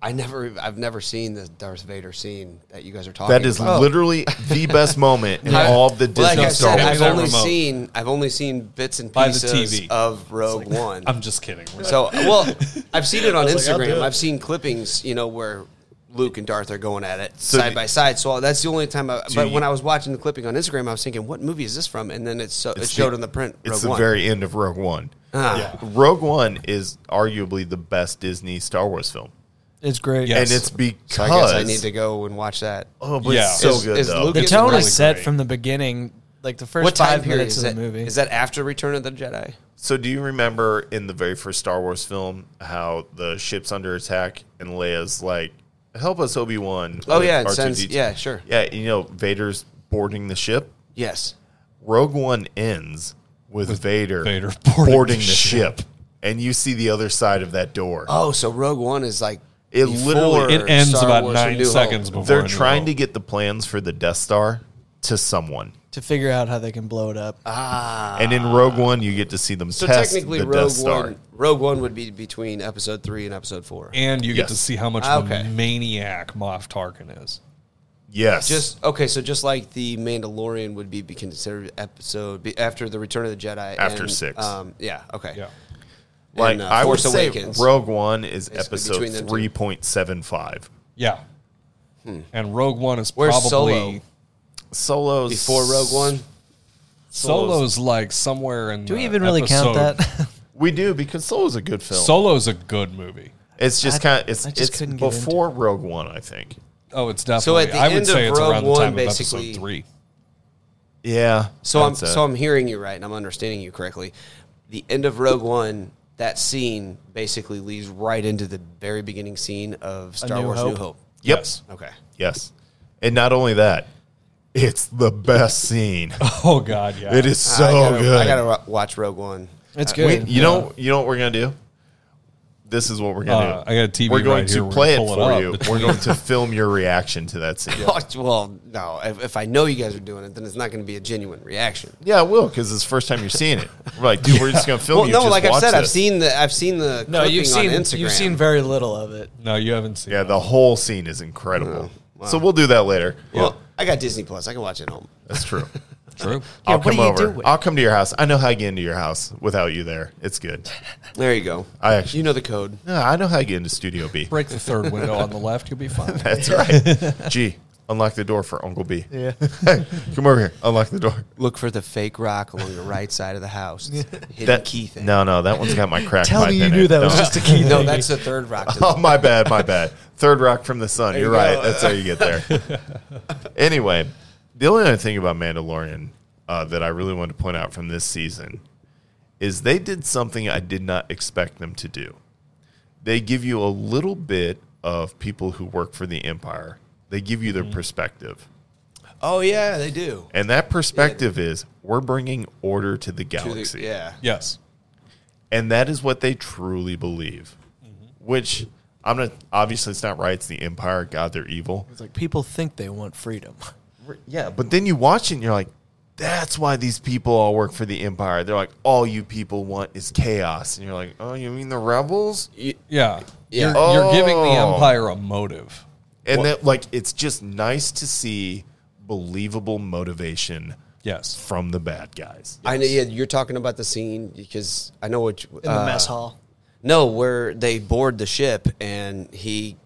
Speaker 8: I never, I've never seen the Darth Vader scene that you guys are talking.
Speaker 1: That is
Speaker 8: about.
Speaker 1: literally the best moment in all of the Disney
Speaker 8: Oh. Like I
Speaker 1: Star
Speaker 8: said,
Speaker 1: Wars.
Speaker 8: I've
Speaker 6: That
Speaker 8: only
Speaker 6: remote.
Speaker 8: seen, I've only seen bits and
Speaker 6: By the
Speaker 8: pieces
Speaker 6: TV.
Speaker 8: of Rogue One.
Speaker 6: I'm just kidding. We're not-
Speaker 8: so well, I've seen it on
Speaker 7: like, I'll do
Speaker 8: Instagram.
Speaker 7: it.
Speaker 8: I've seen clippings, you know, where Luke and Darth are going at it
Speaker 1: So
Speaker 8: side
Speaker 1: the-
Speaker 8: by side. So that's the only time. I, but
Speaker 1: you-
Speaker 8: when I was watching the clipping on Instagram, I was thinking, what movie is this from? And then it's so, it
Speaker 1: It's
Speaker 8: showed on the print. Rogue
Speaker 1: It's the
Speaker 8: One.
Speaker 1: very end of Rogue One.
Speaker 8: Ah.
Speaker 1: Rogue One is arguably the best Disney Star Wars film,
Speaker 7: It's great.
Speaker 6: Yeah. Yes.
Speaker 1: and it's because
Speaker 8: So I guess I need to go and watch that.
Speaker 1: Oh, but
Speaker 6: Yeah.
Speaker 1: it's so
Speaker 6: Is-
Speaker 1: good
Speaker 8: is
Speaker 1: though.
Speaker 8: Luke-
Speaker 7: The
Speaker 8: It's
Speaker 7: tone
Speaker 8: really
Speaker 7: is set
Speaker 6: great.
Speaker 7: from the beginning, like the first
Speaker 8: What time
Speaker 7: five
Speaker 8: period
Speaker 7: minutes
Speaker 8: is
Speaker 7: of
Speaker 8: that?
Speaker 7: the movie.
Speaker 8: Is that after Return of the Jedi?
Speaker 1: so, do you remember in the very first Star Wars film how the ship's under attack and Leia's like, "Help us, Obi Wan."
Speaker 8: Oh, yeah, it sends- yeah, sure.
Speaker 1: Yeah, you know Vader's boarding the ship.
Speaker 8: Yes.
Speaker 1: Rogue One ends with, Vader,
Speaker 6: Vader
Speaker 1: boarding, the ship. and you see the other side of that door.
Speaker 8: Oh, so Rogue One is like
Speaker 1: It
Speaker 8: before
Speaker 1: literally-
Speaker 6: it ends
Speaker 8: Star
Speaker 6: about
Speaker 8: Wars: A
Speaker 6: nine
Speaker 8: New
Speaker 6: seconds
Speaker 8: Hope.
Speaker 6: before.
Speaker 1: They're
Speaker 6: I knew
Speaker 1: trying
Speaker 6: it.
Speaker 1: to get the plans for the Death Star to someone.
Speaker 7: to figure out how they can blow it up.
Speaker 1: Uh, and in Rogue One, you get to see them
Speaker 8: Ah. So
Speaker 1: test
Speaker 8: technically,
Speaker 1: the Death
Speaker 8: Rogue
Speaker 1: Star.
Speaker 8: One, Rogue One would be between Episode Three and Episode Four.
Speaker 6: and you get to
Speaker 1: Yes.
Speaker 6: see how much
Speaker 8: Ah,
Speaker 6: of a
Speaker 8: okay.
Speaker 6: maniac Moff Tarkin is.
Speaker 1: Yes.
Speaker 8: Just okay, so just like the Mandalorian would be, be considered episode be, after the Return of the Jedi.
Speaker 1: After
Speaker 8: and,
Speaker 1: six.
Speaker 8: Um, yeah. Okay.
Speaker 6: Yeah,
Speaker 1: like
Speaker 8: and, uh,
Speaker 1: I would
Speaker 8: Force
Speaker 1: say,
Speaker 8: Awakens.
Speaker 1: Rogue One is
Speaker 8: Basically
Speaker 1: episode
Speaker 8: between them two.
Speaker 1: three point seven five.
Speaker 6: yeah. And Rogue One is
Speaker 8: Where's
Speaker 6: probably
Speaker 8: Solo?
Speaker 1: Solos
Speaker 8: Before Rogue One.
Speaker 6: Solo's like somewhere in.
Speaker 7: Do we even really count
Speaker 8: Uh,
Speaker 7: that?
Speaker 1: We do because Solo's a good film.
Speaker 6: Solo's a good movie.
Speaker 1: it's just
Speaker 7: I-
Speaker 1: kind of it's
Speaker 7: I just
Speaker 1: it's
Speaker 7: couldn't get into
Speaker 1: before Rogue One, I think.
Speaker 6: Oh, it's definitely.
Speaker 8: at the
Speaker 6: I would
Speaker 8: end
Speaker 6: say
Speaker 8: of
Speaker 6: it's
Speaker 8: Rogue
Speaker 6: around
Speaker 8: One,
Speaker 6: the time of
Speaker 8: basically-
Speaker 6: episode three.
Speaker 1: Yeah.
Speaker 8: So I'm
Speaker 1: that's it.
Speaker 8: so I'm hearing you right, and I'm understanding you correctly. The end of Rogue One, that scene basically leads right into the very beginning scene of Star
Speaker 7: New
Speaker 8: Wars:
Speaker 7: Hope.
Speaker 8: New Hope.
Speaker 1: Yep.
Speaker 6: Yes.
Speaker 8: Okay.
Speaker 1: Yes. And not only that, it's the best scene.
Speaker 6: Oh God, yeah.
Speaker 1: It is so
Speaker 8: I gotta,
Speaker 1: good.
Speaker 8: I gotta wa- watch Rogue One.
Speaker 7: it's
Speaker 1: We-
Speaker 7: good.
Speaker 1: you know, you know what we're gonna do. This is what we're gonna
Speaker 6: Uh,
Speaker 1: do.
Speaker 6: I got a TV
Speaker 1: We're going
Speaker 6: right
Speaker 1: to
Speaker 6: here. We're
Speaker 1: play
Speaker 6: gonna
Speaker 1: it
Speaker 6: pull it
Speaker 1: for
Speaker 6: up
Speaker 1: you. We're
Speaker 6: between-
Speaker 1: going to film your reaction to that scene.
Speaker 8: Well, no. If, if I know you guys are doing it, then it's not going to be a genuine reaction.
Speaker 1: Yeah, I will because it's the first time you're seeing it. We're like, dude, we're just gonna film
Speaker 8: Well,
Speaker 1: you.
Speaker 8: no,
Speaker 1: just
Speaker 8: like I've
Speaker 1: watch
Speaker 8: said, I've
Speaker 1: this.
Speaker 8: seen the I've seen the
Speaker 7: no, you've
Speaker 8: clipping
Speaker 7: seen
Speaker 8: on Instagram.
Speaker 7: you've seen very little of it.
Speaker 6: No, you haven't seen.
Speaker 1: Yeah,
Speaker 6: Yeah,
Speaker 1: the whole scene is incredible. So we'll do that later.
Speaker 8: Well, I got Disney Plus. I can watch it at home.
Speaker 1: That's true.
Speaker 6: true.
Speaker 1: I'll
Speaker 7: what
Speaker 1: come
Speaker 7: do you
Speaker 1: over.
Speaker 7: do with-
Speaker 1: I'll come to your house. I know how to get into your house without you there. It's good.
Speaker 8: There you go.
Speaker 1: I actually-
Speaker 8: you know the code.
Speaker 1: No, I know how to get into Studio B.
Speaker 6: Break the third window on the left. You'll be fine.
Speaker 1: That's right. Gee, Unlock the door for Uncle B.
Speaker 7: Yeah.
Speaker 1: hey, come over here. Unlock the door.
Speaker 8: Look for the fake rock along the right side of the house. It's a Hidden
Speaker 1: That
Speaker 8: key thing.
Speaker 1: No, no, that one's got my crack.
Speaker 7: Tell
Speaker 1: pipe
Speaker 7: me you
Speaker 1: in
Speaker 7: knew
Speaker 1: it.
Speaker 7: that was
Speaker 1: No.
Speaker 7: just a key.
Speaker 8: no,
Speaker 7: thing.
Speaker 8: that's the third rock. To the
Speaker 1: Oh, my bad, my bad. Third rock from the sun. You're
Speaker 8: you
Speaker 1: right.
Speaker 8: go.
Speaker 1: That's how you get there. anyway, the only other thing about Mandalorian uh, that I really wanted to point out from this season is they did something I did not expect them to do. They give you a little bit of people who work for the Empire. They give you their
Speaker 8: Mm-hmm.
Speaker 1: perspective,
Speaker 8: oh yeah, they do.
Speaker 1: and that perspective is we're bringing order to the
Speaker 8: To the-
Speaker 1: galaxy.
Speaker 8: yeah.
Speaker 6: Yes.
Speaker 1: and that is what they truly believe.
Speaker 8: Mm-hmm.
Speaker 1: Which I'm not. Obviously, it's not right. It's the Empire. God, they're evil.
Speaker 7: It's like people think they want freedom.
Speaker 1: Yeah, but then you watch it and you're like, that's why these people all work for the Empire. They're like, all you people want is chaos. And you're like, oh, you mean the rebels?
Speaker 6: Yeah.
Speaker 8: Yeah.
Speaker 6: You're, you're giving the
Speaker 1: Oh.
Speaker 6: Empire a motive.
Speaker 1: And that, like, it's just nice to see believable motivation
Speaker 6: Yes.
Speaker 1: from the bad guys.
Speaker 8: I know. Yeah, you're talking about the scene because I know what. You, uh,
Speaker 7: In
Speaker 1: Uh,
Speaker 7: the mess hall.
Speaker 8: No, where they board the ship and he,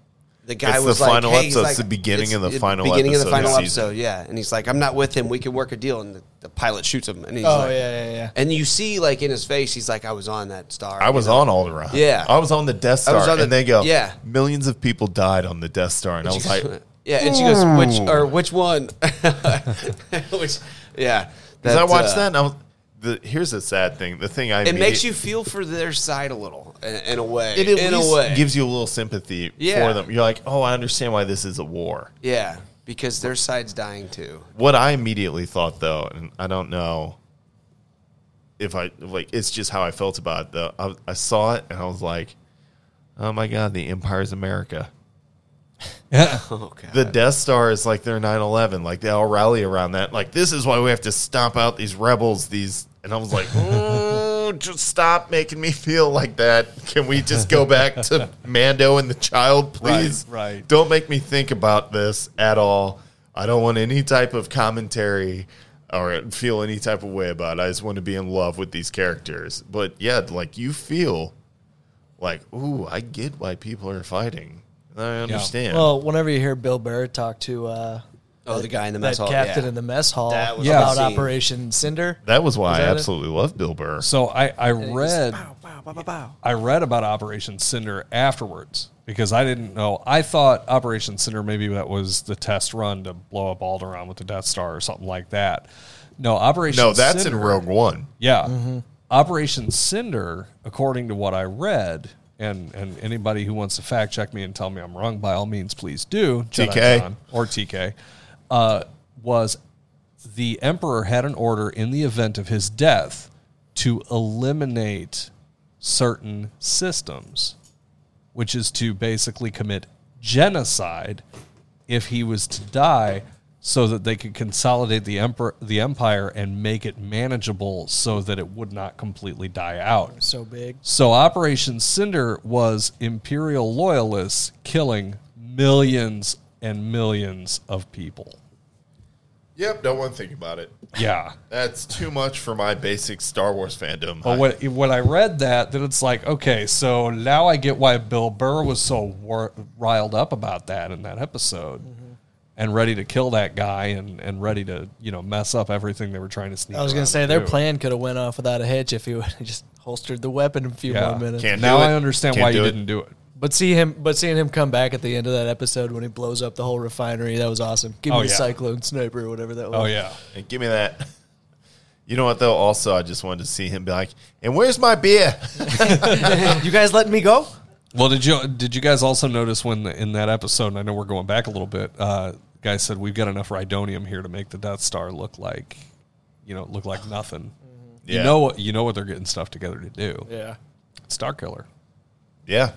Speaker 8: the guy
Speaker 1: It's the
Speaker 8: was like,
Speaker 1: final
Speaker 8: hey,
Speaker 1: episode.
Speaker 8: he's
Speaker 1: It's
Speaker 8: like-
Speaker 1: the beginning
Speaker 8: it's
Speaker 1: of the
Speaker 8: the
Speaker 1: final
Speaker 8: beginning of the
Speaker 1: episode of
Speaker 8: final
Speaker 1: the season.
Speaker 8: episode. Yeah, and he's like, I'm not with him. We can work a deal, and the, the pilot shoots him, and he's
Speaker 7: Oh,
Speaker 8: like,
Speaker 7: yeah, yeah, yeah.
Speaker 8: And you see, like in his face, he's like, I was on that star.
Speaker 1: I was on Alderaan.
Speaker 8: Yeah.
Speaker 1: I was on the Death
Speaker 8: I
Speaker 1: Star.
Speaker 8: was on the-
Speaker 1: and they go,
Speaker 8: yeah.
Speaker 1: millions of people died on the Death Star. And I was like, "Hmm."
Speaker 8: yeah, and she goes, which or which one? which, yeah.
Speaker 1: Because I
Speaker 8: that,
Speaker 1: watched
Speaker 8: uh,
Speaker 1: that, and I was, the, here's the sad thing. The thing I
Speaker 8: It makes
Speaker 1: immediate-
Speaker 8: you feel for their side a little, in, in a way.
Speaker 1: it at
Speaker 8: in
Speaker 1: least
Speaker 8: a way,
Speaker 1: gives you a little sympathy
Speaker 8: Yeah.
Speaker 1: for them. You're like, oh, I understand why this is a war.
Speaker 8: yeah, because their side's dying too.
Speaker 1: What I immediately thought, though, and I don't know if I like, it's just how I felt about it. Though I, I saw it, and I was like, oh my god, the Empire's America.
Speaker 6: Yeah.
Speaker 8: Oh,
Speaker 1: The Death Star is like their 9/11. Like they all rally around that. Like this is why we have to stomp out these rebels. These and I was like, "Ooh, just stop making me feel like that. Can we just go back to Mando and the child, please?
Speaker 6: Right, right.
Speaker 1: Don't make me think about this at all. I don't want any type of commentary or feel any type of way about it. I just want to be in love with these characters. But yeah, like you feel like, ooh, I get why people are fighting. I understand.
Speaker 7: Well, whenever you hear Bill Burr talk to uh,
Speaker 8: Oh, the guy in the
Speaker 7: that
Speaker 8: mess hall.
Speaker 7: captain
Speaker 8: yeah.
Speaker 7: in the mess hall
Speaker 8: That was
Speaker 6: Yeah.
Speaker 7: about
Speaker 8: amazing.
Speaker 7: Operation Cinder,
Speaker 1: That was why
Speaker 7: that
Speaker 1: I
Speaker 7: it?
Speaker 1: absolutely love Bill Burr.
Speaker 6: So I, I read I read about Operation Cinder afterwards because I didn't know. I thought Operation Cinder maybe that was the test run to blow up Alderaan with the Death Star or something like that. No, Operation
Speaker 1: No, that's
Speaker 6: Cinder,
Speaker 1: in Rogue One.
Speaker 6: Yeah. Operation Cinder, according to what I read, and, and anybody who wants to fact check me and tell me I'm wrong, by all means, please do. Jedi
Speaker 1: TK.
Speaker 6: John or TK, uh, was the Emperor had an order in the event of his death to eliminate certain systems, which is to basically commit genocide if he was to die so that they could consolidate the emperor the empire and make it manageable so that it would not completely die out.
Speaker 7: so big.
Speaker 6: So Operation Cinder was imperial loyalists killing millions and millions of people.
Speaker 1: Yep, don't want to think about it.
Speaker 6: Yeah.
Speaker 1: That's too much for my basic Star Wars fandom.
Speaker 6: But when, when I read that, then it's like, okay, so now I get why Bill Burr was so war- riled up about that in that episode
Speaker 7: Mm-hmm.
Speaker 6: and ready to kill that guy and, and ready to, you know, mess up everything they were trying to sneak
Speaker 7: I was
Speaker 6: going
Speaker 7: gonna
Speaker 6: to
Speaker 7: say their
Speaker 6: do.
Speaker 7: plan could have went off without a hitch if he would have just holstered the weapon a few
Speaker 6: Yeah.
Speaker 7: more minutes.
Speaker 1: Can't
Speaker 6: Now
Speaker 1: do it.
Speaker 6: I understand
Speaker 1: Can't
Speaker 6: why
Speaker 1: do
Speaker 6: you
Speaker 1: it.
Speaker 6: didn't do it.
Speaker 7: But see him, but seeing him come back at the end of that episode when he blows up the whole refinery, that was awesome. Give me
Speaker 6: Oh,
Speaker 7: the
Speaker 6: yeah.
Speaker 7: cyclone sniper or whatever that was.
Speaker 6: Oh, yeah.
Speaker 1: Hey, give me that. You know what though? Also, I just wanted to see him be like, "And where's my beer?"
Speaker 7: you guys letting me go?
Speaker 6: Well, did you did you guys also notice when the, in that episode? And I know we're going back a little bit. Uh, guy said we've got enough rhydonium here to make the Death Star look like, you know, look like nothing.
Speaker 1: Mm-hmm. Yeah.
Speaker 6: You know what you know what they're getting stuff together to do.
Speaker 7: Yeah.
Speaker 6: It's Star Killer.
Speaker 1: yeah,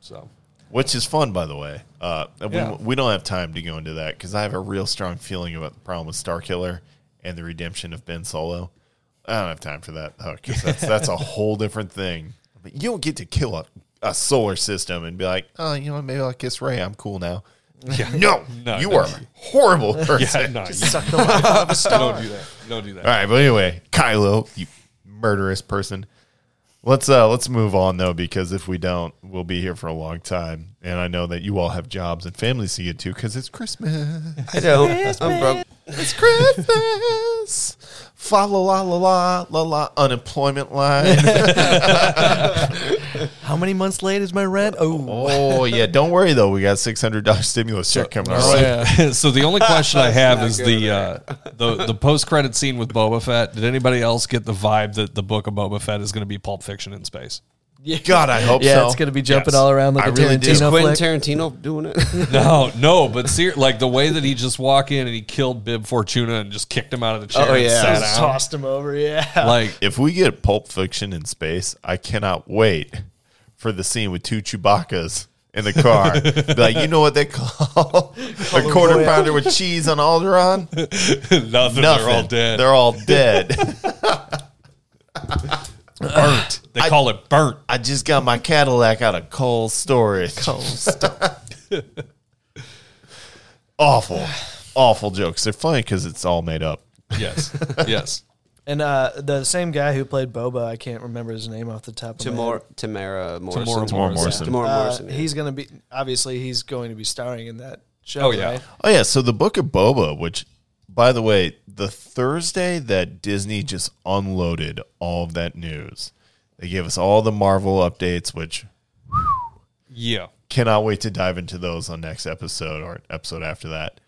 Speaker 6: So
Speaker 1: which is fun, by the way. Uh, we,
Speaker 6: Yeah.
Speaker 1: we don't have time to go into that because I have a real strong feeling about the problem with Star Killer and the redemption of Ben Solo. I don't have time for that though, 'cause that's that's a whole different thing. But you don't get to kill a, a solar system and be like, "Oh, you know, what, maybe I'll kiss Ray. I'm cool now." No,
Speaker 6: No,
Speaker 1: you
Speaker 6: no.
Speaker 1: are a horrible person.
Speaker 6: yeah, no, you, don't do that. Don't do that.
Speaker 1: All right, but anyway, Kylo, you murderous person. Let's uh let's move on though because if we don't, we'll be here for a long time. And I know that you all have jobs and families to get to because it's Christmas.
Speaker 8: I don't. I'm broke.
Speaker 1: It's Christmas. Fa la la la la la la unemployment line.
Speaker 7: How many months late is my rent? Oh,
Speaker 1: oh yeah, don't worry though. We got six hundred dollar stimulus check coming. All
Speaker 6: So-
Speaker 1: right.
Speaker 6: so the only question I have is the uh, the the post credit scene with Boba Fett. Did anybody else get the vibe that the book of Boba Fett is going to be Pulp Fiction in space?
Speaker 1: God, I hope
Speaker 7: yeah,
Speaker 1: so.
Speaker 7: it's gonna be jumping
Speaker 6: Yes.
Speaker 7: all around like
Speaker 1: I
Speaker 7: a
Speaker 1: really do.
Speaker 8: Is
Speaker 7: Tarantino
Speaker 8: Quentin
Speaker 7: flick.
Speaker 8: Tarantino doing it?
Speaker 6: No, no, but ser- like the way that he just walked in and he killed Bib Fortuna and just kicked him out of the chair.
Speaker 8: Oh,
Speaker 6: and
Speaker 8: yeah.
Speaker 6: sat
Speaker 7: Just
Speaker 6: down.
Speaker 7: tossed him over. Yeah,
Speaker 6: Like
Speaker 1: if we get Pulp Fiction in space, I cannot wait for the scene with two Chewbacca's in the car. Be like, you know what they call a quarter pounder with cheese on Alderaan? Nothing.
Speaker 6: nothing, they're all dead.
Speaker 1: They're all dead.
Speaker 6: burnt. They
Speaker 1: I-
Speaker 6: call it burnt.
Speaker 1: I just got my Cadillac out of cold storage. Awful, awful jokes. They're funny because it's all made up.
Speaker 6: Yes, yes.
Speaker 7: and uh, the same guy who played Boba, I can't remember his name off the top of my head.
Speaker 8: Tamora, Tamara Morrison.
Speaker 6: Tamora
Speaker 1: Tamora Morrison.
Speaker 8: Tamora
Speaker 7: Uh,
Speaker 8: Morrison. yeah.
Speaker 7: he's gonna be obviously he's going to be starring in that show.
Speaker 6: Oh, yeah.
Speaker 7: right?
Speaker 1: Oh yeah, so the Book of Boba, which by the way, the Thursday that Disney just unloaded all of that news. They gave us all the Marvel updates, which
Speaker 6: Yeah.
Speaker 1: cannot wait to dive into those on next episode or episode after that.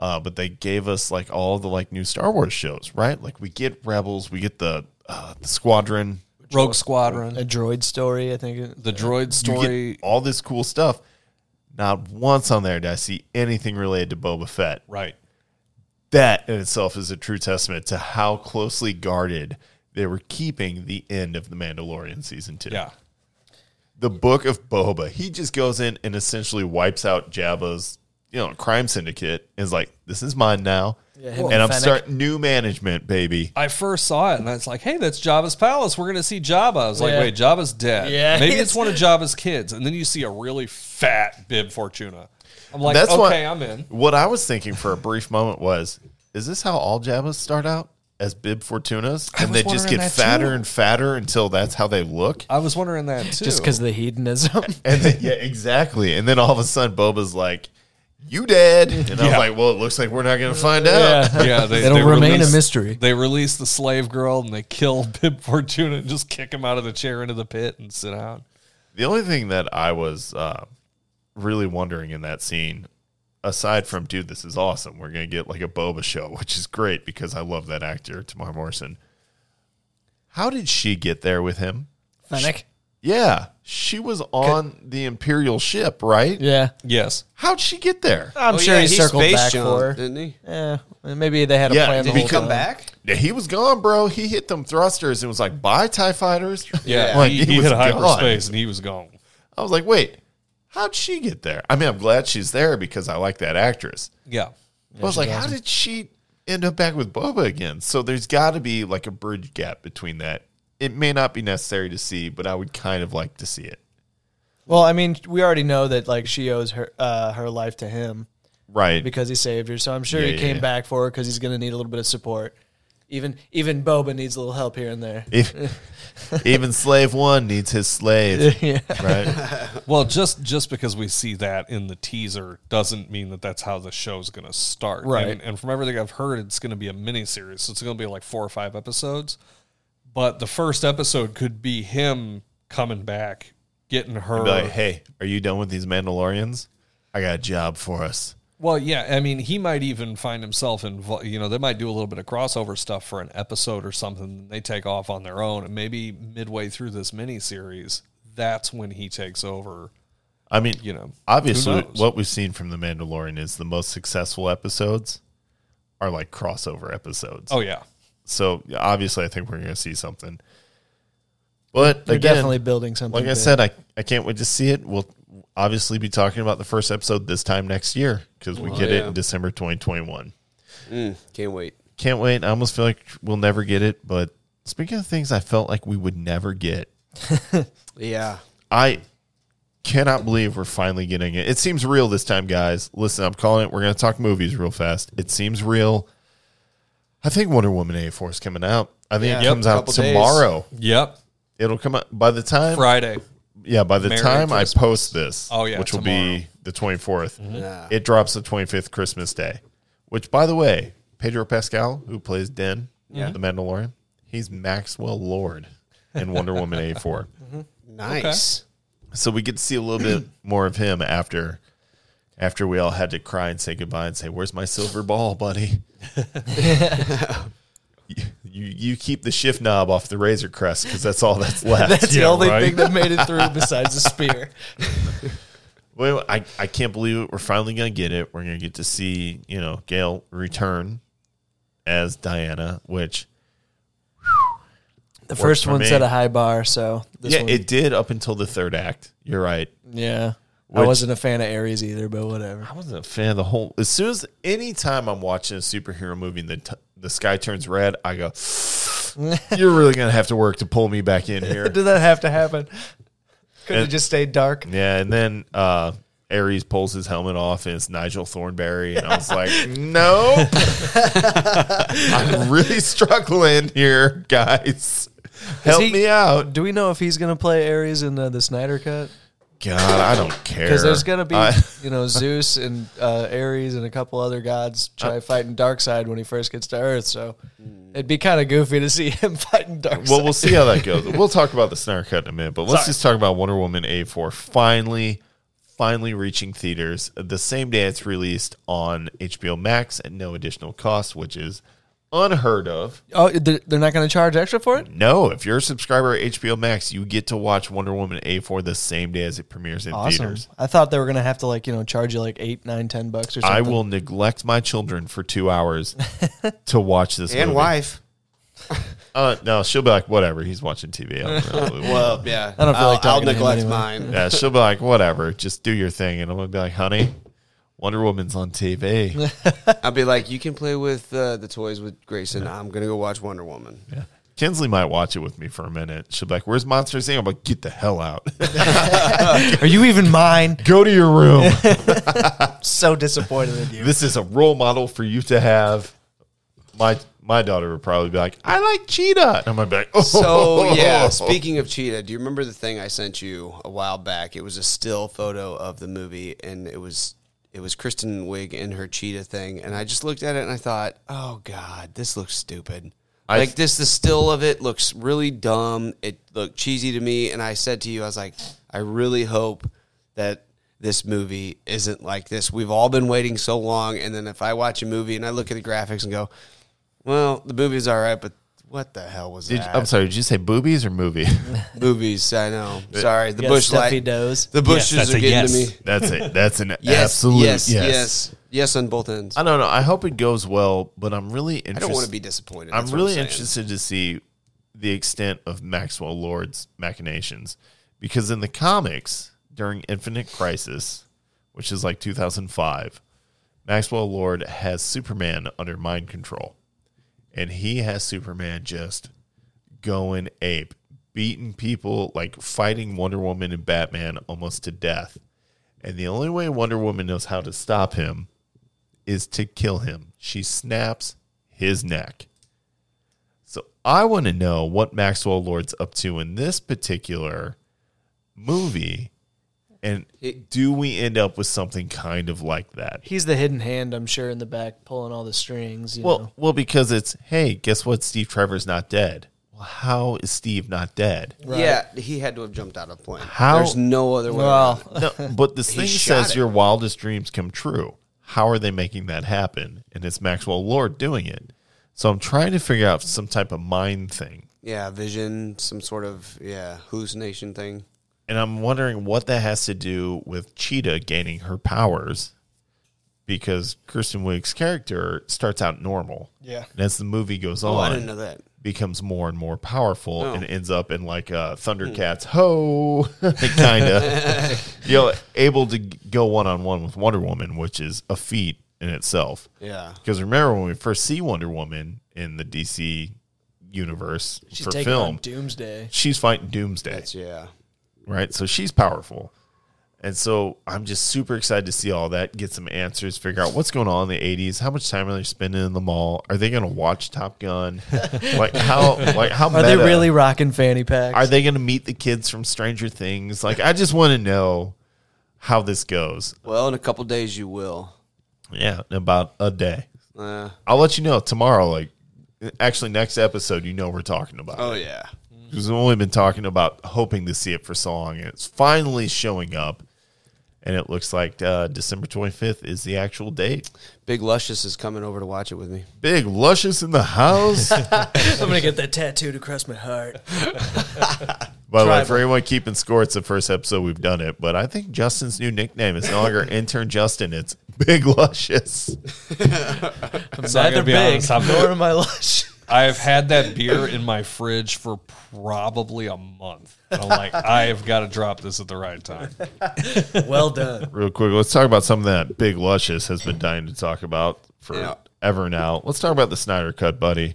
Speaker 1: Uh, but they gave us like all the like new Star Wars shows, right? Like we get Rebels, we get the uh, the Squadron,
Speaker 6: Rogue Squadron.
Speaker 7: a droid story. I think
Speaker 6: The droid
Speaker 1: you get
Speaker 6: story.
Speaker 1: all this cool stuff. Not once on there did I see anything related to Boba Fett.
Speaker 6: Right.
Speaker 1: that in itself is a true testament to how closely guarded they were keeping the end of the Mandalorian season two.
Speaker 6: Yeah.
Speaker 1: The book of Boba. He just goes in and essentially wipes out Jabba's, you know, crime syndicate. Is like, this is mine now.
Speaker 7: him
Speaker 1: and
Speaker 7: and
Speaker 1: I'm
Speaker 7: Fennec.
Speaker 1: starting new management, baby.
Speaker 6: I first saw it and I was like, "Hey, that's Jabba's palace. We're gonna see Jabba." I was like,
Speaker 7: Yeah.
Speaker 6: "Wait, Jabba's dead.
Speaker 7: Yeah,
Speaker 6: maybe
Speaker 7: he's-
Speaker 6: it's one of Jabba's kids." And then you see a really fat Bib Fortuna. I'm like,
Speaker 1: That's why-
Speaker 6: "Okay, I'm in."
Speaker 1: What I was thinking for a brief moment was, is this how all Jabbas start out? As Bib Fortunas, and
Speaker 6: was
Speaker 1: they just
Speaker 6: wondering
Speaker 1: get
Speaker 6: that
Speaker 1: fatter
Speaker 6: too.
Speaker 1: and fatter until that's how they look.
Speaker 6: I was wondering that too.
Speaker 7: just because of the hedonism.
Speaker 1: And then, yeah, exactly. And then all of a sudden, Boba's like, "You dead?" And I was
Speaker 6: Yeah.
Speaker 1: like, "Well, it looks like we're not going to find out."
Speaker 6: yeah, they,
Speaker 7: It'll
Speaker 6: they
Speaker 7: remain
Speaker 6: release-
Speaker 7: a mystery.
Speaker 6: They release the slave girl and they kill Bib Fortuna and just kick him out of the chair into the pit and sit down.
Speaker 1: The only thing that I was uh, really wondering in that scene, aside from "Dude, this is awesome," we're going to get like a Boba show, which is great because I love that actor, Tamar Morrison. How did she get there with him?
Speaker 7: Fennec.
Speaker 1: Yeah, she was on the Imperial ship, right?
Speaker 7: Yeah,
Speaker 6: Yes,
Speaker 1: How'd she get there?
Speaker 7: I'm
Speaker 8: Oh,
Speaker 7: sure
Speaker 8: yeah,
Speaker 7: he circled
Speaker 8: space
Speaker 7: back
Speaker 8: jumped,
Speaker 7: for her.
Speaker 8: didn't he?
Speaker 7: Yeah, maybe they had a
Speaker 1: Yeah,
Speaker 7: plan.
Speaker 1: did
Speaker 7: the
Speaker 1: he
Speaker 7: whole
Speaker 1: come
Speaker 7: time.
Speaker 8: back?
Speaker 1: Yeah, He was gone, bro. He hit them thrusters and was like, "Bye, Tie Fighters."
Speaker 6: yeah,
Speaker 1: Like,
Speaker 6: he,
Speaker 1: he
Speaker 6: he
Speaker 1: was
Speaker 6: hit
Speaker 1: gone.
Speaker 6: hyperspace and he was gone.
Speaker 1: I was like, wait, how'd she get there? I mean, I'm glad she's there because I like that actress.
Speaker 6: Yeah,
Speaker 1: But I was like, how did she end up back with Boba again? So there's got to be like a bridge gap between that. It may not be necessary to see, but I would kind of like to see it.
Speaker 7: Well, I mean, we already know that like she owes her uh, her life to him
Speaker 1: Right.
Speaker 7: because he saved her. So I'm sure
Speaker 1: Yeah,
Speaker 7: he
Speaker 1: yeah,
Speaker 7: came
Speaker 1: yeah.
Speaker 7: back for her because he's going to need a little bit of support. Even even Boba needs a little help here and there.
Speaker 1: Even, even Slave One needs his slave.
Speaker 7: yeah.
Speaker 1: Right.
Speaker 6: Well, just just because we see that in the teaser doesn't mean that that's how the show's going to start,
Speaker 7: Right.
Speaker 6: And, and from everything I've heard, it's going to be a mini series, so it's going to be like four or five episodes. But the first episode could be him coming back, getting her.
Speaker 1: Be like, hey, are you done with these Mandalorians? I got a job for us.
Speaker 6: Well, yeah, I mean, he might even find himself involved. You know, they might do a little bit of crossover stuff for an episode or something. They take off on their own, and maybe midway through this mini series, that's when he takes over.
Speaker 1: I mean,
Speaker 6: You know, who
Speaker 1: obviously,
Speaker 6: knows?
Speaker 1: what we've seen from The Mandalorian is the most successful episodes are like crossover episodes.
Speaker 6: Oh yeah,
Speaker 1: So yeah, obviously, I think we're going to see something. But
Speaker 7: They're
Speaker 1: again,
Speaker 7: definitely building something.
Speaker 1: like I
Speaker 7: big.
Speaker 1: said, I, I can't wait to see it. We'll obviously be talking about the first episode this time next year because
Speaker 6: Oh,
Speaker 1: we get it
Speaker 8: yeah.
Speaker 1: in December 2021.
Speaker 8: Can't wait.
Speaker 1: Can't wait. I almost feel like we'll never get it. But speaking of things I felt like we would never get,
Speaker 8: Yeah.
Speaker 1: I cannot believe we're finally getting it. It seems real this time, guys. Listen, I'm calling it. We're going to talk movies real fast. It seems real. I think Wonder Woman 84 is coming out. I think
Speaker 8: Yeah.
Speaker 1: it
Speaker 8: Yep.
Speaker 1: comes out
Speaker 8: Couple days.
Speaker 1: tomorrow.
Speaker 6: yep.
Speaker 1: It'll come out by the time.
Speaker 6: Friday.
Speaker 1: Yeah, by the
Speaker 6: Merry
Speaker 1: time I
Speaker 6: Christmas.
Speaker 1: post this,
Speaker 6: Oh, yeah,
Speaker 1: which will
Speaker 6: tomorrow. Mm-hmm.
Speaker 1: be the 24th,
Speaker 8: Yeah.
Speaker 1: it drops the 25th Christmas Day. Which, by the way, Pedro Pascal, who plays Den, the Mandalorian, he's Maxwell Lord in Wonder Woman 84.
Speaker 8: Nice.
Speaker 1: So we get to see a little bit more of him after after we all had to cry and say goodbye and say, "Where's my silver ball, buddy?" you, you you keep the shift knob off the razor crest because that's all that's left.
Speaker 7: That's the only
Speaker 1: right?
Speaker 7: thing that made it through besides the spear.
Speaker 1: Well, I, I can't believe it. We're finally gonna get it. We're gonna get to see you know Gail return as Diana, which
Speaker 7: The first
Speaker 1: for
Speaker 7: one
Speaker 1: me.
Speaker 7: set a high bar, so this
Speaker 1: yeah,
Speaker 7: one,
Speaker 1: it did up until the third act. You're right.
Speaker 7: yeah. I
Speaker 1: Which-
Speaker 7: wasn't a fan of Ares either, but whatever.
Speaker 1: I wasn't a fan of the whole. As soon as any time I'm watching a superhero movie and the t- the sky turns red, I go, "You're really gonna have to work to pull me back in here."
Speaker 7: Did that have to happen? Could
Speaker 1: And-
Speaker 7: it just stayed dark?
Speaker 1: yeah, and then uh, Ares pulls his helmet off, and it's Nigel Thornberry, and I was like, "No, I'm really struggling here, guys. Help
Speaker 7: he-
Speaker 1: me out."
Speaker 7: Do we know if he's going to play Ares in uh, the Snyder cut?
Speaker 1: God, I don't care.
Speaker 7: Because there's going to be,
Speaker 1: I-
Speaker 7: you know, Zeus and uh, Ares and a couple other gods try
Speaker 1: Uh.
Speaker 7: fighting Darkseid when he first gets to Earth. So it'd be kind of goofy to see him fighting Darkseid.
Speaker 1: Well, we'll see how that goes. We'll talk about the snare cut in a minute, but let's just talk about Wonder Woman A4 finally, finally reaching theaters the same day it's released on HBO Max at no additional cost, which is unheard of.
Speaker 7: oh, they're, they're not going to charge extra for it?
Speaker 1: No, if you're a subscriber at HBO Max, you get to watch Wonder Woman A4 the same day as it premieres in
Speaker 7: Awesome.
Speaker 1: theaters.
Speaker 7: I thought they were going to have to, like, you know, charge you like eight, nine, ten bucks or something.
Speaker 1: I will neglect my children for two hours to watch this.
Speaker 8: And
Speaker 1: movie.
Speaker 8: wife.
Speaker 1: Uh, no, she'll be like, whatever. He's watching TV. I don't know.
Speaker 8: Well, yeah.
Speaker 7: I don't feel
Speaker 8: I'll,
Speaker 7: like
Speaker 8: I'll
Speaker 7: talking to him
Speaker 8: neglect
Speaker 7: anyway.
Speaker 8: mine.
Speaker 1: Yeah, she'll be like, whatever, just do your thing. And I'm going to be like, honey, Wonder Woman's on TV.
Speaker 8: I'll be like, you can play with uh, the toys with Grayson. I'm gonna go watch Wonder Woman.
Speaker 1: Kinsley might watch it with me for a minute. She'll be like, where's Monsters Inc? I'm like, get the hell out.
Speaker 7: Are you even mine?
Speaker 1: Go to your room.
Speaker 7: So disappointed in you.
Speaker 1: this is a role model for you to have. My my daughter would probably be like, I like Cheetah. And I'm going to be like, oh.
Speaker 8: So yeah, speaking of Cheetah, do you remember the thing I sent you a while back? It was a still photo of the movie, and it was it was Kristen Wiig in her cheetah thing, and I just looked at it and I thought, oh god, this looks stupid.
Speaker 1: I-
Speaker 8: like this, the still of it looks really dumb. It looked cheesy to me, and I said to you, I was like, I really hope that this movie isn't like this. We've all been waiting so long, and then if I watch a movie and I look at the graphics and go, well, the movie's all right, but what the hell was
Speaker 1: Did you-
Speaker 8: that?
Speaker 1: I'm sorry, did you say boobies or movie?
Speaker 8: movies. I know. Sorry, the
Speaker 7: Yeah,
Speaker 8: bush
Speaker 7: stuffy
Speaker 8: light.
Speaker 7: does.
Speaker 8: The bushes
Speaker 6: that's
Speaker 8: are
Speaker 6: a
Speaker 8: getting
Speaker 6: yes.
Speaker 8: to me.
Speaker 1: That's it. That's an
Speaker 8: Yes,
Speaker 1: absolute
Speaker 8: yes, yes,
Speaker 1: yes.
Speaker 8: yes, on both ends.
Speaker 1: I
Speaker 8: I
Speaker 1: don't know. I hope it goes well, but I'm really interested.
Speaker 8: don't want to be disappointed.
Speaker 1: I'm
Speaker 8: that's what
Speaker 1: really
Speaker 8: saying.
Speaker 1: interested to see the extent of Maxwell Lord's machinations because in the comics during Infinite Crisis, which is like 2005, Maxwell Lord has Superman under mind control. And he has Superman just going ape, beating people, like fighting Wonder Woman and Batman almost to death. And the only way Wonder Woman knows how to stop him is to kill him. She snaps his neck. So I want to know what Maxwell Lord's up to in this particular movie. And
Speaker 8: It-
Speaker 1: do we end up with something kind of like that?
Speaker 7: He's the hidden hand, I'm sure, in the back pulling all the strings. You
Speaker 1: Well,
Speaker 7: know.
Speaker 1: well, because it's hey, guess what? Steve Trevor's not dead. Well, how is Steve not dead?
Speaker 8: Yeah, he had to have jumped out of a plane.
Speaker 1: How-
Speaker 8: There's no other way. around
Speaker 7: Well,
Speaker 8: it.
Speaker 1: No, but this thing
Speaker 8: shot
Speaker 1: says
Speaker 8: it.
Speaker 1: your wildest dreams come true. How are they making that happen? And it's Maxwell Lord doing it. So I'm trying to figure out some type of mind thing.
Speaker 8: Yeah, vision, some sort of yeah hallucination thing.
Speaker 1: and I'm wondering what that has to do with Cheetah gaining her powers, because Kristen Wiig's character starts out normal,
Speaker 7: Yeah.
Speaker 1: and as the movie goes
Speaker 8: Oh,
Speaker 1: on,
Speaker 8: I didn't know that.
Speaker 1: becomes more and more powerful
Speaker 8: Oh.
Speaker 1: and ends up in like a Thundercats ho, kind of, you know, able to g- go one on one with Wonder Woman, which is a feat in itself.
Speaker 8: Yeah.
Speaker 1: Because remember when we first see Wonder Woman in the DC universe
Speaker 7: she's
Speaker 1: for
Speaker 7: taking
Speaker 1: film,
Speaker 7: on Doomsday.
Speaker 1: she's fighting Doomsday
Speaker 8: That's yeah.
Speaker 1: right? So she's powerful. And so I'm just super excited to see all that, get some answers, figure out what's going on in the 80s. How much time are they spending in the mall? Are they going to watch Top Gun? like how? Like how?
Speaker 7: Are they
Speaker 1: meta?
Speaker 7: really rocking fanny packs?
Speaker 1: Are they going to meet the kids from Stranger Things? Like I just want to know how this goes.
Speaker 8: Well, in a couple days you will.
Speaker 1: Yeah, in about a day.
Speaker 8: Uh,
Speaker 1: I'll let you know tomorrow. Like actually, next episode, you know we're talking about.
Speaker 8: oh
Speaker 1: it.
Speaker 8: yeah.
Speaker 1: Because we've only been talking about hoping to see it for so long, and it's finally showing up. And it looks like uh, December 25th is the actual date.
Speaker 8: Big Luscious is coming over to watch it with me.
Speaker 1: Big Luscious in the house. By
Speaker 7: I'm gonna get that tattooed across my heart.
Speaker 1: the way,
Speaker 7: Tribal.
Speaker 1: for anyone keeping score, it's the first episode we've done it. But I think Justin's new nickname is no longer Intern Justin. It's Big Luscious.
Speaker 6: So I
Speaker 7: Neither
Speaker 6: gotta be
Speaker 7: big
Speaker 6: honest, I'm-
Speaker 7: nor am I lush.
Speaker 6: I've had that beer in my fridge for probably a month. And I'm like, I've got to drop this at the right time.
Speaker 7: Well done.
Speaker 1: Real quick, let's talk about something that Big Luscious has been dying to talk about
Speaker 8: Yeah.
Speaker 1: forever now. Let's talk about the Snyder Cut, buddy.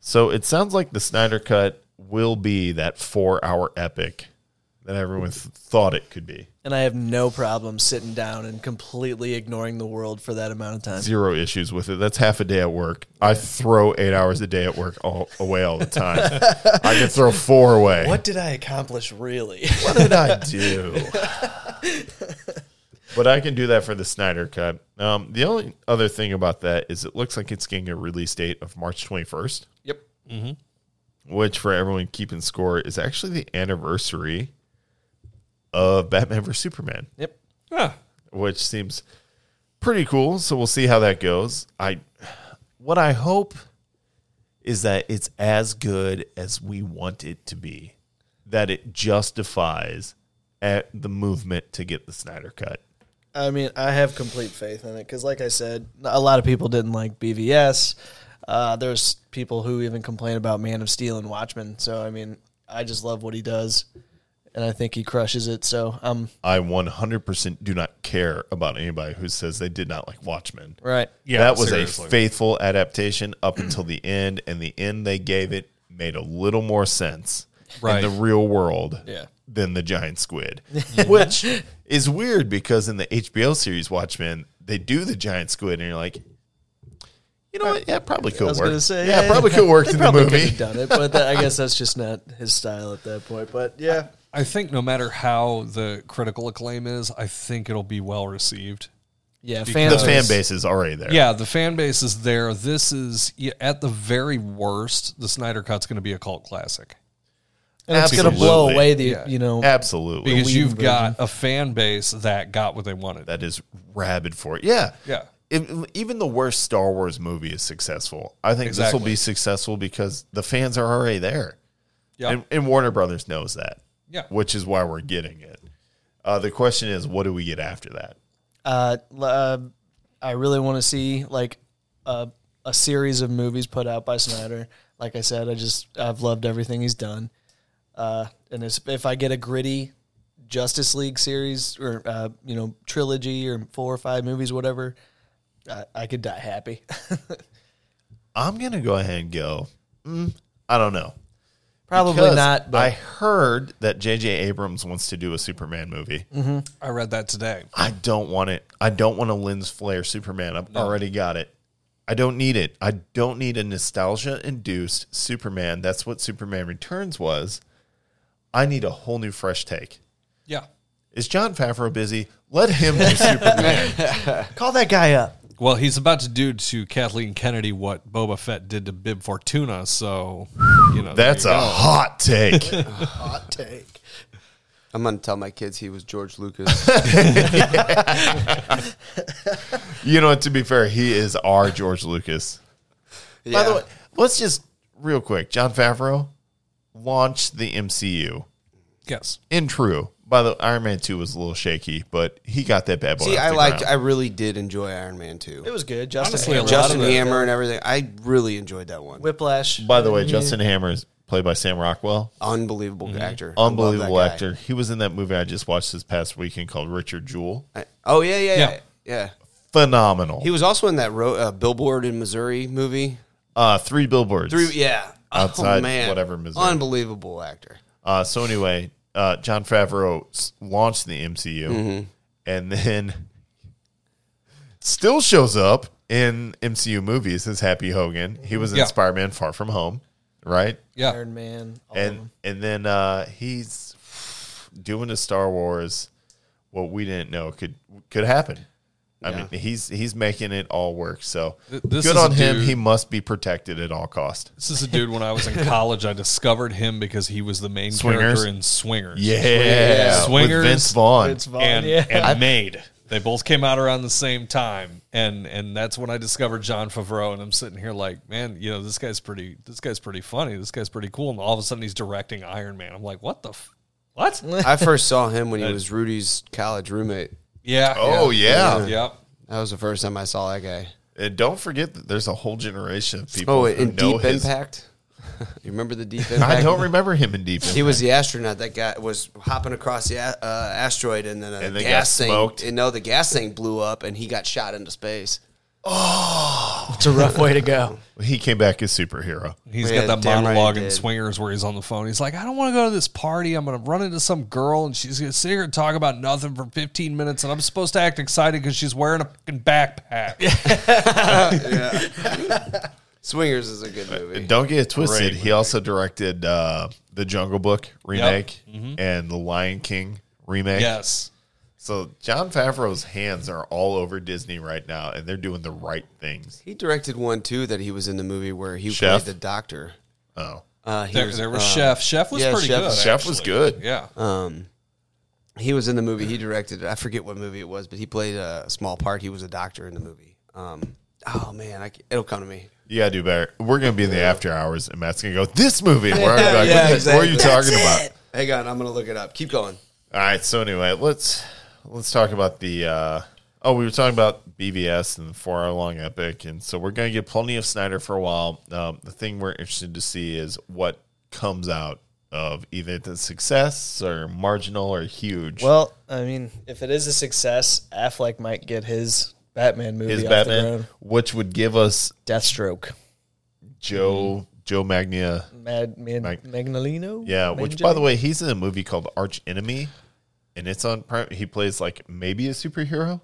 Speaker 1: So it sounds like the Snyder Cut will be that four hour epic that everyone th- thought it could be.
Speaker 7: And I have no problem sitting down and completely ignoring the world for that amount of time.
Speaker 1: Zero issues with it. That's half a day at work. I throw eight hours a day at work all, away all the time. I can throw four away.
Speaker 7: What did I accomplish really?
Speaker 1: What did I do? but I can do that for the Snyder Cut. Um, the only other thing about that is it looks like it's getting a release date of March 21st,
Speaker 8: Yep.
Speaker 1: which for everyone keeping score is actually the anniversary of Batman vs. Superman,
Speaker 7: yep.
Speaker 6: Huh.
Speaker 1: which seems pretty cool. So we'll see how that goes. I What I hope is that it's as good as we want it to be, that it justifies at the movement to get the Snyder Cut.
Speaker 7: I mean, I have complete faith in it because, like I said, a lot of people didn't like BVS. Uh, there's people who even complain about Man of Steel and Watchmen. So, I mean, I just love what he does, and I think he crushes it. So, I'm
Speaker 1: I 100% do not care about anybody who says they did not like Watchmen.
Speaker 7: right.
Speaker 6: Yeah,
Speaker 1: that was
Speaker 6: seriously.
Speaker 1: a faithful adaptation up until the end, and the end they gave it made a little more sense
Speaker 6: Right.
Speaker 1: in the real world
Speaker 7: Yeah.
Speaker 1: than the giant squid, which is weird because in the HBO series Watchmen, they do the giant squid, and you're like, you know what? Yeah, it probably could
Speaker 7: I was
Speaker 1: work.
Speaker 7: gonna say,
Speaker 1: yeah, it
Speaker 7: yeah,
Speaker 1: probably could work
Speaker 7: They
Speaker 1: in the
Speaker 7: probably could have
Speaker 1: movie.
Speaker 7: done it, but that, I guess that's just not his style at that point. But yeah,
Speaker 6: I think no matter how the critical acclaim is, I think it'll be well received.
Speaker 7: yeah,
Speaker 1: The
Speaker 6: Because-
Speaker 1: fan base is already there.
Speaker 6: Yeah, the fan base is there. This is, yeah, at the very worst, the Snyder Cut's going to be a cult classic.
Speaker 7: and it's going to blow
Speaker 1: Absolutely.
Speaker 7: away the
Speaker 6: Yeah.
Speaker 7: you know
Speaker 1: Absolutely.
Speaker 6: Because
Speaker 7: Whedon
Speaker 6: you've
Speaker 7: version.
Speaker 6: got a fan base that got what they wanted.
Speaker 1: that is rabid for it. Yeah.
Speaker 6: Yeah.
Speaker 1: If- even the worst Star Wars movie is successful. I think this will
Speaker 6: Exactly.
Speaker 1: be successful because the fans are already there.
Speaker 6: Yeah.
Speaker 1: And, and Warner Brothers knows that.
Speaker 6: Yeah.
Speaker 1: Which is why we're getting it. Uh, the question is, what do we get after that?
Speaker 7: uh, l- uh, I really want to see like a a series of movies put out by Snyder. Like I said, I just I've loved everything he's done. Uh, and it's, if I get a gritty Justice League series or uh, you know trilogy or four or five movies, whatever, I, I could die happy.
Speaker 1: I'm going to go ahead and go, mm, I don't know.
Speaker 7: Probably
Speaker 1: Because
Speaker 7: not. But
Speaker 1: I heard that J.J. Abrams wants to do a Superman movie.
Speaker 6: I read that today.
Speaker 1: I don't want it. I don't want a lens flare Superman. I've already got it. I don't need it. I don't need a nostalgia induced Superman. That's what Superman Returns was. I need a whole new fresh take.
Speaker 6: Yeah.
Speaker 1: Is John Favreau busy? Let him do Superman.
Speaker 7: call that guy up.
Speaker 6: Well, he's about to do to Kathleen Kennedy what Boba Fett did to Bib Fortuna, so you know
Speaker 1: That's a
Speaker 6: there you
Speaker 1: hot take.
Speaker 7: Hot take.
Speaker 8: I'm gonna tell my kids he was George Lucas.
Speaker 1: you know, to be fair, he is our George Lucas.
Speaker 8: yeah.
Speaker 1: By the way, let's just real quick. John Favreau launched the MCU.
Speaker 6: go. yes.
Speaker 1: In true, by the Iron Man two was a little shaky, but he got that bad boy.
Speaker 8: See,
Speaker 1: off
Speaker 8: I
Speaker 1: the
Speaker 8: liked.
Speaker 1: ground.
Speaker 8: I really did enjoy Iron Man
Speaker 7: It
Speaker 8: 2.
Speaker 7: was good. Justin
Speaker 6: Honestly, a
Speaker 7: Hammer.
Speaker 6: lot of
Speaker 8: Justin
Speaker 6: it.
Speaker 8: Hammer and everything. I really enjoyed that one.
Speaker 7: Whiplash.
Speaker 1: By the way, Justin Hammer is played by Sam Rockwell.
Speaker 8: Unbelievable actor. I love that
Speaker 1: Mm-hmm. Unbelievable
Speaker 8: guy.
Speaker 1: actor. He was in that movie I just watched this past weekend called Richard Jewell.
Speaker 8: I- oh yeah, yeah, yeah,
Speaker 6: Yeah.
Speaker 8: yeah.
Speaker 1: Phenomenal.
Speaker 8: He was also in that ro- uh, Billboard in Missouri movie.
Speaker 1: uh, three billboards.
Speaker 8: Three, yeah. Oh,
Speaker 1: Outside whatever Missouri.
Speaker 8: Unbelievable actor.
Speaker 1: Uh, so anyway, uh, John Favreau s- launched the MCU,
Speaker 8: Mm-hmm.
Speaker 1: and then still shows up in MCU movies as Happy Hogan. He was in
Speaker 6: Yeah.
Speaker 1: Spider-Man: Far From Home, right?
Speaker 6: Yeah.
Speaker 7: Iron Man. all of
Speaker 1: and
Speaker 7: them.
Speaker 1: and then uh, he's doing a Star Wars what we didn't know could could happen. I
Speaker 8: Yeah.
Speaker 1: mean, he's he's making it all work. So
Speaker 6: Th- this
Speaker 1: good
Speaker 6: is a
Speaker 1: on him.
Speaker 6: dude-
Speaker 1: He must be protected at all cost.
Speaker 6: This is a dude when I was in college, I discovered him because he was the main
Speaker 1: Swingers?
Speaker 6: character in Swingers.
Speaker 1: Yeah,
Speaker 6: Swingers.
Speaker 1: with Vince Vaughn.
Speaker 7: Vince Vaughn,
Speaker 6: and,
Speaker 7: yeah.
Speaker 6: and Made. They both came out around the same time, and and that's when I discovered John Favreau. And I'm sitting here like, man, you know, this guy's pretty. This guy's pretty funny. This guy's pretty cool. And all of a sudden, he's directing Iron Man. I'm like, what the, f- what?
Speaker 8: I first saw him when he was Rudy's college roommate.
Speaker 6: yeah.
Speaker 1: Oh yeah.
Speaker 6: yeah. Yep.
Speaker 8: That was the first time I saw that guy.
Speaker 1: and don't forget that there's a whole generation of people.
Speaker 8: Oh,
Speaker 1: who
Speaker 8: in
Speaker 1: know
Speaker 8: Deep
Speaker 1: his-
Speaker 8: Impact. you remember the Deep Impact?
Speaker 1: I don't remember him in Deep Impact.
Speaker 8: He was the astronaut that got was hopping across the a- uh, asteroid, and then a
Speaker 1: And they got
Speaker 8: gas thing.
Speaker 1: smoked.
Speaker 8: And no, the gas thing blew up, and he got shot into space.
Speaker 7: it's a rough way to go.
Speaker 1: he came back as superhero.
Speaker 6: He's got
Speaker 8: Yeah,
Speaker 6: that
Speaker 8: damn right he
Speaker 6: monologue in
Speaker 8: did.
Speaker 6: Swingers where he's on the phone. He's like, I don't want to go to this party. I'm going to run into some girl and she's going to sit here and talk about nothing for 15 minutes. And I'm supposed to act excited because she's wearing a fucking backpack.
Speaker 8: Swingers is a good movie.
Speaker 1: And don't get Uh, it twisted. He also directed uh, the Jungle Book remake and the Lion King remake.
Speaker 6: Mm-hmm. yes.
Speaker 1: So John Favreau's hands are all over Disney right now, and they're doing the right things.
Speaker 8: He directed one too that he was in the movie where he
Speaker 1: Chef?
Speaker 8: played the doctor.
Speaker 1: Oh,
Speaker 8: Uh, he
Speaker 6: There,
Speaker 8: was,
Speaker 6: there was
Speaker 8: uh,
Speaker 6: Chef. Chef was
Speaker 8: yeah,
Speaker 6: pretty
Speaker 8: Chef-
Speaker 6: good.
Speaker 1: Chef was
Speaker 6: actually.
Speaker 1: good.
Speaker 6: Yeah.
Speaker 8: Um, he was in the movie. He directed. it. I forget what movie it was, but he played a small part. He was a doctor in the movie. Um, oh man, I c it'll come to me.
Speaker 1: You gotta do better. We're gonna be in the after hours, and Matt's gonna go this movie. And we're gonna be like,
Speaker 7: Yeah,
Speaker 1: what, the- what are
Speaker 7: exactly.
Speaker 1: you talking about?
Speaker 8: Hang on, I'm gonna look it up. Keep going.
Speaker 1: All right. So anyway, let's let's talk about the. Uh, oh, we were talking about BVS and the four-hour-long epic, and so we're going to get plenty of Snyder for a while. Um, the thing we're interested to see is what comes out of either the success or marginal or huge.
Speaker 7: Well, I mean, if it is a success, Affleck might get his Batman movie
Speaker 1: is
Speaker 7: off the
Speaker 1: Batman,
Speaker 7: ground.
Speaker 1: which would give us
Speaker 7: Deathstroke.
Speaker 1: Joe
Speaker 6: Mm-hmm.
Speaker 1: Joe Magnia.
Speaker 7: Mad Man
Speaker 1: Mag-
Speaker 7: Magnolino?
Speaker 1: Yeah, which by the way, he's in a movie called Arch Enemy, and it's on. Prime. He plays like maybe a superhero,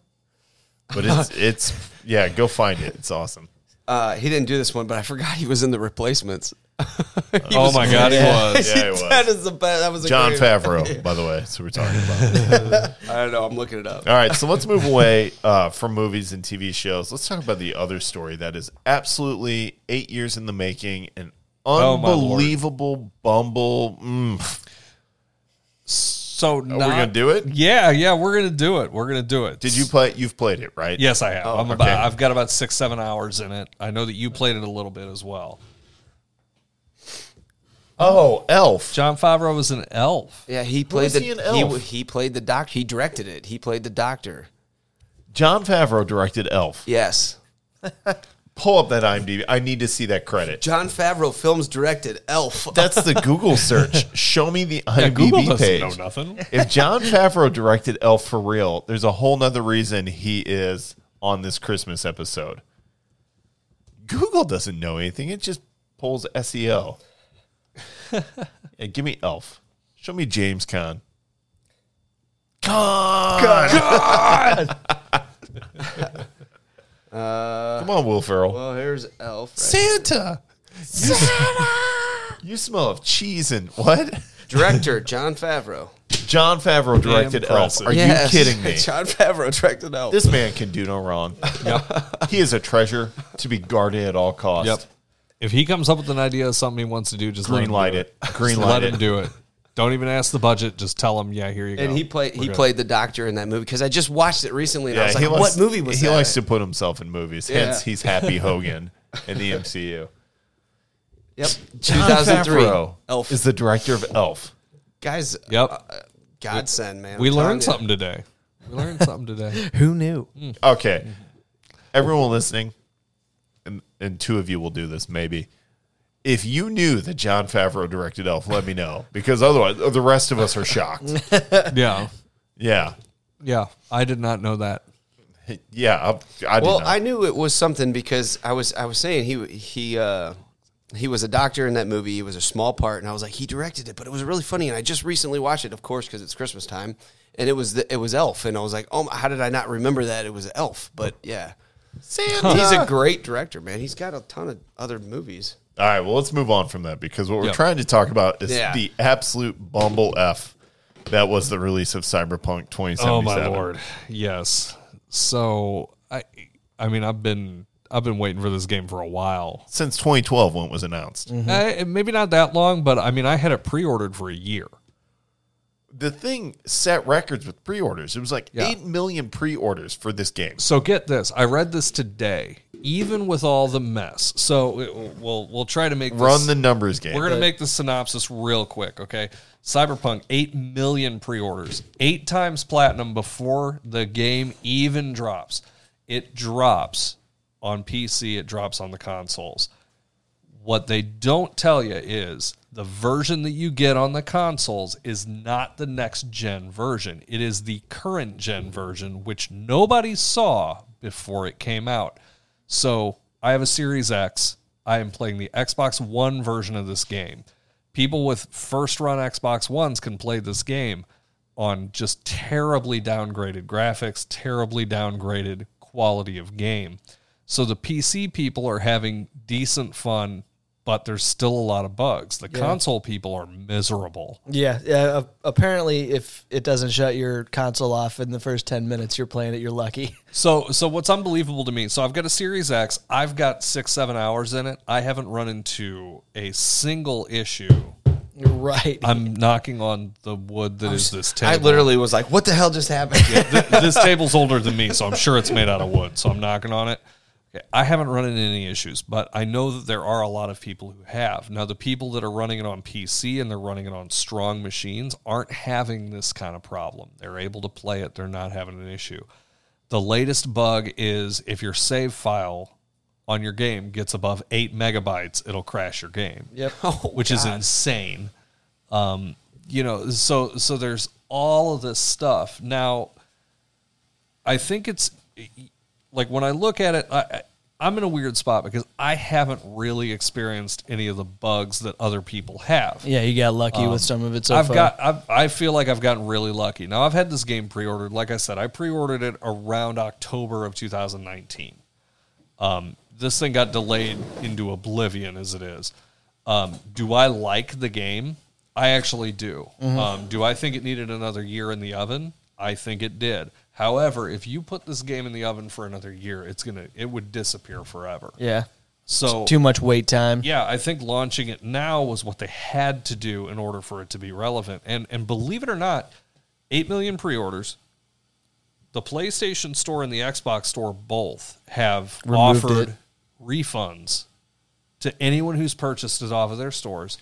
Speaker 1: but it's it's yeah. Go find it. It's awesome.
Speaker 8: Uh, he didn't do this one, but I forgot he was in the replacements.
Speaker 6: oh my God, he was.
Speaker 1: Yeah, it was.
Speaker 8: that is the best. That was a
Speaker 1: John
Speaker 8: great-
Speaker 1: Favreau, by the way. So we're talking about.
Speaker 8: I don't know. I'm looking it up.
Speaker 1: All right, so let's move away uh, from movies and TV shows. Let's talk about the other story that is absolutely eight years in the making and
Speaker 6: Oh, my lord.
Speaker 1: unbelievable bumble. Mm.
Speaker 6: So
Speaker 1: Are we Oh, gonna do it?
Speaker 6: Yeah, yeah, we're gonna do it. We're gonna do it.
Speaker 1: Did you play? You've played it, right?
Speaker 6: Yes, I have. I'm about,
Speaker 1: okay.
Speaker 6: I've got about six, seven hours in it. I know that you played it a little bit as well.
Speaker 1: Oh, Elf.
Speaker 6: John Favreau was an elf.
Speaker 8: Yeah, he played
Speaker 1: is
Speaker 8: the
Speaker 1: he an
Speaker 8: he,
Speaker 1: elf?
Speaker 8: he played the doctor. He directed it. He played the doctor.
Speaker 1: John Favreau directed Elf.
Speaker 8: Yes.
Speaker 1: Pull up that IMDb. I need to see that credit.
Speaker 8: John Favreau films directed Elf.
Speaker 1: That's the Google search. Show me the IMDb
Speaker 6: Yeah, Google doesn't
Speaker 1: page.
Speaker 6: know nothing.
Speaker 1: if John Favreau directed Elf for real, there's a whole nother reason he is on this Christmas episode. Google doesn't know anything. It just pulls SEO. yeah, give me Elf. Show me James Con. Con. Uh, Come on, Will Ferrell.
Speaker 8: well, here's Elf. right?
Speaker 1: Santa. You, you smell of cheese and what?
Speaker 8: Director John Favreau.
Speaker 1: John Favreau directed Elf.
Speaker 6: Impressive.
Speaker 1: Are
Speaker 8: Yes.
Speaker 1: you kidding me?
Speaker 8: John Favreau directed Elf.
Speaker 1: This man can do no wrong. He is a treasure to be guarded at all costs.
Speaker 6: Yep. If he comes up with an idea of something he wants to do, just let
Speaker 1: Green
Speaker 6: him do
Speaker 1: light it. Green
Speaker 6: Just
Speaker 1: light
Speaker 6: let
Speaker 1: it.
Speaker 6: him do it. Don't even ask the budget. Just tell him, yeah, here you go.
Speaker 8: and he played
Speaker 6: We're
Speaker 8: he
Speaker 6: good.
Speaker 8: played the doctor in that movie because I just watched it recently. And I was like, what movie was
Speaker 1: he
Speaker 8: that?
Speaker 1: likes to put himself in movies.
Speaker 8: Yeah.
Speaker 1: Hence, he's Happy Hogan in the MCU.
Speaker 8: Yep,
Speaker 1: John
Speaker 8: 2003.
Speaker 1: Favreau
Speaker 8: Elf.
Speaker 1: is the director of Elf.
Speaker 8: Guys, uh,
Speaker 6: Yep.
Speaker 8: godsend, man.
Speaker 6: we
Speaker 8: I'm
Speaker 6: learned
Speaker 8: telling
Speaker 6: something today. We learned something today.
Speaker 7: Who knew?
Speaker 1: Okay, everyone listening, and, and two of you will do this maybe. If you knew that John Favreau directed Elf, let me know because otherwise the rest of us are shocked.
Speaker 6: yeah.
Speaker 1: Yeah,
Speaker 6: Yeah. I did not know that.
Speaker 1: yeah. I, I
Speaker 8: you.
Speaker 1: did
Speaker 8: Well,
Speaker 1: not.
Speaker 8: I knew it was something because I was I was saying he he uh, he was a doctor in that movie. He was a small part, and I was like, he directed it, but it was really funny. And I just recently watched it, of course, because it's Christmas time, and it was the, it was Elf, and I was like, oh, my- how did I not remember that it was Elf? But yeah,
Speaker 1: Santa.
Speaker 8: he's a great director, man. He's got a ton of other movies.
Speaker 1: All right, well, let's move on from that because what we're
Speaker 6: Yep.
Speaker 1: trying to talk about is
Speaker 8: Yeah.
Speaker 1: the absolute bumble F that was the release of Cyberpunk 2077.
Speaker 6: Oh my lord, yes. So I, I mean, I've been I've been waiting for this game for a while.
Speaker 1: Since 2012 when it was announced.
Speaker 6: Uh, maybe not that long, but I mean, I had it pre-ordered for a year.
Speaker 1: The thing set records with pre-orders. It was like
Speaker 6: Yeah.
Speaker 1: 8 million pre-orders for this game.
Speaker 6: So get this. I read this today. Even with all the mess, so it- we'll we'll try to make
Speaker 1: Run
Speaker 6: this-
Speaker 1: the numbers game.
Speaker 6: We're going to make the synopsis real quick, okay? Cyberpunk, 8 million pre orders, eight times platinum before the game even drops. It drops on PC, it drops on the consoles. What they don't tell you is the version that you get on the consoles is not the next gen version. It is the current gen version, which nobody saw before it came out. So I have a Series X. I am playing the Xbox One version of this game. People with first run Xbox Ones can play this game on just terribly downgraded graphics, terribly downgraded quality of game. So the PC people are having decent fun, but there's still a lot of bugs. The console people are miserable.
Speaker 7: Yeah, yeah. Uh, apparently, if it doesn't shut your console off in the first ten minutes you're playing it, you're lucky.
Speaker 6: So so what's unbelievable to me, so I've got a Series X, I've got six, seven hours in it. I haven't run into a single issue.
Speaker 7: You're right.
Speaker 6: I'm knocking on the wood that is this table.
Speaker 8: I literally was like, what the hell just happened?
Speaker 6: Th- this table's older than me, so I'm sure it's made out of wood. So I'm knocking on it. Okay, I haven't run into any issues, but I know that there are a lot of people who have. Now, the people that are running it on PC and they're running it on strong machines aren't having this kind of problem. They're able to play it, they're not having an issue. The latest bug is if your save file on your game gets above eight megabytes, it'll crash your game. Yep. Which is insane Um, you know so so there's all of this stuff now i think it's like when i look at it i, I i'm in a weird spot because i haven't really experienced any of the bugs that other people have
Speaker 7: yeah, you got lucky with some of it so
Speaker 6: I've
Speaker 7: far.
Speaker 6: got. I've, I feel like I've gotten really lucky. Now I've had this game pre-ordered. Like I said, I pre-ordered it around October of 2019. Um, this thing got delayed into oblivion as it is. Um, do I like the game? I actually do.
Speaker 7: Mm-hmm.
Speaker 6: Um, do I think it needed another year in the oven? I think it did. However, if you put this game in the oven for another year, it's gonna it would disappear forever.
Speaker 7: yeah,
Speaker 6: So
Speaker 7: too much wait time.
Speaker 6: yeah, I think launching it now was what they had to do in order for it to be relevant. And and believe it or not, 8 million pre-orders. The PlayStation Store and the Xbox Store both have
Speaker 7: Removed
Speaker 6: offered
Speaker 7: it.
Speaker 6: refunds to anyone who's purchased it off of their stores,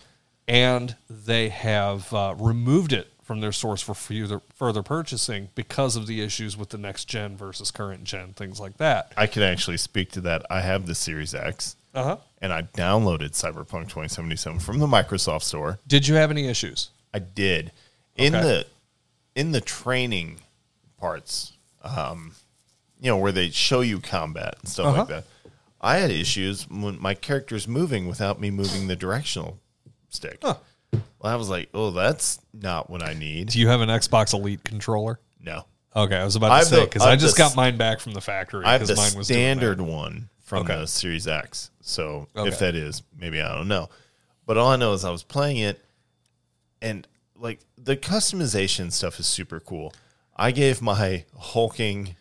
Speaker 6: and they have uh, removed it from their stores for further, further purchasing because of the issues with the next gen versus current gen, things like that.
Speaker 1: I can actually speak to that. I have the Series X
Speaker 6: Uh-huh.
Speaker 1: and I downloaded Cyberpunk 2077 from the Microsoft Store.
Speaker 6: Did you have any issues?
Speaker 1: I did in
Speaker 6: Okay.
Speaker 1: the in the training parts, um, you know, where they show you combat and stuff like that. I had issues when my character's moving without me moving the directional stick. Well, I was like, oh, that's not what I need.
Speaker 6: Do you have an Xbox Elite controller?
Speaker 1: no,
Speaker 6: Okay, I was about
Speaker 1: I
Speaker 6: to
Speaker 1: have
Speaker 6: say
Speaker 1: the-
Speaker 6: because
Speaker 1: I
Speaker 6: I
Speaker 1: have
Speaker 6: just
Speaker 1: the s-
Speaker 6: got mine back from the factory
Speaker 1: I have the
Speaker 6: because mine was doing that.
Speaker 1: standard one from
Speaker 6: Okay.
Speaker 1: the Series X. So
Speaker 6: Okay.
Speaker 1: if that is, maybe I don't know. But all I know is I was playing it, and like the customization stuff is super cool. I gave my hulking,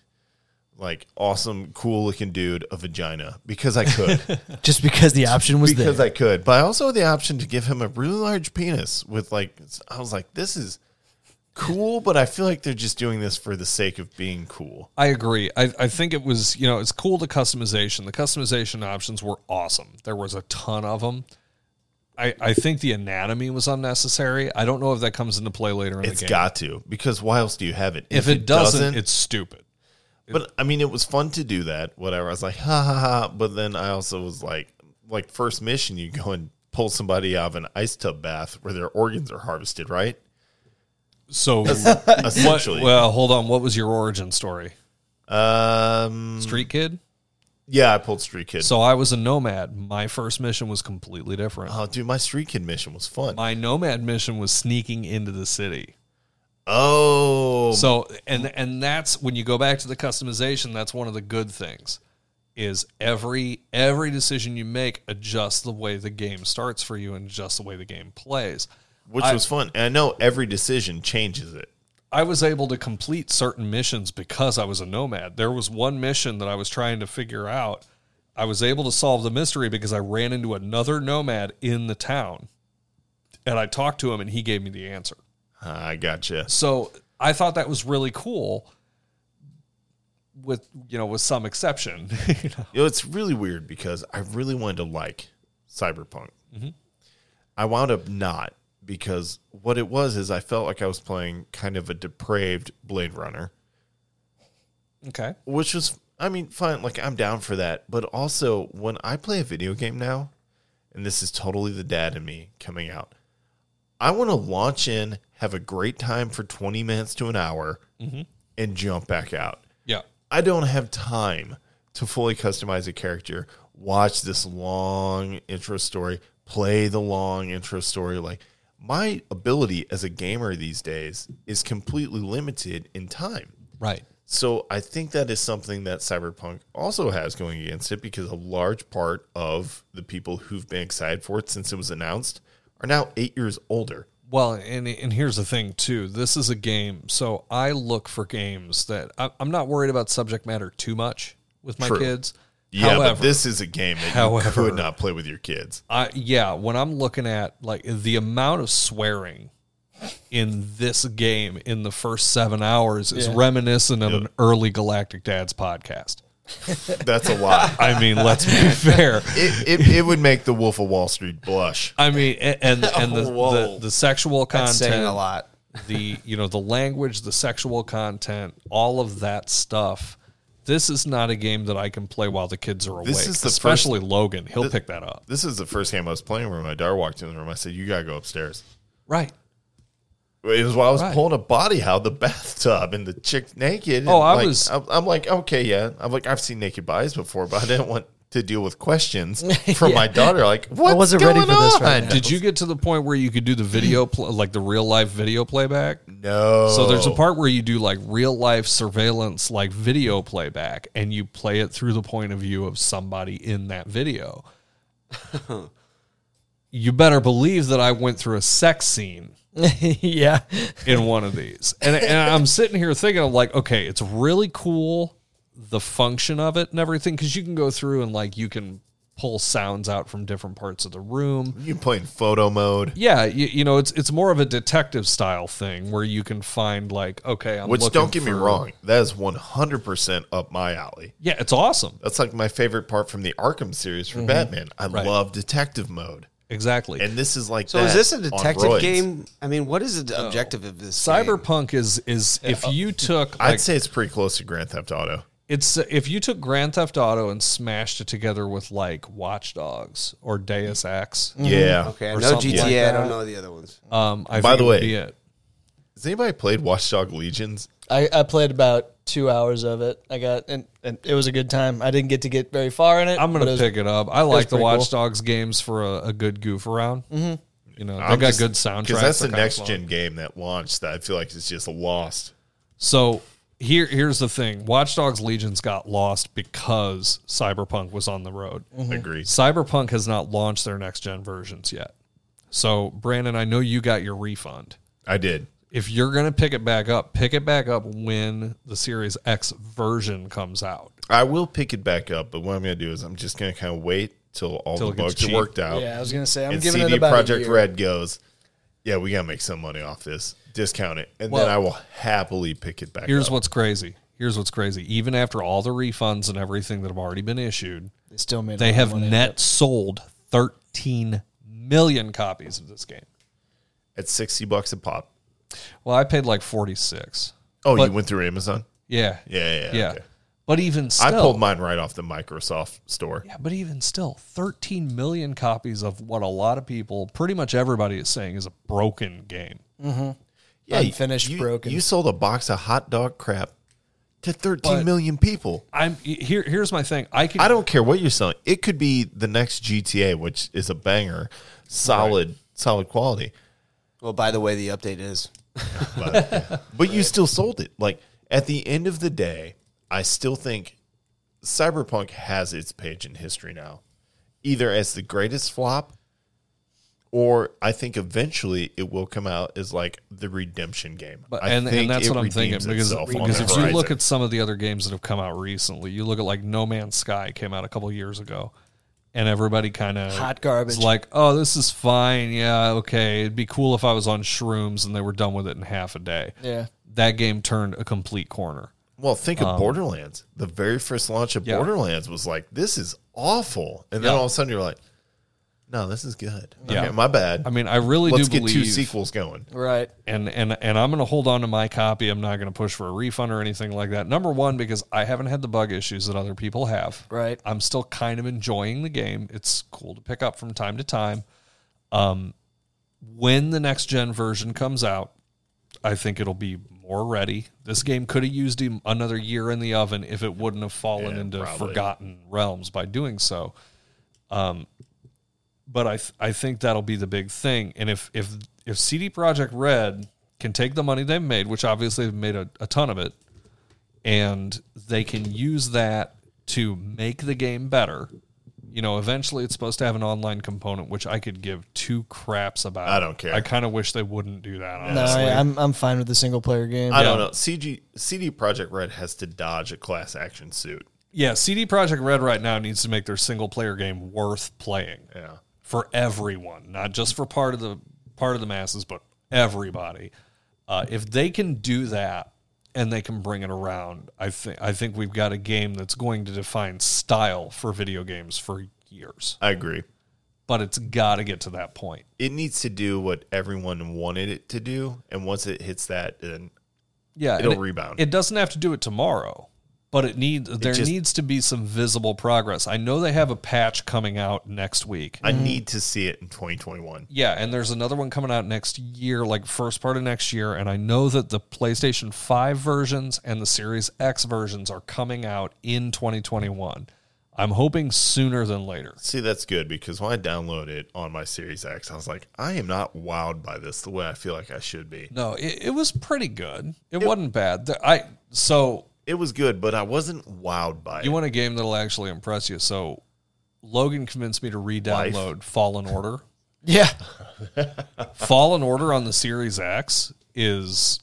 Speaker 1: like awesome, cool looking dude a vagina because I could,
Speaker 7: Just because the option was
Speaker 1: because
Speaker 7: there.
Speaker 1: I could. But I also had the option to give him a really large penis with like I was like, this is cool, but I feel like they're just doing this for the sake of being cool.
Speaker 6: I agree. I, I think it was you know it's cool the customization. The customization options were awesome. There was a ton of them. I, I think the anatomy was unnecessary. I don't know if that comes into play later in
Speaker 1: It's
Speaker 6: the game.
Speaker 1: got to because why else do you have it?
Speaker 6: if, it, doesn't, it's stupid.
Speaker 1: But I mean, it was fun to do that. Whatever. I was like, ha ha ha. But then I also was like, like first mission, you go and pull somebody out of an ice tub bath where their organs are harvested, right?
Speaker 6: So what,
Speaker 1: Essentially,
Speaker 6: well, hold on. What was your origin story?
Speaker 1: um,
Speaker 6: Street kid.
Speaker 1: Yeah, I pulled Street Kid.
Speaker 6: So I was a nomad. My first mission was completely different.
Speaker 1: oh, dude, my Street Kid mission was fun.
Speaker 6: My nomad mission was sneaking into the city.
Speaker 1: oh,
Speaker 6: So and and that's when you go back to the customization, that's one of the good things. Is every every decision you make adjusts the way the game starts for you and adjusts the way the game plays.
Speaker 1: which
Speaker 6: I-
Speaker 1: was fun. And I know every decision changes it.
Speaker 6: I was able to complete certain missions because I was a nomad. There was one mission that I was trying to figure out. I was able to solve the mystery because I ran into another nomad in the town and I talked to him and he gave me the answer.
Speaker 1: Ah, I gotcha.
Speaker 6: So I thought that was really cool with you know with some exception. you know.
Speaker 1: You know, it's really weird because I really wanted to like Cyberpunk. I wound up not because what it was is I felt like I was playing kind of a depraved Blade Runner,
Speaker 6: Okay.
Speaker 1: which was, I mean, fine. Like, I'm down for that. But also, when I play a video game now, and this is totally the dad in me coming out, I want to launch in, have a great time for 20 minutes to an hour, and jump back out.
Speaker 6: Yeah.
Speaker 1: I don't have time to fully customize a character, watch this long intro story, play the long intro story. Like, my ability as a gamer these days is completely limited in time.
Speaker 6: Right.
Speaker 1: So, I think that is something that Cyberpunk also has going against it because a large part of the people who've been excited for it since it was announced are now eight years older.
Speaker 6: Well, and and here's the thing too. This is a game, so I look for games that I, I'm not worried about subject matter too much with my
Speaker 1: True.
Speaker 6: kids.
Speaker 1: Yeah,
Speaker 6: however,
Speaker 1: but this is a game that
Speaker 6: However-
Speaker 1: you could not play with your kids.
Speaker 6: I, yeah, when I'm looking at like the amount of swearing in this game in the first seven hours is reminiscent of an early Galactic Dads podcast.
Speaker 1: That's a lot.
Speaker 6: I mean, let's be fair.
Speaker 1: it, it, it would make the Wolf of Wall Street blush.
Speaker 6: I mean, a- and and the the,
Speaker 8: Whoa.
Speaker 6: the sexual
Speaker 8: That's saying
Speaker 6: content,
Speaker 8: a lot.
Speaker 6: the you know the language, the sexual content, all of that stuff. This is not a game that I can play while the kids are awake.
Speaker 1: This is the
Speaker 6: especially Logan. He'll pick that up.
Speaker 1: This is the first game I was playing where my daughter walked in the room. I said, "You gotta go upstairs."
Speaker 6: Right.
Speaker 1: It was while I was
Speaker 6: Right.
Speaker 1: pulling a body out of the bathtub and the chick naked. and,
Speaker 6: Oh, I
Speaker 1: like,
Speaker 6: was-
Speaker 1: I'm, I'm like, okay, yeah. I'm like, I've seen naked bodies before, but I didn't want to deal with questions from my daughter. Like, what's
Speaker 7: wasn't
Speaker 1: going
Speaker 7: ready for this
Speaker 1: on?
Speaker 7: right now.
Speaker 6: Did you get to the point where you could do the video, pl- like the real life video playback?
Speaker 1: No.
Speaker 6: So there's a part where you do like real life surveillance, like video playback, and you play it through the point of view of somebody in that video. you better believe that I went through a sex scene
Speaker 7: yeah.
Speaker 6: in one of these. And, and I'm sitting here thinking, I'm like, okay, it's really cool the function of it and everything, because you can go through and like you can pull sounds out from different parts of the room.
Speaker 1: you playing photo mode,
Speaker 6: Yeah, you, you know, it's it's more of a detective style thing where you can find like, okay, I'm
Speaker 1: which
Speaker 6: looking
Speaker 1: don't get me
Speaker 6: for-
Speaker 1: wrong, that is 100 percent up my alley.
Speaker 6: Yeah, it's awesome.
Speaker 1: That's like my favorite part from the Arkham series
Speaker 6: Mm-hmm.
Speaker 1: for Batman. I love detective mode,
Speaker 6: Exactly.
Speaker 1: and this is like
Speaker 8: So is
Speaker 1: that
Speaker 8: this a
Speaker 1: on
Speaker 8: detective
Speaker 1: roids.
Speaker 8: game? I mean, what is the objective of this? game?
Speaker 6: Cyberpunk is is if you took like,
Speaker 1: I'd say it's pretty close to Grand Theft Auto.
Speaker 6: it's if you took Grand Theft Auto and smashed it together with like Watch Dogs or Deus Ex.
Speaker 7: Mm-hmm.
Speaker 1: Yeah.
Speaker 8: Okay, I
Speaker 6: or
Speaker 8: know
Speaker 6: something
Speaker 8: GTA.
Speaker 6: like
Speaker 8: I
Speaker 6: that.
Speaker 8: don't know the other ones.
Speaker 6: Um,
Speaker 1: By
Speaker 6: I think
Speaker 1: the
Speaker 6: it would
Speaker 1: way-
Speaker 6: be it.
Speaker 1: Has anybody played Watchdog Legions?
Speaker 7: I, I played about two hours of it. I got and, and it was a good time. I didn't get to get very far in it.
Speaker 6: I'm gonna
Speaker 7: but it was-
Speaker 6: pick it up. I like the
Speaker 7: pretty
Speaker 6: Watch
Speaker 7: cool.
Speaker 6: Dogs games for a, a good goof around. Mm-hmm. You know, they
Speaker 1: I've
Speaker 6: got good soundtracks.
Speaker 1: Because that's
Speaker 6: They're
Speaker 1: the
Speaker 6: kinda
Speaker 1: next
Speaker 6: fun.
Speaker 1: gen game that launched that I feel like it's just lost.
Speaker 6: So here, here's the thing: Watch Dogs Legions got lost because Cyberpunk was on the road.
Speaker 7: Mm-hmm.
Speaker 1: Agreed.
Speaker 6: Cyberpunk has not launched their next gen versions yet. So Brandon, I know you got your refund.
Speaker 1: I did.
Speaker 6: If you're gonna pick it back up, pick it back up when the Series X version comes out.
Speaker 1: I will pick it back up, but what I'm going to do is I'm just going to kind of wait till all
Speaker 6: Till it
Speaker 1: the
Speaker 6: gets
Speaker 1: bugs are
Speaker 6: cheap.
Speaker 1: worked out.
Speaker 7: Yeah, I was gonna say I'm
Speaker 1: and
Speaker 7: giving
Speaker 1: CD
Speaker 7: it about a
Speaker 1: Project
Speaker 7: year.
Speaker 1: Red goes, yeah, we got to make some money off this. Discount it. And
Speaker 6: Well-
Speaker 1: then I will happily pick it back
Speaker 6: Here's
Speaker 1: up.
Speaker 6: what's crazy. Here's what's crazy. Even after all the refunds and everything that have already been issued,
Speaker 7: They still made. a
Speaker 6: they
Speaker 7: lot of
Speaker 6: have
Speaker 7: money.
Speaker 6: net sold 13 million copies of this game.
Speaker 1: At 60 bucks a pop.
Speaker 6: Well, I paid like 46.
Speaker 1: Oh,
Speaker 6: But-
Speaker 1: you went through Amazon?
Speaker 6: Yeah.
Speaker 1: Yeah, yeah, yeah, okay.
Speaker 6: But even still,
Speaker 1: I pulled mine right off the Microsoft store.
Speaker 6: yeah, but even still, 13 million copies of what a lot of people, pretty much everybody is saying is a broken game.
Speaker 1: Yeah, you-
Speaker 7: Unfinished,
Speaker 1: you,
Speaker 7: broken.
Speaker 1: You sold a box of hot dog crap to
Speaker 6: But-
Speaker 1: thirteen million people.
Speaker 6: I'm here. Here's my thing. I can.
Speaker 1: I don't care what you're selling. It could be the next GTA, which is a banger, solid, solid quality.
Speaker 8: Well, by the way, the update is
Speaker 1: But you still sold it. Like at the end of the day, I still think Cyberpunk has its page in history now, either as the greatest flop, or I think eventually it will come out as like the redemption game.
Speaker 6: But,
Speaker 1: I
Speaker 6: and,
Speaker 1: think
Speaker 6: and that's
Speaker 1: it
Speaker 6: what I'm thinking
Speaker 1: redeems
Speaker 6: because,
Speaker 1: itself on
Speaker 6: because
Speaker 1: the
Speaker 6: if you look
Speaker 1: horizon.
Speaker 6: at some of the other games that have come out recently, you look at like No Man's Sky came out a couple years ago, and everybody kind of
Speaker 7: Hot garbage.
Speaker 6: Like, oh, this is fine. Yeah, okay. It'd be cool if I was on shrooms and they were done with it in half a day.
Speaker 7: Yeah.
Speaker 6: that game turned a complete corner.
Speaker 1: Well, think of Borderlands. The very first launch of
Speaker 6: um, Yeah.
Speaker 1: Borderlands was like, this is awful. And then
Speaker 6: Yeah.
Speaker 1: all of a sudden you're like, no, this is good.
Speaker 6: Yeah.
Speaker 1: Okay, my bad.
Speaker 6: I mean, I really
Speaker 1: Let's
Speaker 6: do
Speaker 1: get
Speaker 6: believe
Speaker 1: two sequels going.
Speaker 7: Right.
Speaker 6: and and and I'm going to hold on to my copy. I'm not going to push for a refund or anything like that. Number one, because I haven't had the bug issues that other people have.
Speaker 7: Right.
Speaker 6: I'm still kind of enjoying the game. It's cool to pick up from time to time. Um, when the next gen version comes out, I think it'll be more ready. This game could have used him another year in the oven if it wouldn't have fallen
Speaker 1: Yeah,
Speaker 6: into
Speaker 1: probably.
Speaker 6: forgotten realms by doing so. Um, but I th- I think that'll be the big thing. And if if if CD Project Red can take the money they've made, which obviously they've made a, a ton of it, and they can use that to make the game better. You know, eventually it's supposed to have an online component, which I could give two craps about.
Speaker 1: I don't care.
Speaker 6: I kind of wish they wouldn't do that. Honestly.
Speaker 7: No, I, Uh, I'm I'm fine with the single player game.
Speaker 1: I don't know. CG, CD Project Red has to dodge a class action suit.
Speaker 6: Yeah, CD Project Red right now needs to make their single player game worth playing.
Speaker 1: Yeah.
Speaker 6: For everyone, not just for part of the part of the masses, but everybody. Uh, if they can do that and they can bring it around, I think I think we've got a game that's going to define style for video games for years.
Speaker 1: I agree.
Speaker 6: But it's got to get to that point.
Speaker 1: It needs to do what everyone wanted it to do. And once it hits that, then
Speaker 6: Yeah,
Speaker 1: It'll
Speaker 6: and it-
Speaker 1: rebound.
Speaker 6: It doesn't have to do it tomorrow, but it needs there
Speaker 1: just-
Speaker 6: needs to be some visible progress. I know they have a patch coming out next week.
Speaker 1: I need to see it in 2021.
Speaker 6: Yeah, and there's another one coming out next year, like first part of next year. And I know that the PlayStation 5 versions and the Series X versions are coming out in 2021. I'm hoping sooner than later.
Speaker 1: See, that's good because when I downloaded it on my Series X, I was like, I am not wowed by this the way I feel like I should be.
Speaker 6: No, it, it was pretty good. It, wasn't bad. The- I so
Speaker 1: It was good, but I wasn't wowed by it.
Speaker 6: you want a game that'll actually impress you. So Logan convinced me to re-download Fallen Order.
Speaker 7: Yeah.
Speaker 6: Fallen Order on the Series X is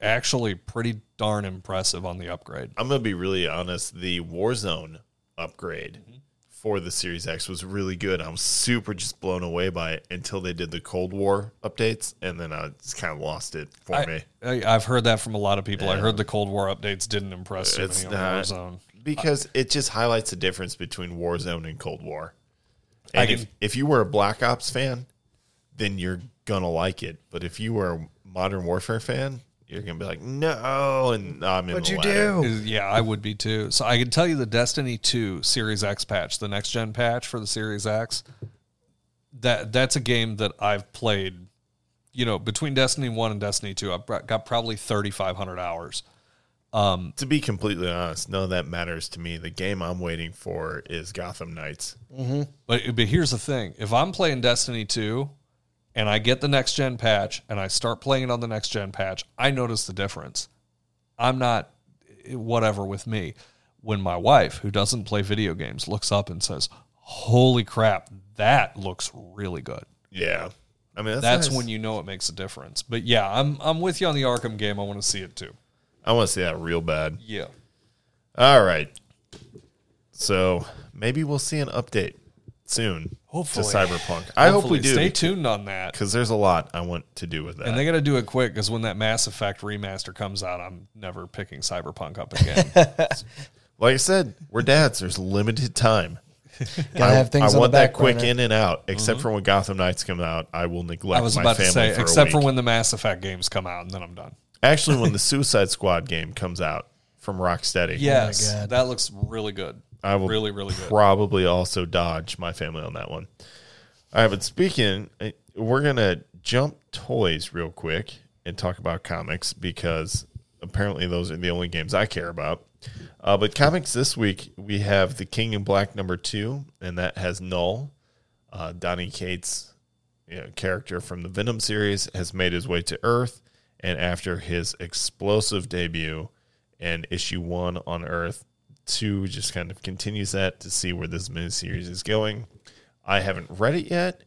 Speaker 6: actually pretty darn impressive on the upgrade.
Speaker 1: I'm gonna be really honest. The Warzone upgrade for the Series X was really good. I'm super just blown away by it until they did the Cold War updates, and then I just kind of lost it for me.
Speaker 6: I, I've heard that from a lot of people. I heard the Cold War updates didn't impress too
Speaker 1: It's
Speaker 6: many on
Speaker 1: not
Speaker 6: Warzone.
Speaker 1: because it just highlights the difference between Warzone and Cold War.
Speaker 6: I
Speaker 1: And if,
Speaker 6: can-
Speaker 1: if you were a Black Ops fan, then you're gonna like it. But if you were a Modern Warfare fan, you're gonna be like, no, and I'm in
Speaker 7: What'd
Speaker 1: the
Speaker 7: you
Speaker 1: latter.
Speaker 7: do?
Speaker 6: Is- Yeah, I would be too. So I can tell you the Destiny 2 Series X patch, the next gen patch for the Series X. That that's a game that I've played. You know, between Destiny 1 and Destiny 2, I've pro- got probably 3500 hours.
Speaker 1: To be completely honest, none of that matters to me. The game I'm waiting for is Gotham Knights.
Speaker 6: But but here's the thing: if I'm playing Destiny two, and I get the next gen patch, and I start playing it on the next gen patch, I notice the difference. I'm not whatever with me. When my wife, who doesn't play video games, looks up and says, "Holy crap, that looks really good."
Speaker 1: Yeah. I mean, that's,
Speaker 6: That's
Speaker 1: nice.
Speaker 6: when you know it makes a difference. But yeah, I'm I'm with you on the Arkham game. I want to see it too.
Speaker 1: I want to see that real bad.
Speaker 6: Yeah.
Speaker 1: All right. So maybe we'll see an update soon
Speaker 6: Hopefully.
Speaker 1: to Cyberpunk. I hope we
Speaker 6: Hopefully. Stay
Speaker 1: do
Speaker 6: tuned on that.
Speaker 1: because there's a lot I want to do with that.
Speaker 6: And they got to do it quick because when that Mass Effect remaster comes out, I'm never picking Cyberpunk up again.
Speaker 1: like I said, we're dads. There's limited time.
Speaker 7: Gotta have things
Speaker 1: I
Speaker 7: on
Speaker 1: want
Speaker 7: the back
Speaker 1: that quick
Speaker 7: burner.
Speaker 1: in and out. Except for when Gotham Knights come out, I will neglect
Speaker 6: Mm-hmm. I was
Speaker 1: my
Speaker 6: about to
Speaker 1: family
Speaker 6: say,
Speaker 1: for
Speaker 6: except
Speaker 1: a
Speaker 6: for
Speaker 1: week.
Speaker 6: when the Mass Effect games come out, and then I'm done.
Speaker 1: Actually, when the Suicide Squad game comes out from Rocksteady,
Speaker 6: Yes,
Speaker 7: God.
Speaker 6: that looks really good.
Speaker 1: I will
Speaker 6: really, really good.
Speaker 1: probably also dodge my family on that one. All right, but speaking, uh, we're gonna jump toys real quick and talk about comics because apparently those are the only games I care about. Uh, but comics this week we have The King in Black number two, and that has Null. Uh, Donnie Cates, you know, character from the Venom series, has made his way to Earth, and after his explosive debut and issue one on Earth, two just kind of continues that to see where this miniseries is going. I haven't read it yet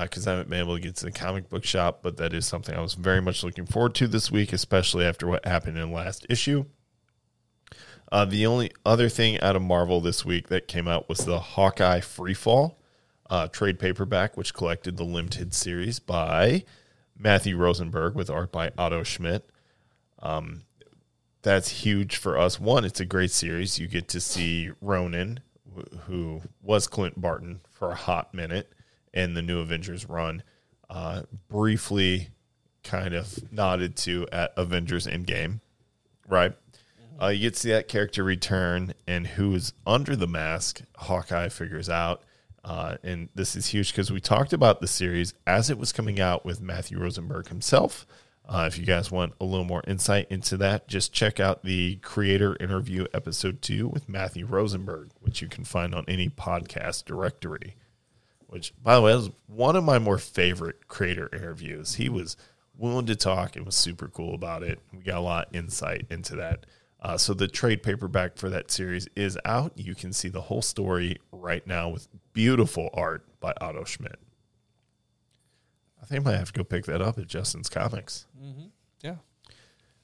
Speaker 1: because I haven't been able to get to the comic book shop, but that is something I was very much looking forward to this week, especially after what happened in last issue. Uh, the only other thing out of Marvel this week that came out was the Hawkeye Freefall uh, trade paperback, which collected the limited series by Matthew Rosenberg with art by Otto Schmidt. Um, that's huge for us. One, it's a great series. You get to see Ronan, wh- who was Clint Barton for a hot minute, and the new Avengers run, uh, briefly kind of nodded to at Avengers Endgame, right? Uh, you get to see that character return and who is under the mask. Hawkeye figures out. Uh, and this is huge because we talked about the series as it was coming out with Matthew Rosenberg himself. Uh, if you guys want a little more insight into that, just check out the creator interview episode two with Matthew Rosenberg, which you can find on any podcast directory. Which, by the way, was one of my more favorite creator interviews. He was willing to talk and was super cool about it. We got a lot of insight into that. Uh, so the trade paperback for that series is out. You can see the whole story right now with beautiful art by Otto Schmidt. I think I might have to go pick that up at Justin's Comics.
Speaker 6: Yeah.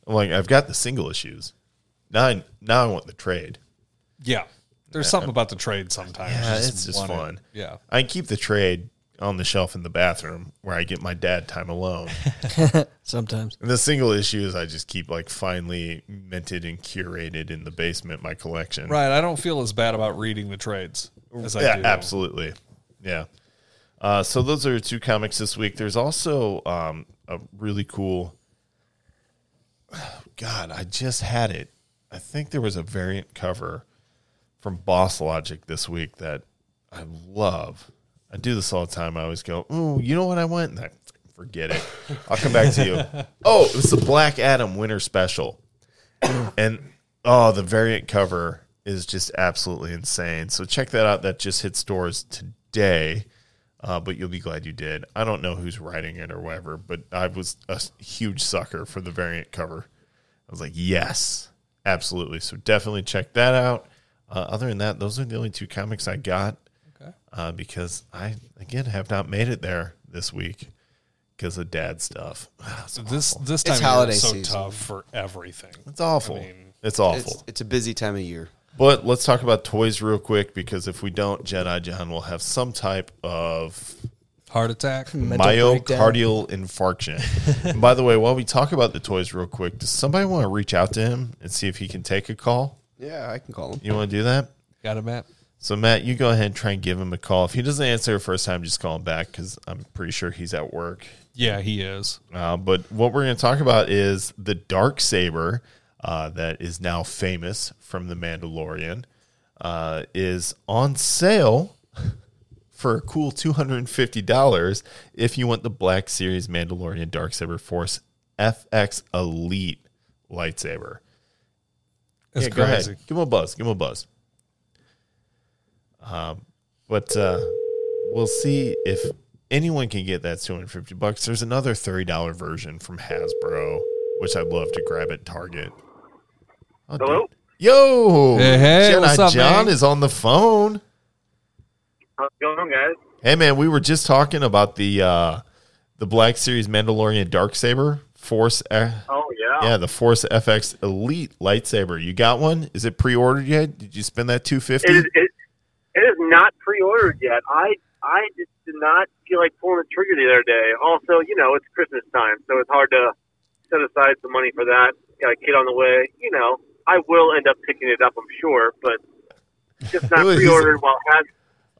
Speaker 1: I'm like, I've got the single issues. Now I, now I want the trade.
Speaker 6: Yeah. There's something about the trade sometimes.
Speaker 1: Yeah,
Speaker 6: You
Speaker 1: it's just
Speaker 6: want it.
Speaker 1: fun.
Speaker 6: Yeah.
Speaker 1: I can keep the trade on the shelf in the bathroom where I get my dad time alone.
Speaker 7: Sometimes.
Speaker 1: and the single issues I just keep like finely minted and curated in the basement, my collection.
Speaker 6: Right. I don't feel as bad about reading the trades as I
Speaker 1: yeah,
Speaker 6: do.
Speaker 1: absolutely. Yeah. Uh, so those are two comics this week. There's also um, a really cool. God, I just had it. I think there was a variant cover from Boss Logic this week that I love. I do this all the time. I always go, "Oh, you know what I want?" And I forget it. I'll come back to you. oh, it was the Black Adam Winter Special and oh, the variant cover is just absolutely insane. So check that out. That just hit stores today, uh, but you'll be glad you did. I don't know who's writing it or whatever, but I was a s- huge sucker for the variant cover. I was like, yes, absolutely. So definitely check that out. Uh, other than that, those are the only two comics I got uh, because I again have not made it there this week because of dad stuff. It's,
Speaker 6: This this time of year
Speaker 8: holiday
Speaker 6: is so
Speaker 8: season.
Speaker 6: tough for everything.
Speaker 1: it's awful. it's awful.
Speaker 8: It's, it's a busy time of year.
Speaker 1: But let's talk about toys real quick because if we don't, Jedi John will have some type of
Speaker 6: Heart attack.
Speaker 7: Mental breakdown.
Speaker 1: myocardial infarction. and by the way, while we talk about the toys real quick, does somebody want to reach out to him and see if he can take a call?
Speaker 8: Yeah, I can call him.
Speaker 1: You want to do that?
Speaker 6: Got it, Matt.
Speaker 1: So Matt, you go ahead and try and give him a call. If he doesn't answer the first time, just call him back because I'm pretty sure he's at work.
Speaker 6: Yeah, he is.
Speaker 1: Uh, but what we're going to talk about is the dark saber uh, that is now famous from the Mandalorian uh, is on sale for a cool two hundred and fifty dollars if you want the Black Series Mandalorian dark saber Force FX Elite lightsaber.
Speaker 6: It's
Speaker 1: Yeah, go ahead.
Speaker 6: crazy.
Speaker 1: Give him a buzz. Give him a buzz. Um, but uh, we'll see if anyone can get that 250 bucks. There's another $30 version from Hasbro, which I'd love to grab at Target. Oh,
Speaker 9: Hello?
Speaker 1: dude. Yo!
Speaker 6: Hey, hey,
Speaker 1: Jedi
Speaker 6: what's up,
Speaker 1: John
Speaker 6: man?
Speaker 1: is on the phone.
Speaker 9: How's it going on, guys?
Speaker 1: Hey man, we were just talking about the uh the Black Series Mandalorian dark saber Force eh,
Speaker 9: Oh yeah.
Speaker 1: yeah, the Force FX Elite lightsaber. You got one? Is it pre-ordered yet? Did you spend that two
Speaker 9: It is
Speaker 1: fifty?
Speaker 9: it, it is not pre-ordered yet. I I just did not feel like pulling the trigger the other day. Also, you know, it's Christmas time, so it's hard to set aside some money for that. Got a kid on the way. You know, I will end up picking it up, I'm sure, but just not
Speaker 1: He's-
Speaker 9: pre-ordered. While Has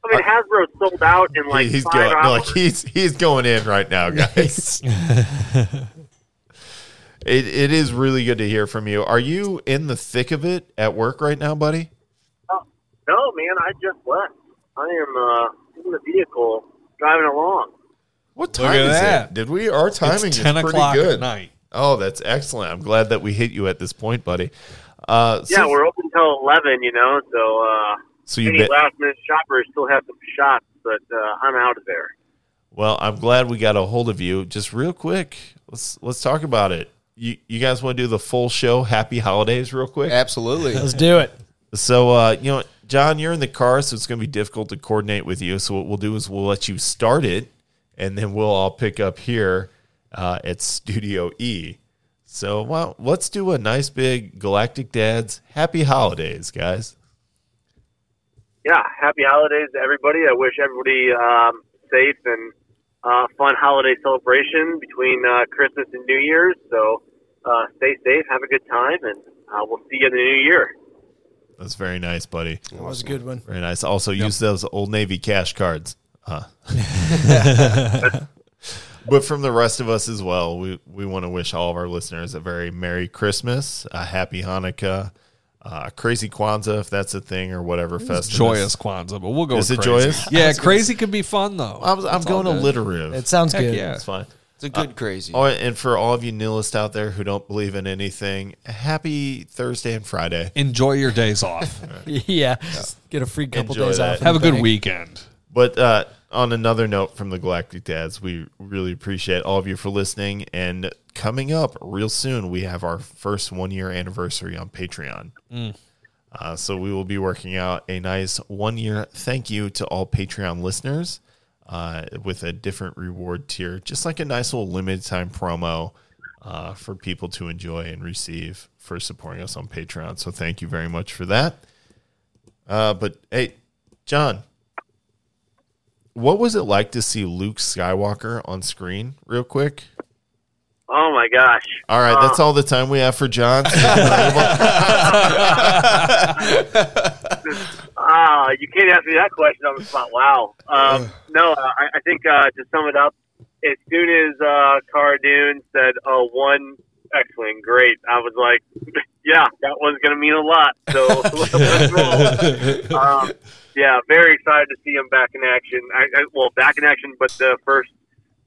Speaker 9: I mean Hasbro sold out in like
Speaker 1: Uh, he's
Speaker 9: five
Speaker 1: going no,
Speaker 9: hours.
Speaker 1: like he's he's going in right now, guys. it it is really good to hear from you. Are you in the thick of it at work right now, buddy?
Speaker 9: no, man, I just left. I am uh, in the vehicle driving along.
Speaker 1: What
Speaker 6: Look
Speaker 1: time
Speaker 6: at
Speaker 1: is
Speaker 6: that.
Speaker 1: it? Did we our timing
Speaker 6: it's
Speaker 1: is
Speaker 6: ten
Speaker 1: pretty
Speaker 6: o'clock
Speaker 1: good.
Speaker 6: at night.
Speaker 1: Oh, that's excellent. I'm glad that we hit you at this point, buddy. Uh, so,
Speaker 9: Yeah, we're open till eleven, you know. So uh,
Speaker 1: so you
Speaker 9: any
Speaker 1: bet.
Speaker 9: last minute shoppers still have some shots, but uh, I'm out of there.
Speaker 1: Well, I'm glad we got a hold of you. Just real quick, let's let's talk about it. You you guys want to do the full show? Happy holidays, real quick.
Speaker 10: Absolutely.
Speaker 7: Let's do it.
Speaker 1: So, uh, you know, John, you're in the car, so it's going to be difficult to coordinate with you. So, what we'll do is we'll let you start it, and then we'll all pick up here uh, at Studio E. So, well, let's do a nice big Galactic Dad's Happy Holidays, guys.
Speaker 9: yeah, happy holidays to everybody. I wish everybody um, safe and uh, fun holiday celebration between uh, Christmas and New Year's. So uh, stay safe, have a good time, and uh, we'll see you in the new year.
Speaker 1: That's very nice, buddy.
Speaker 7: That was a good one.
Speaker 1: Very nice. Also, use those old Navy cash cards. Huh. but from the rest of us as well, we, we want to wish all of our listeners a very Merry Christmas, a Happy Hanukkah, uh, Crazy Kwanzaa, if that's a thing, or whatever festival.
Speaker 6: Joyous Kwanzaa, but we'll go.
Speaker 1: Is
Speaker 6: with
Speaker 1: it
Speaker 6: crazy.
Speaker 1: joyous?
Speaker 6: Yeah, crazy can be fun though.
Speaker 1: I was, I'm
Speaker 6: It's all
Speaker 1: going
Speaker 6: good.
Speaker 1: alliterative.
Speaker 7: It
Speaker 1: It's,
Speaker 7: sounds
Speaker 6: Heck
Speaker 7: good.
Speaker 6: yeah.
Speaker 1: fine.
Speaker 10: It's a good crazy.
Speaker 1: Oh, and for all of you nihilists out there who don't believe in anything, happy Thursday and Friday.
Speaker 6: Enjoy your days off.
Speaker 7: yeah. Get a free couple
Speaker 1: Enjoy
Speaker 7: days
Speaker 1: that.
Speaker 7: off. in
Speaker 6: Have a
Speaker 7: the
Speaker 6: good
Speaker 7: bank.
Speaker 6: weekend.
Speaker 1: But uh, on another note from the Galactic Dads, we really appreciate all of you for listening. And coming up real soon, we have our first one year anniversary on Patreon. Uh, so we will be working out a nice one year thank you to all Patreon listeners uh, with a different reward tier, just like a nice little limited time promo uh, for people to enjoy and receive for supporting us on Patreon. So thank you very much for that. Uh, but hey, John, what was it like to see Luke Skywalker on screen real quick?
Speaker 9: Oh my gosh!
Speaker 1: All right, that's all the time we have for John.
Speaker 9: Ah, you can't ask me that question on the spot. Wow. Um, no, I, I think uh, to sum it up, as soon as uh, Cara Dune said, "Oh, one X-wing, great," I was like, "Yeah, that one's going to mean a lot." So let's roll. Um, yeah, very excited to see him back in action. I, I, well, back in action, but the first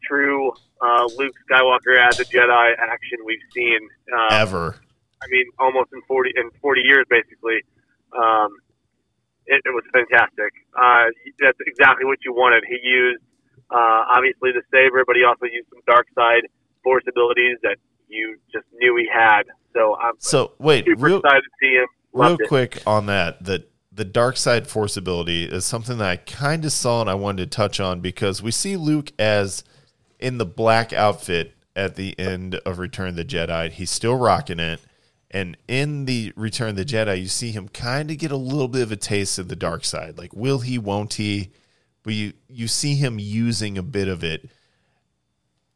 Speaker 9: true uh, Luke Skywalker as a Jedi action we've seen uh,
Speaker 1: Ever.
Speaker 9: I mean, almost in forty in forty years, basically. Um, it, it was fantastic. Uh, that's exactly what you wanted. He used uh, obviously the saber, but he also used some dark side force abilities that you just knew he had. So I'm
Speaker 1: So wait,
Speaker 9: super
Speaker 1: real,
Speaker 9: excited to see him.
Speaker 1: real
Speaker 9: Loved it.
Speaker 1: quick on that the the dark side force ability is something that I kind of saw and I wanted to touch on because we see Luke as in the black outfit at the end of Return of the Jedi. He's still rocking it. And in the Return of the Jedi, you see him kind of get a little bit of a taste of the dark side. Like will he, won't he? But you you see him using a bit of it.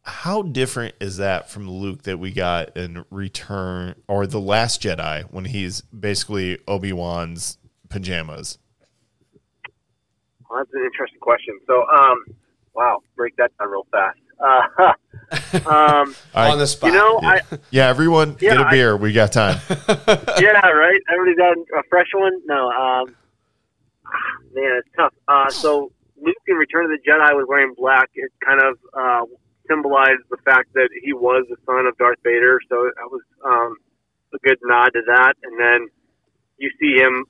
Speaker 1: How different is that from the Luke that we got in Return or The Last Jedi when he's basically Obi Wan's pajamas?
Speaker 9: Well, that's an interesting question. So, um, wow, break that down real fast. Uh, um,
Speaker 1: I-
Speaker 10: on the spot.
Speaker 9: you know, I,
Speaker 1: yeah, everyone
Speaker 9: Yeah,
Speaker 1: get a
Speaker 9: I-
Speaker 1: beer. we got time.
Speaker 9: yeah, right. Everybody's got a fresh one. No, um, ah, man, it's tough. Uh, so Luke in Return of the Jedi was wearing black. It kind of uh, symbolized the fact that he was the son of Darth Vader. So that was um, a good nod to that. And then you see him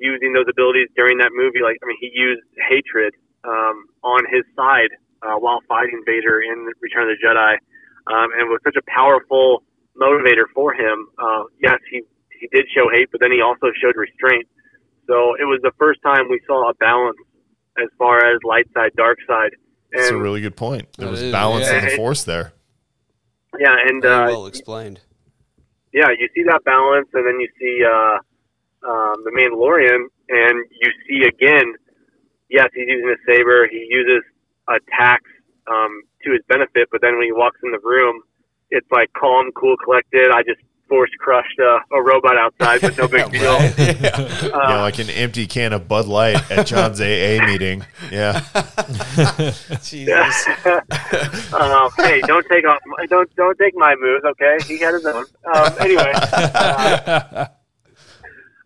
Speaker 9: using those abilities during that movie. Like, I mean, he used hatred um, on his side uh, while fighting Vader in Return of the Jedi, um, and was such a powerful motivator for him. Uh, yes, he he did show hate, but then he also showed restraint. So it was the first time we saw a balance as far as light side, dark side,
Speaker 1: That's a
Speaker 9: and
Speaker 1: really good point. There
Speaker 10: That
Speaker 1: was
Speaker 10: is,
Speaker 1: balance in
Speaker 9: yeah.
Speaker 1: the force there.
Speaker 9: yeah, and
Speaker 10: Very
Speaker 9: uh,
Speaker 10: well explained.
Speaker 9: yeah, you see that balance, and then you see uh, um, the Mandalorian, and you see again, yes, he's using a saber. He uses attacks um, to his benefit, but then when he walks in the room, it's like calm, cool, collected. I just force crushed a, a robot outside, but no big deal. Uh,
Speaker 1: you know, like an empty can of Bud Light at John's AA meeting. Yeah.
Speaker 10: Jesus.
Speaker 9: um, hey, don't take off. My, don't don't take my moves. Okay, he had his own. Um, anyway. Uh,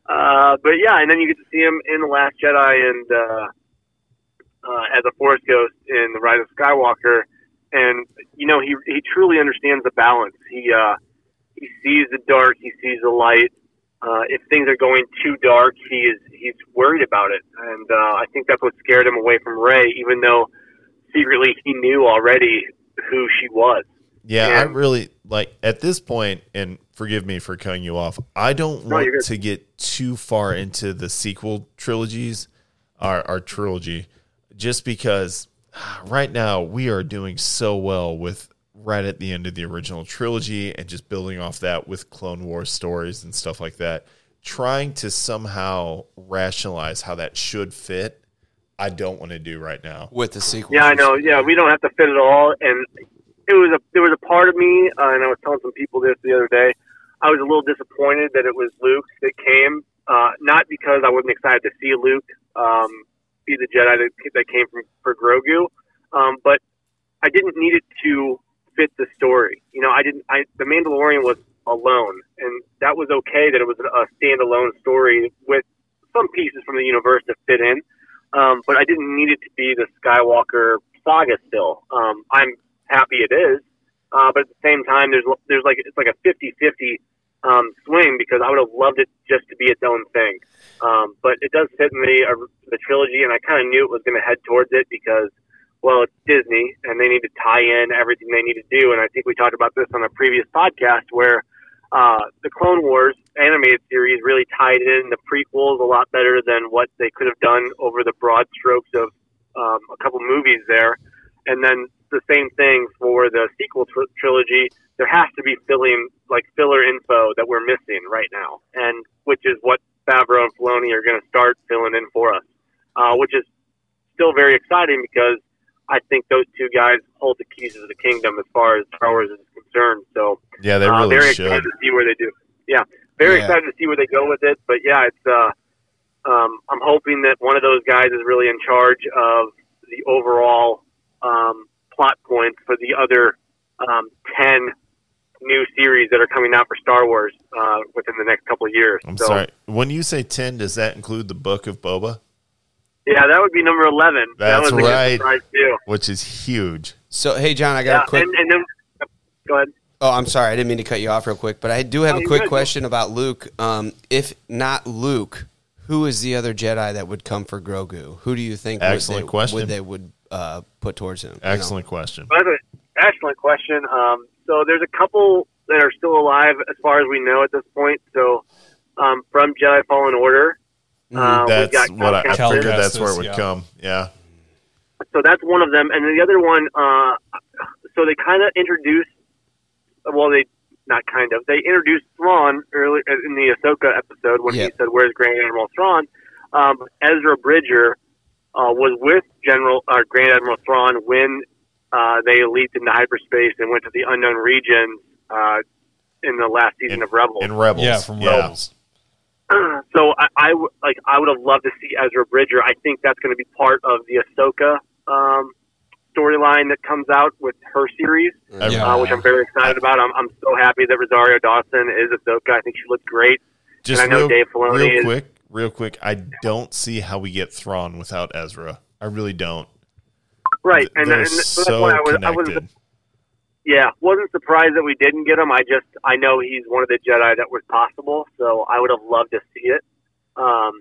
Speaker 9: uh, but yeah, and then you get to see him in the Last Jedi and uh, uh, as a Force Ghost in the Rise of Skywalker, and you know he he truly understands the balance. He uh, he sees the dark, he sees the light. Uh, if things are going too dark, he is he's worried about it, and uh, I think that's what scared him away from Ray, even though secretly he knew already who she was.
Speaker 1: Yeah, I
Speaker 9: And-
Speaker 1: really like at this point, and forgive me for cutting you off. I don't
Speaker 9: No,
Speaker 1: want
Speaker 9: you're good.
Speaker 1: to get too far into the sequel trilogies, our our trilogy, just because ah, right now we are doing so well with right at the end of the original trilogy and just building off that with Clone Wars stories and stuff like that. Trying to somehow rationalize how that should fit, I don't want to do right now.
Speaker 10: with the sequel.
Speaker 9: Yeah, I know. Yeah, we don't have to fit it all, and it was a there was a part of me, uh, and I was telling some people this the other day. I was a little disappointed that it was Luke that came, uh, not because I wasn't excited to see Luke um, be the Jedi that, that came from for Grogu, um, but I didn't need it to fit the story. You know, I didn't. I the Mandalorian was alone, and that was okay that it was a standalone story with some pieces from the universe to fit in um, but I didn't need it to be the Skywalker saga. Still, um, I'm happy it is, uh, but at the same time, there's there's like it's like a 50-50 um, swing because I would have loved it just to be its own thing. Um, but it does fit in the uh, the trilogy, and I kind of knew it was going to head towards it because, well, it's Disney, and they need to tie in everything they need to do. And I think we talked about this on a previous podcast where uh, the Clone Wars animated series really tied in the prequels a lot better than what they could have done over the broad strokes of um, a couple movies there. And then the same thing for the sequel tr- trilogy. There has to be filling like filler info that we're missing right now, and which is what Favreau and Filoni are going to start filling in for us, uh, which is still very exciting because I think those two guys hold the keys to the kingdom as far as Star Wars is concerned. So
Speaker 1: Yeah, they
Speaker 9: uh,
Speaker 1: really
Speaker 9: very
Speaker 1: should.
Speaker 9: excited to see where they do. Yeah, very
Speaker 10: Yeah.
Speaker 9: excited to see where they go with it. But yeah, it's uh, um, I'm hoping that one of those guys is really in charge of the overall um, plot points for the other um, ten new series that are coming out for Star Wars uh, within the next couple of years.
Speaker 1: I'm
Speaker 9: so,
Speaker 1: sorry. When you say ten, does that include the Book of Boba?
Speaker 9: Yeah, that would be number eleven. that
Speaker 1: That's
Speaker 9: was a good
Speaker 1: right.
Speaker 9: surprise too.
Speaker 1: which is huge.
Speaker 10: So hey, John, I got
Speaker 9: Yeah,
Speaker 10: a quick.
Speaker 9: and, and then go ahead.
Speaker 10: Oh, I'm sorry. I didn't mean to cut you off real quick, but I do have
Speaker 9: No,
Speaker 10: a
Speaker 9: you're
Speaker 10: quick
Speaker 9: good.
Speaker 10: question about Luke. Um, if not Luke, who is the other Jedi that would come for Grogu? Who do you think
Speaker 1: Excellent
Speaker 10: would they,
Speaker 1: question.
Speaker 10: would they would uh, put towards him? you know?
Speaker 1: Excellent question.
Speaker 9: Well, That's an excellent question. Um, so there's a couple that are still alive as far as we know at this point. So um, from Jedi Fallen Order, uh, we've
Speaker 1: Mm, That's
Speaker 9: got
Speaker 1: what I, I
Speaker 9: Cal
Speaker 1: figured.
Speaker 9: Kestis.
Speaker 1: That's where it would
Speaker 6: Yeah.
Speaker 1: come. Yeah,
Speaker 9: So that's one of them, and then the other one. Uh, so they kind of introduced, well, they not kind of. They introduced Thrawn earlier in the Ahsoka episode when
Speaker 10: Yeah.
Speaker 9: he said, "Where's Grand Admiral Thrawn?" Um, Ezra Bridger uh, was with General or Grand Admiral Thrawn when uh, they leaped into hyperspace and went to the unknown region uh, in the last season
Speaker 1: In-
Speaker 9: of Rebels.
Speaker 1: in Rebels.
Speaker 6: Yeah, from Rebels.
Speaker 9: so I, I w- like I would have loved to see Ezra Bridger. I think that's going to be part of the Ahsoka um, storyline that comes out with her series,
Speaker 1: I-
Speaker 6: Yeah.
Speaker 9: uh, which I'm very excited about. I'm, I'm so happy that Rosario Dawson is Ahsoka. I think she looked great.
Speaker 1: Just
Speaker 9: And I know
Speaker 1: real,
Speaker 9: Dave Filoni
Speaker 1: real
Speaker 9: is-
Speaker 1: quick, real quick. I don't see how we get Thrawn without Ezra. I really don't.
Speaker 9: Right, and,
Speaker 1: They're
Speaker 9: and so that's
Speaker 1: so
Speaker 9: why I was I was
Speaker 1: connected.
Speaker 9: yeah wasn't surprised that we didn't get him. I just I know he's one of the Jedi that was possible, so I would have loved to see it. Um,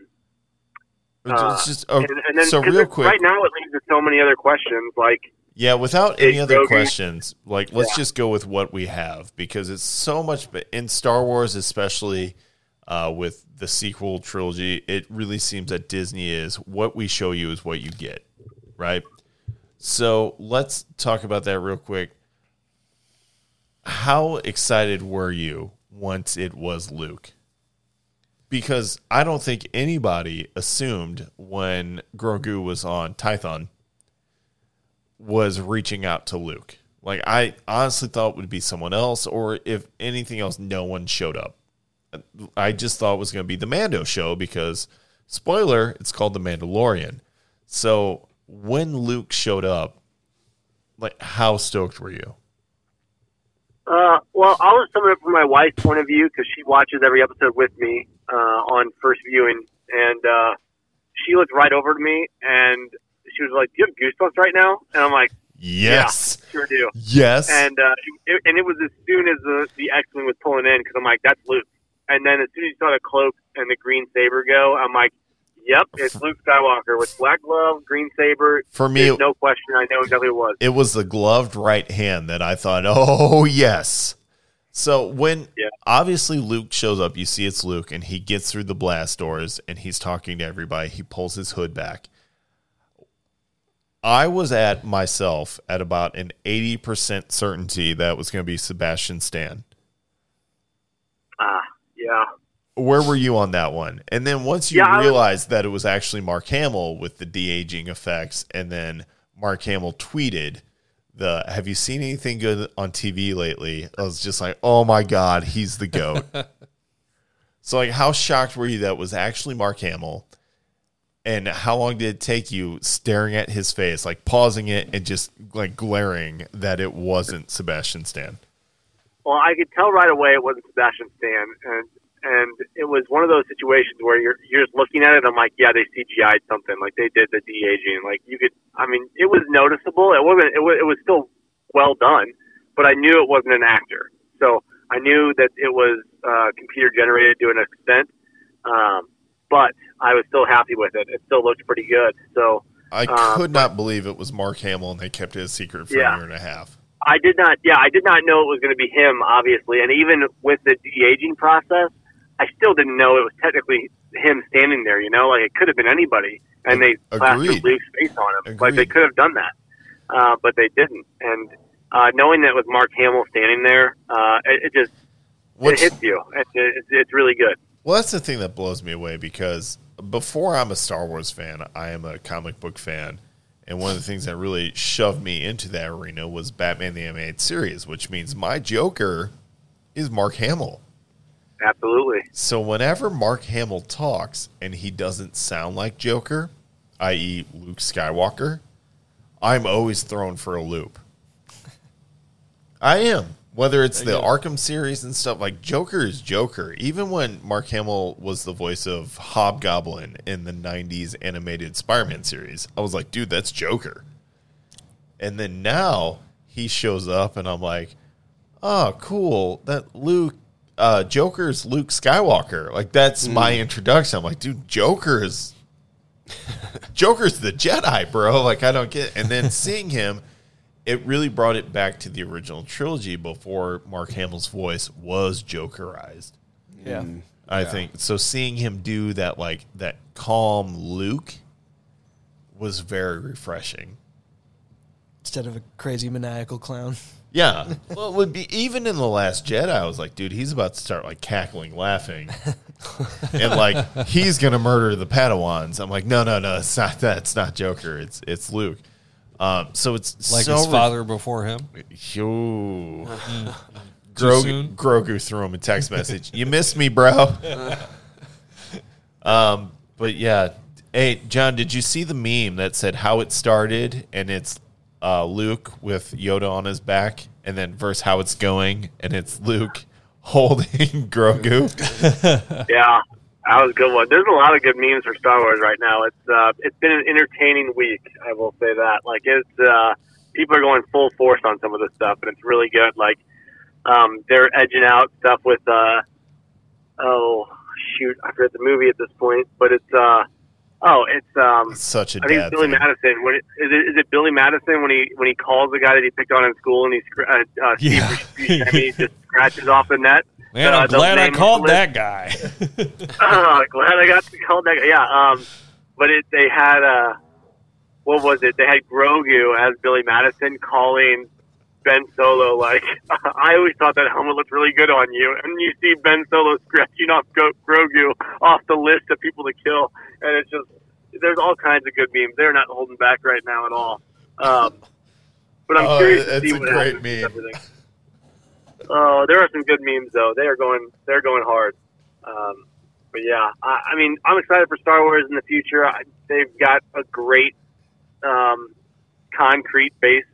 Speaker 9: uh,
Speaker 1: It's just- oh,
Speaker 9: and, and then
Speaker 1: so
Speaker 9: 'cause
Speaker 1: real
Speaker 9: it-
Speaker 1: quick,
Speaker 9: right now it leads to so many other questions like.
Speaker 1: Yeah, without any
Speaker 9: Hey,
Speaker 1: other
Speaker 9: Grogu.
Speaker 1: questions, like let's just go with what we have because it's so much. But in Star Wars, especially uh, with the sequel trilogy, it really seems that Disney is what we show you is what you get, right? So let's talk about that real quick. How excited were you once it was Luke? Because I don't think anybody assumed when Grogu was on Tython was reaching out to Luke. Like I honestly thought it would be someone else, or if anything else, no one showed up. I just thought it was going to be the Mando show because, spoiler, it's called the Mandalorian. So when Luke showed up, like how stoked were you?
Speaker 9: Uh, well, I'll just sum it up from my wife's point of view because she watches every episode with me uh, on first viewing, and uh, she looked right over to me and she was like, "Do you have goosebumps right now?" And I'm like,
Speaker 1: Yes,
Speaker 9: "She sure do.
Speaker 1: Yes.
Speaker 9: And uh, it, and it was as soon as the, the X wing was pulling in because I'm like, that's Luke. And then as soon as you saw the cloak and the green saber go, I'm like, yep, it's Luke Skywalker with black glove, green saber.
Speaker 1: For me,
Speaker 9: There's
Speaker 1: it-
Speaker 9: no question. I know exactly what it was.
Speaker 1: it was the gloved right hand that I thought, oh yes. So when
Speaker 9: Yeah.
Speaker 1: obviously Luke shows up, you see it's Luke, and he gets through the blast doors, and he's talking to everybody. He pulls his hood back. I was at myself at about an eighty percent certainty that was going to be Sebastian Stan.
Speaker 9: Ah, yeah.
Speaker 1: Where were you on that one? And then once you
Speaker 9: Yeah, I was-
Speaker 1: realized that it was actually Mark Hamill with the de aging effects, and then Mark Hamill tweeted the "Have you seen anything good on TV lately?" I was just like, "Oh my god, he's the goat." so, like, how shocked were you that it was actually Mark Hamill? And how long did it take you staring at his face, like pausing it and just like glaring that it wasn't Sebastian Stan?
Speaker 9: Well, I could tell right away it wasn't Sebastian Stan, and and it was one of those situations where you're you're just looking at it. I'm like, yeah, they CGI'd something. Like they did the de aging. Like you could, I mean, it was noticeable. It wasn't. It was, it was still well done, but I knew it wasn't an actor. So I knew that it was uh, computer generated to an extent, um, but I was still happy with it. It still looked pretty good. So
Speaker 1: I
Speaker 9: Uh,
Speaker 1: could not believe it was Mark Hamill, and they kept it a secret for
Speaker 9: Yeah.
Speaker 1: a year and a half.
Speaker 9: I did not. Yeah, I did not know it was going to be him, obviously. And even with the de aging process, I still didn't know it was technically him standing there. You know, like it could have been anybody, and they
Speaker 1: Agreed.
Speaker 9: plastered Luke's face on him. Like they
Speaker 1: Agreed.
Speaker 9: could have done that, uh, but they didn't. And uh, knowing that it was Mark Hamill standing there, uh, it, it just
Speaker 1: What's-
Speaker 9: it hits you. It, it, it's really good.
Speaker 1: Well, that's the thing that blows me away because before I'm a Star Wars fan, I am a comic book fan. And one of the things that really shoved me into that arena was Batman the Animated Series, which means my Joker is Mark Hamill.
Speaker 9: Absolutely.
Speaker 1: So whenever Mark Hamill talks and he doesn't sound like Joker, i.e., Luke Skywalker, I'm always thrown for a loop. I am. Whether it's the Arkham series and stuff, like Joker is Joker. Even when Mark Hamill was the voice of Hobgoblin in the 90s animated Spider Man series, I was like, dude, that's Joker. And then now he shows up and I'm like, oh, cool. That Luke, uh, Joker's Luke Skywalker. Like,
Speaker 7: Hmm.
Speaker 1: that's my introduction. I'm like, dude, Joker is, Joker's the Jedi, bro. Like, I don't get And then seeing him, it really brought it back to the original trilogy before Mark Hamill's voice was Jokerized.
Speaker 7: Yeah.
Speaker 1: I think so. Seeing him do that, like that calm Luke, was very refreshing.
Speaker 7: Instead of a crazy maniacal clown.
Speaker 1: Yeah. well, it would be even in the Last Jedi. I was like, dude, he's about to start like cackling, laughing, and like he's gonna murder the Padawans. I'm like, no, no, no, it's not that. It's not Joker. It's it's Luke. Um, so it's
Speaker 6: Like
Speaker 1: so
Speaker 6: his
Speaker 1: re-
Speaker 6: father before him.
Speaker 1: Yo.
Speaker 6: soon?
Speaker 1: Grogu, Grogu threw him a text message. you missed me, bro. um, but yeah. Hey, John, did you see the meme that said how it started and it's uh, Luke with Yoda on his back and then verse how it's going and it's Luke holding Grogu?
Speaker 9: Yeah, that was a good one. There's a lot of good memes for Star Wars right now. It's uh, it's been an entertaining week. I will say that. Like it's uh, people are going full force on some of this stuff, and it's really good. Like um, they're edging out stuff with uh, oh shoot, I forget the movie at this point, but it's uh, oh it's um,
Speaker 1: Such a
Speaker 9: I think it's
Speaker 1: dad
Speaker 9: Billy
Speaker 1: thing.
Speaker 9: Madison. When it, is, it, is it Billy Madison when he when he calls the guy that he picked on in school and he scr- uh, uh, Steve
Speaker 6: Yeah.
Speaker 9: Buscemi just scratches off the net?
Speaker 6: Man,
Speaker 9: Uh,
Speaker 6: I'm
Speaker 9: the
Speaker 6: glad I
Speaker 9: name
Speaker 6: called
Speaker 9: list.
Speaker 6: that guy.
Speaker 9: Oh, glad I got to call that. guy. Yeah, um, but it they had uh, what was it? They had Grogu as Billy Madison calling Ben Solo. Like I always thought that helmet looked really good on you, and you see Ben Solo scratching off Gro- Grogu off the list of people to kill, and it's just there's all kinds of good memes. They're not holding back right now at all. Um, but I'm
Speaker 1: Oh,
Speaker 9: curious
Speaker 1: that's
Speaker 9: to see
Speaker 1: a
Speaker 9: what
Speaker 1: great
Speaker 9: happens with
Speaker 1: meme.
Speaker 9: everything. Oh, there are some good memes though. They are going, they're going hard. Um, but yeah, I, I mean, I'm excited for Star Wars in the future. I, they've got a great um, concrete base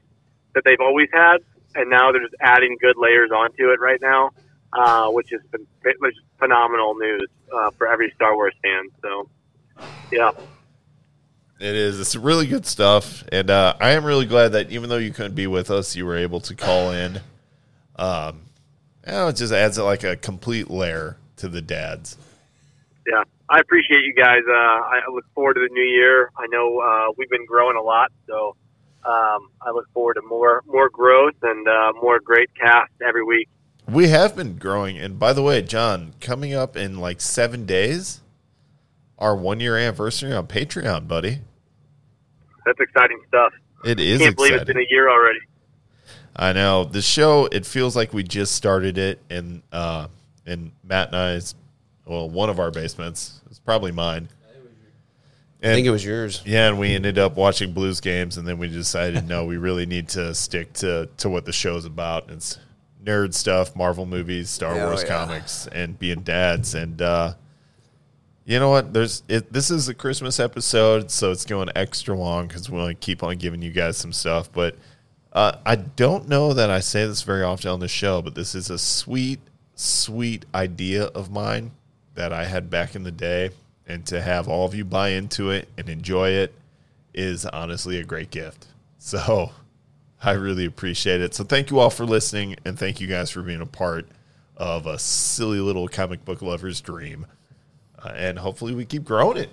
Speaker 9: that they've always had, and now they're just adding good layers onto it right now, uh, which has been which is phenomenal news uh, for every Star Wars fan. So, yeah,
Speaker 1: It is. It's really good stuff, and uh, I am really glad that even though you couldn't be with us, you were able to call in. Um, you know, it just adds like a complete layer to the dads.
Speaker 9: yeah, I appreciate you guys. Uh, I I look forward to the new year. I know uh, we've been growing a lot, so um, I look forward to more more growth and uh, more great cast every week.
Speaker 1: We have been growing, and by the way, John, coming up in like seven days, our one year anniversary on Patreon, buddy.
Speaker 9: That's exciting stuff.
Speaker 1: It is
Speaker 9: Can't believe it's
Speaker 1: exciting.
Speaker 9: been a year already.
Speaker 1: I know the show. It feels like we just started it, and uh, and Matt and I's well, one of our basements. It's probably mine.
Speaker 10: I think it was yours.
Speaker 1: Yeah, and we ended up watching Blues games, and then we decided no, we really need to stick to to what the show's about. It's nerd stuff, Marvel movies, Star
Speaker 10: Yeah, oh,
Speaker 1: Wars
Speaker 10: yeah.
Speaker 1: comics, and being dads. And uh, you know what? There's it, this is a Christmas episode, so it's going extra long because we want to keep on giving you guys some stuff. But uh, I don't know that I say this very often on the show, but this is a sweet, sweet idea of mine that I had back in the day, and to have all of you buy into it and enjoy it is honestly a great gift. So I really appreciate it. So thank you all for listening, and thank you guys for being a part of a silly little comic book lover's dream. Uh, and hopefully we keep growing it.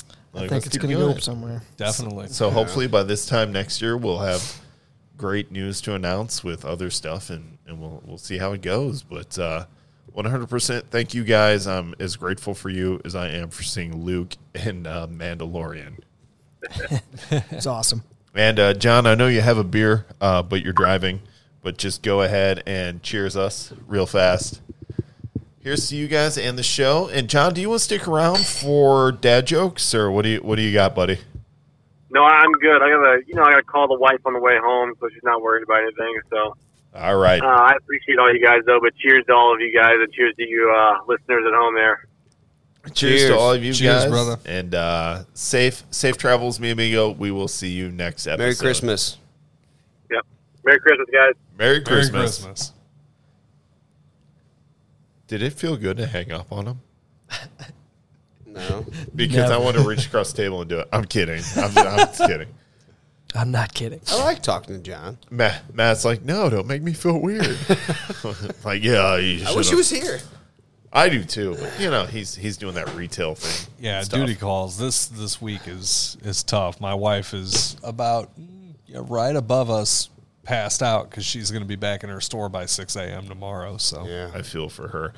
Speaker 7: I
Speaker 1: Like,
Speaker 7: think
Speaker 1: let's
Speaker 7: it's
Speaker 1: keep
Speaker 7: going to
Speaker 1: doing
Speaker 7: go
Speaker 1: it.
Speaker 7: somewhere.
Speaker 6: Definitely.
Speaker 1: So hopefully by this time next year we'll have great news to announce with other stuff and, and we'll we'll see how it goes. But uh 100% thank you guys. I'm as grateful for you as I am for seeing Luke and uh, Mandalorian.
Speaker 7: It's awesome.
Speaker 1: And uh, John, I know you have a beer, uh, but you're driving. But just go ahead and cheers us real fast. Here's to you guys and the show. And John, do you want to stick around for dad jokes, or what do you what do you got, buddy?
Speaker 9: No, I'm good. I gotta, you know, I gotta call the wife on the way home, so she's not worried about anything. So
Speaker 1: All right,
Speaker 9: uh, I appreciate all you guys, though. But cheers to all of you guys, and cheers to you uh, listeners at home there.
Speaker 1: cheers,
Speaker 10: cheers.
Speaker 1: to all of you
Speaker 6: Cheers,
Speaker 1: guys,
Speaker 6: brother.
Speaker 1: And uh, safe safe travels, mi amigo. We will see you next episode.
Speaker 10: Merry Christmas.
Speaker 9: Yep. Merry Christmas, guys.
Speaker 1: Merry Christmas.
Speaker 6: Merry Christmas.
Speaker 1: Did it feel good to hang up on him?
Speaker 10: No.
Speaker 1: Because
Speaker 7: No.
Speaker 1: I want to reach across the table and do it. I'm kidding. I'm just, I'm just kidding.
Speaker 7: I'm not kidding.
Speaker 10: I like talking to John.
Speaker 1: Matt, Matt's like, no, don't make me feel weird. like, yeah, you
Speaker 10: I wish
Speaker 1: should've-
Speaker 10: he was here.
Speaker 1: I do too. But, you know, he's he's doing that retail thing.
Speaker 6: Yeah,
Speaker 1: Stuff.
Speaker 6: duty calls. This this week is is tough. My wife is about mm, yeah, right above us, passed out because she's going to be back in her store by six a.m. tomorrow. So
Speaker 1: I feel for her.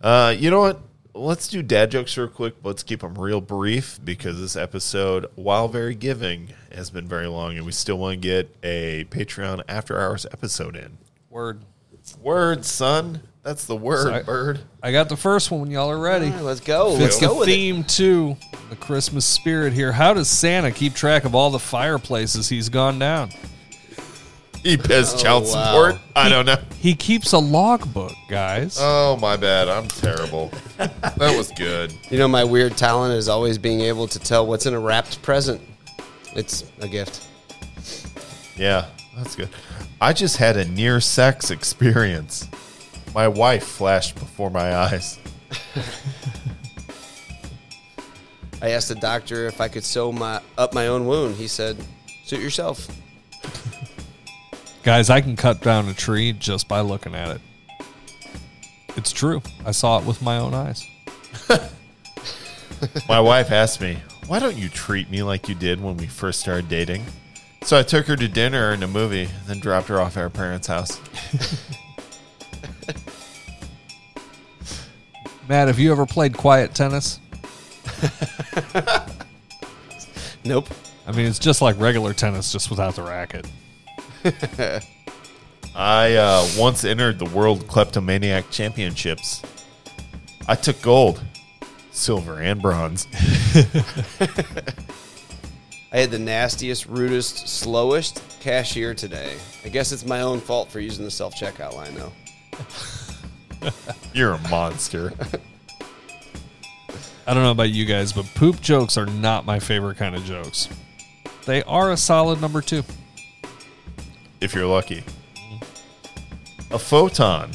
Speaker 1: Uh, you know what? Let's do dad jokes real quick. But let's keep them real brief because this episode, while very giving, has been very long, and we still want to get a Patreon after hours episode in.
Speaker 6: word.
Speaker 1: Word, son. That's the word,
Speaker 6: Sorry.
Speaker 1: bird.
Speaker 6: I got the first one when y'all are ready.
Speaker 10: All right, let's go.
Speaker 6: Fits
Speaker 10: Let's go
Speaker 6: the
Speaker 10: with it.
Speaker 6: theme too, the Christmas spirit here. How does Santa keep track of all the fireplaces he's gone down?
Speaker 1: He pays child
Speaker 10: wow.
Speaker 1: support. I don't know.
Speaker 6: He keeps a logbook, guys.
Speaker 1: Oh my bad. I'm terrible. that was good.
Speaker 10: You know, my weird talent is always being able to tell what's in a wrapped present. It's a gift.
Speaker 1: Yeah, that's good. I just had a near sex experience. My wife flashed before my eyes.
Speaker 10: I asked the doctor if I could sew my up my own wound. He said, "Suit yourself."
Speaker 6: Guys, I can cut down a tree just by looking at it. It's true. I saw it with my own eyes.
Speaker 1: My wife asked me, Why don't you treat me like you did when we first started dating? So I took her to dinner and a movie, then dropped her off at her parents' house.
Speaker 6: Matt, have you ever played quiet tennis?
Speaker 10: Nope.
Speaker 6: I mean, it's just like regular tennis, just without the racket.
Speaker 1: I uh, once entered the World Kleptomaniac Championships. I took gold, silver, and bronze.
Speaker 10: I had the nastiest, rudest, slowest cashier today. I guess it's my own fault for using the self checkout line though.
Speaker 1: You're a monster.
Speaker 6: I don't know about you guys, but poop jokes are not my favorite kind of jokes. They are a solid number two.
Speaker 1: if you're lucky. A photon,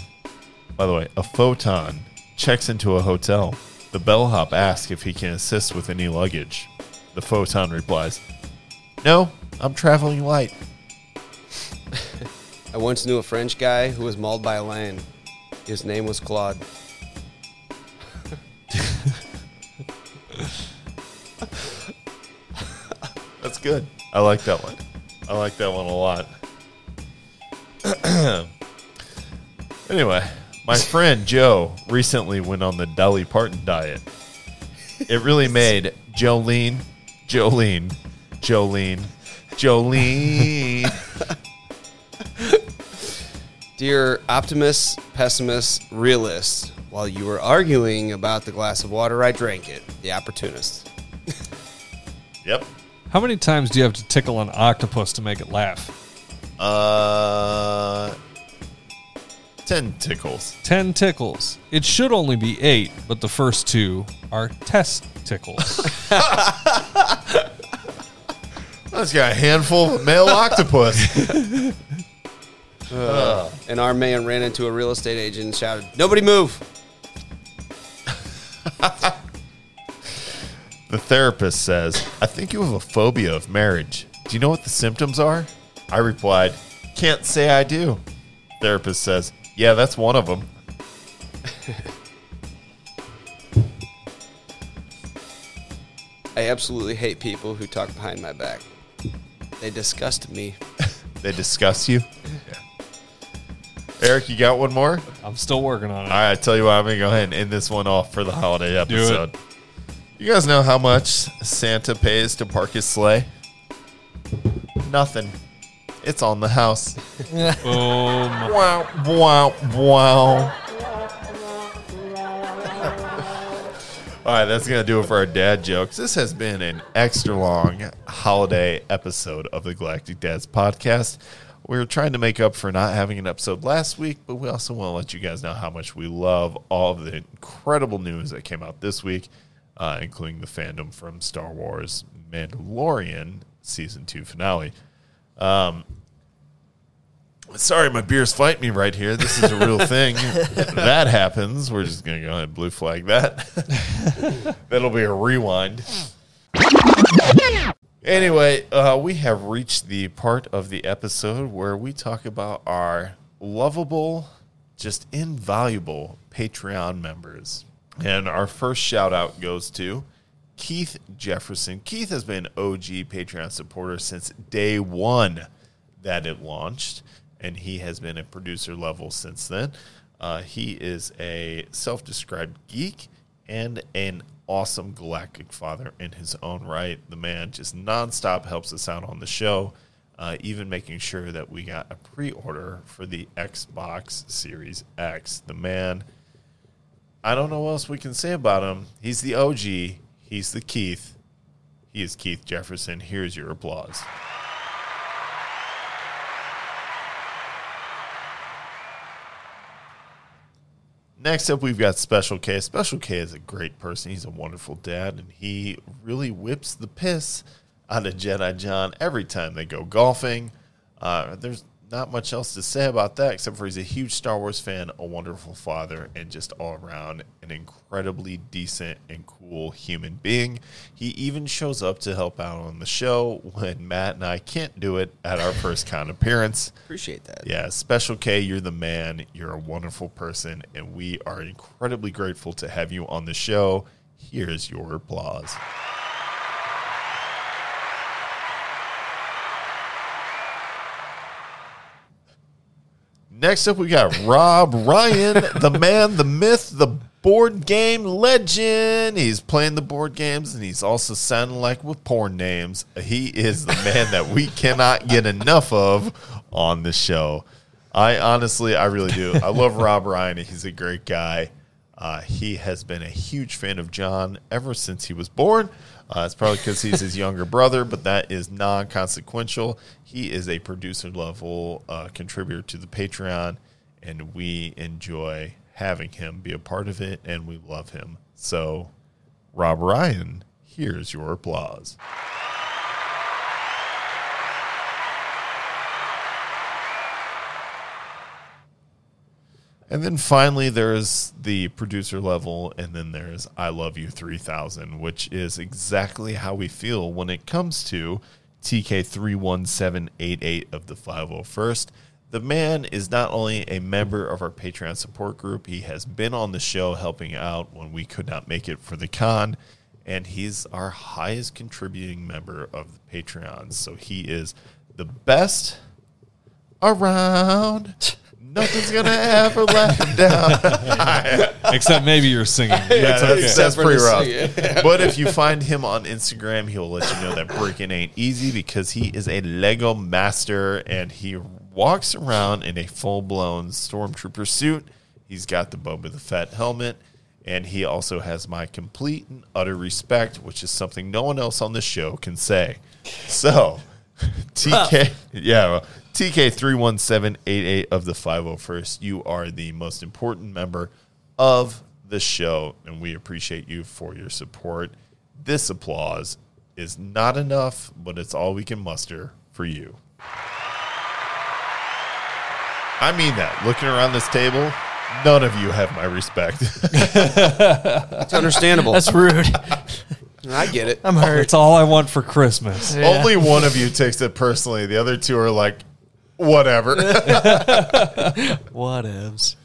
Speaker 1: by the way, a photon checks into a hotel. The bellhop asks if he can assist with any luggage. The photon replies, No, I'm traveling light.
Speaker 8: I once knew a French guy who was mauled by a lion. His name was Claude.
Speaker 1: That's good. I like that one. I like that one a lot. anyway, my friend Joe recently went on the Dolly Parton diet. It really made Jolene, Jolene, Jolene, Jolene.
Speaker 8: Dear optimists, pessimists, realists, while you were arguing about the glass of water, I drank it. The opportunist.
Speaker 1: yep.
Speaker 6: How many times do you have to tickle an octopus to make it laugh?
Speaker 1: Uh, 10 tickles.
Speaker 6: 10 tickles. It should only be 8, but the first two are test tickles.
Speaker 1: I just got a handful of male octopus.
Speaker 8: And our man ran into a real estate agent and shouted, Nobody move!
Speaker 1: The therapist says, I think you have a phobia of marriage. Do you know what the symptoms are? I replied, Can't say I do. Therapist says, Yeah, that's one of them.
Speaker 8: I absolutely hate people who talk behind my back. They disgust me.
Speaker 1: They discuss you. Eric, you got one more?
Speaker 6: I'm still working on
Speaker 1: All
Speaker 6: it.
Speaker 1: right, I tell you what, I'm going to go ahead and end this one off for the holiday
Speaker 6: it.
Speaker 1: episode. You guys know how much Santa pays to park his sleigh? Nothing. It's on the house.
Speaker 6: Boom.
Speaker 1: Wow, wow, wow. All right, that's going to do it for our dad jokes. This has been an extra long holiday episode of the Galactic Dads podcast. We are trying to make up for not having an episode last week, but we also want to let you guys know how much we love all of the incredible news that came out this week, uh, including the fandom from Star Wars Mandalorian season two finale. Sorry, my beer's fighting me right here. This is a real thing. If that happens. We're just going to go ahead and blue flag that. That'll be a rewind. Anyway, uh, we have reached the part of the episode where we talk about our lovable, just invaluable Patreon members. And our first shout out goes to Keith Jefferson. Keith has been OG Patreon supporter since day one that it launched, and he has been a producer level since then. Uh, he is a self described geek and an awesome galactic father in his own right. The man just nonstop helps us out on the show, uh, even making sure that we got a pre order for the Xbox Series X. The man. I don't know what else we can say about him. He's the OG. He's the Keith. He is Keith Jefferson. Here's your applause. Next up, we've got Special K. Special K is a great person. He's a wonderful dad, and he really whips the piss out of Jedi John every time they go golfing. Uh, there's not much else to say about that, except for he's a huge Star Wars fan, a wonderful father, and just all around an incredibly decent and cool human being. He even shows up to help out on the show when Matt and I can't do it at our first con appearance.
Speaker 8: Appreciate that.
Speaker 1: Yeah, Special K, you're the man. You're a wonderful person, and we are incredibly grateful to have you on the show. Here's your applause. Next up, we got Rob Ryan, the man, the myth, the board game legend. He's playing the board games and he's also sounding like with porn names. He is the man that we cannot get enough of on the show. I honestly, I really do. I love Rob Ryan. He's a great guy. Uh, he has been a huge fan of John ever since he was born. Uh, it's probably because he's his younger brother, but that is non consequential. He is a producer level uh, contributor to the Patreon, and we enjoy having him be a part of it, and we love him. So, Rob Ryan, here's your applause. And then finally, there's the producer level, and then there's I Love You 3000, which is exactly how we feel when it comes to TK31788 of the 501st. The man is not only a member of our Patreon support group, he has been on the show helping out when we could not make it for the con, and he's our highest contributing member of the Patreon. So he is the best around. Nothing's gonna ever let him down.
Speaker 6: Except maybe you're singing.
Speaker 1: Yeah, that's, that's
Speaker 10: for
Speaker 1: pretty
Speaker 10: the
Speaker 1: rough.
Speaker 10: singing.
Speaker 1: But if you find him on Instagram, he'll let you know that breaking ain't easy because he is a Lego master and he walks around in a full blown stormtrooper suit. He's got the Boba the Fett helmet, and he also has my complete and utter respect, which is something no one else on this show can say. So, TK, yeah, well, TK three one seven eight eight of the five zero first. You are the most important member of the show, and we appreciate you for your support. This applause is not enough, but it's all we can muster for you. I mean that. Looking around this table, none of you have my respect.
Speaker 10: It's understandable.
Speaker 7: That's rude.
Speaker 10: I get it.
Speaker 7: I'm hurt.
Speaker 6: That's all I want for Christmas.
Speaker 1: Only one of you takes it personally. The other two are like, whatever.
Speaker 7: Whatevs.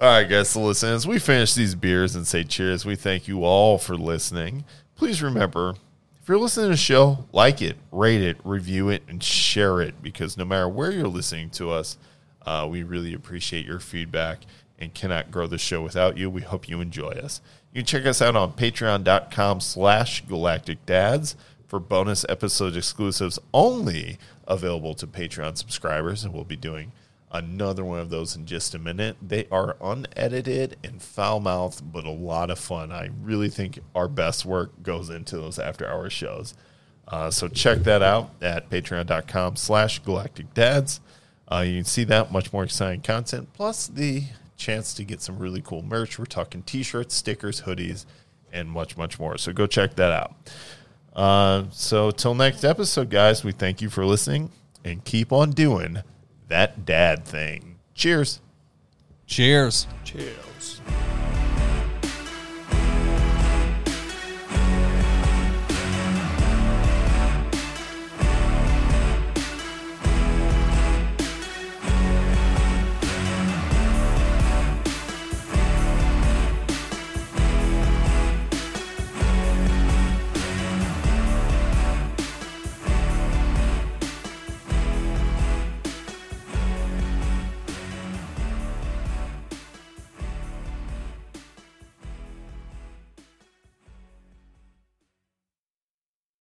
Speaker 1: All right, guys, so listen, as we finish these beers and say cheers, we thank you all for listening. Please remember, if you're listening to the show, like it, rate it, review it, and share it because no matter where you're listening to us, uh, we really appreciate your feedback and cannot grow the show without you. We hope you enjoy us. You can check us out on patreon.com slash galactic dads for bonus episode exclusives only available to Patreon subscribers, and we'll be doing another one of those in just a minute. They are unedited and foul mouthed, but a lot of fun. I really think our best work goes into those after hour shows. Uh, so check that out at patreon.com slash galactic dads. Uh, you can see that much more exciting content, plus the chance to get some really cool merch. We're talking t shirts, stickers, hoodies, and much, much more. So go check that out. Uh, so till next episode, guys, we thank you for listening and keep on doing that dad thing. Cheers.
Speaker 6: Cheers.
Speaker 1: Cheers.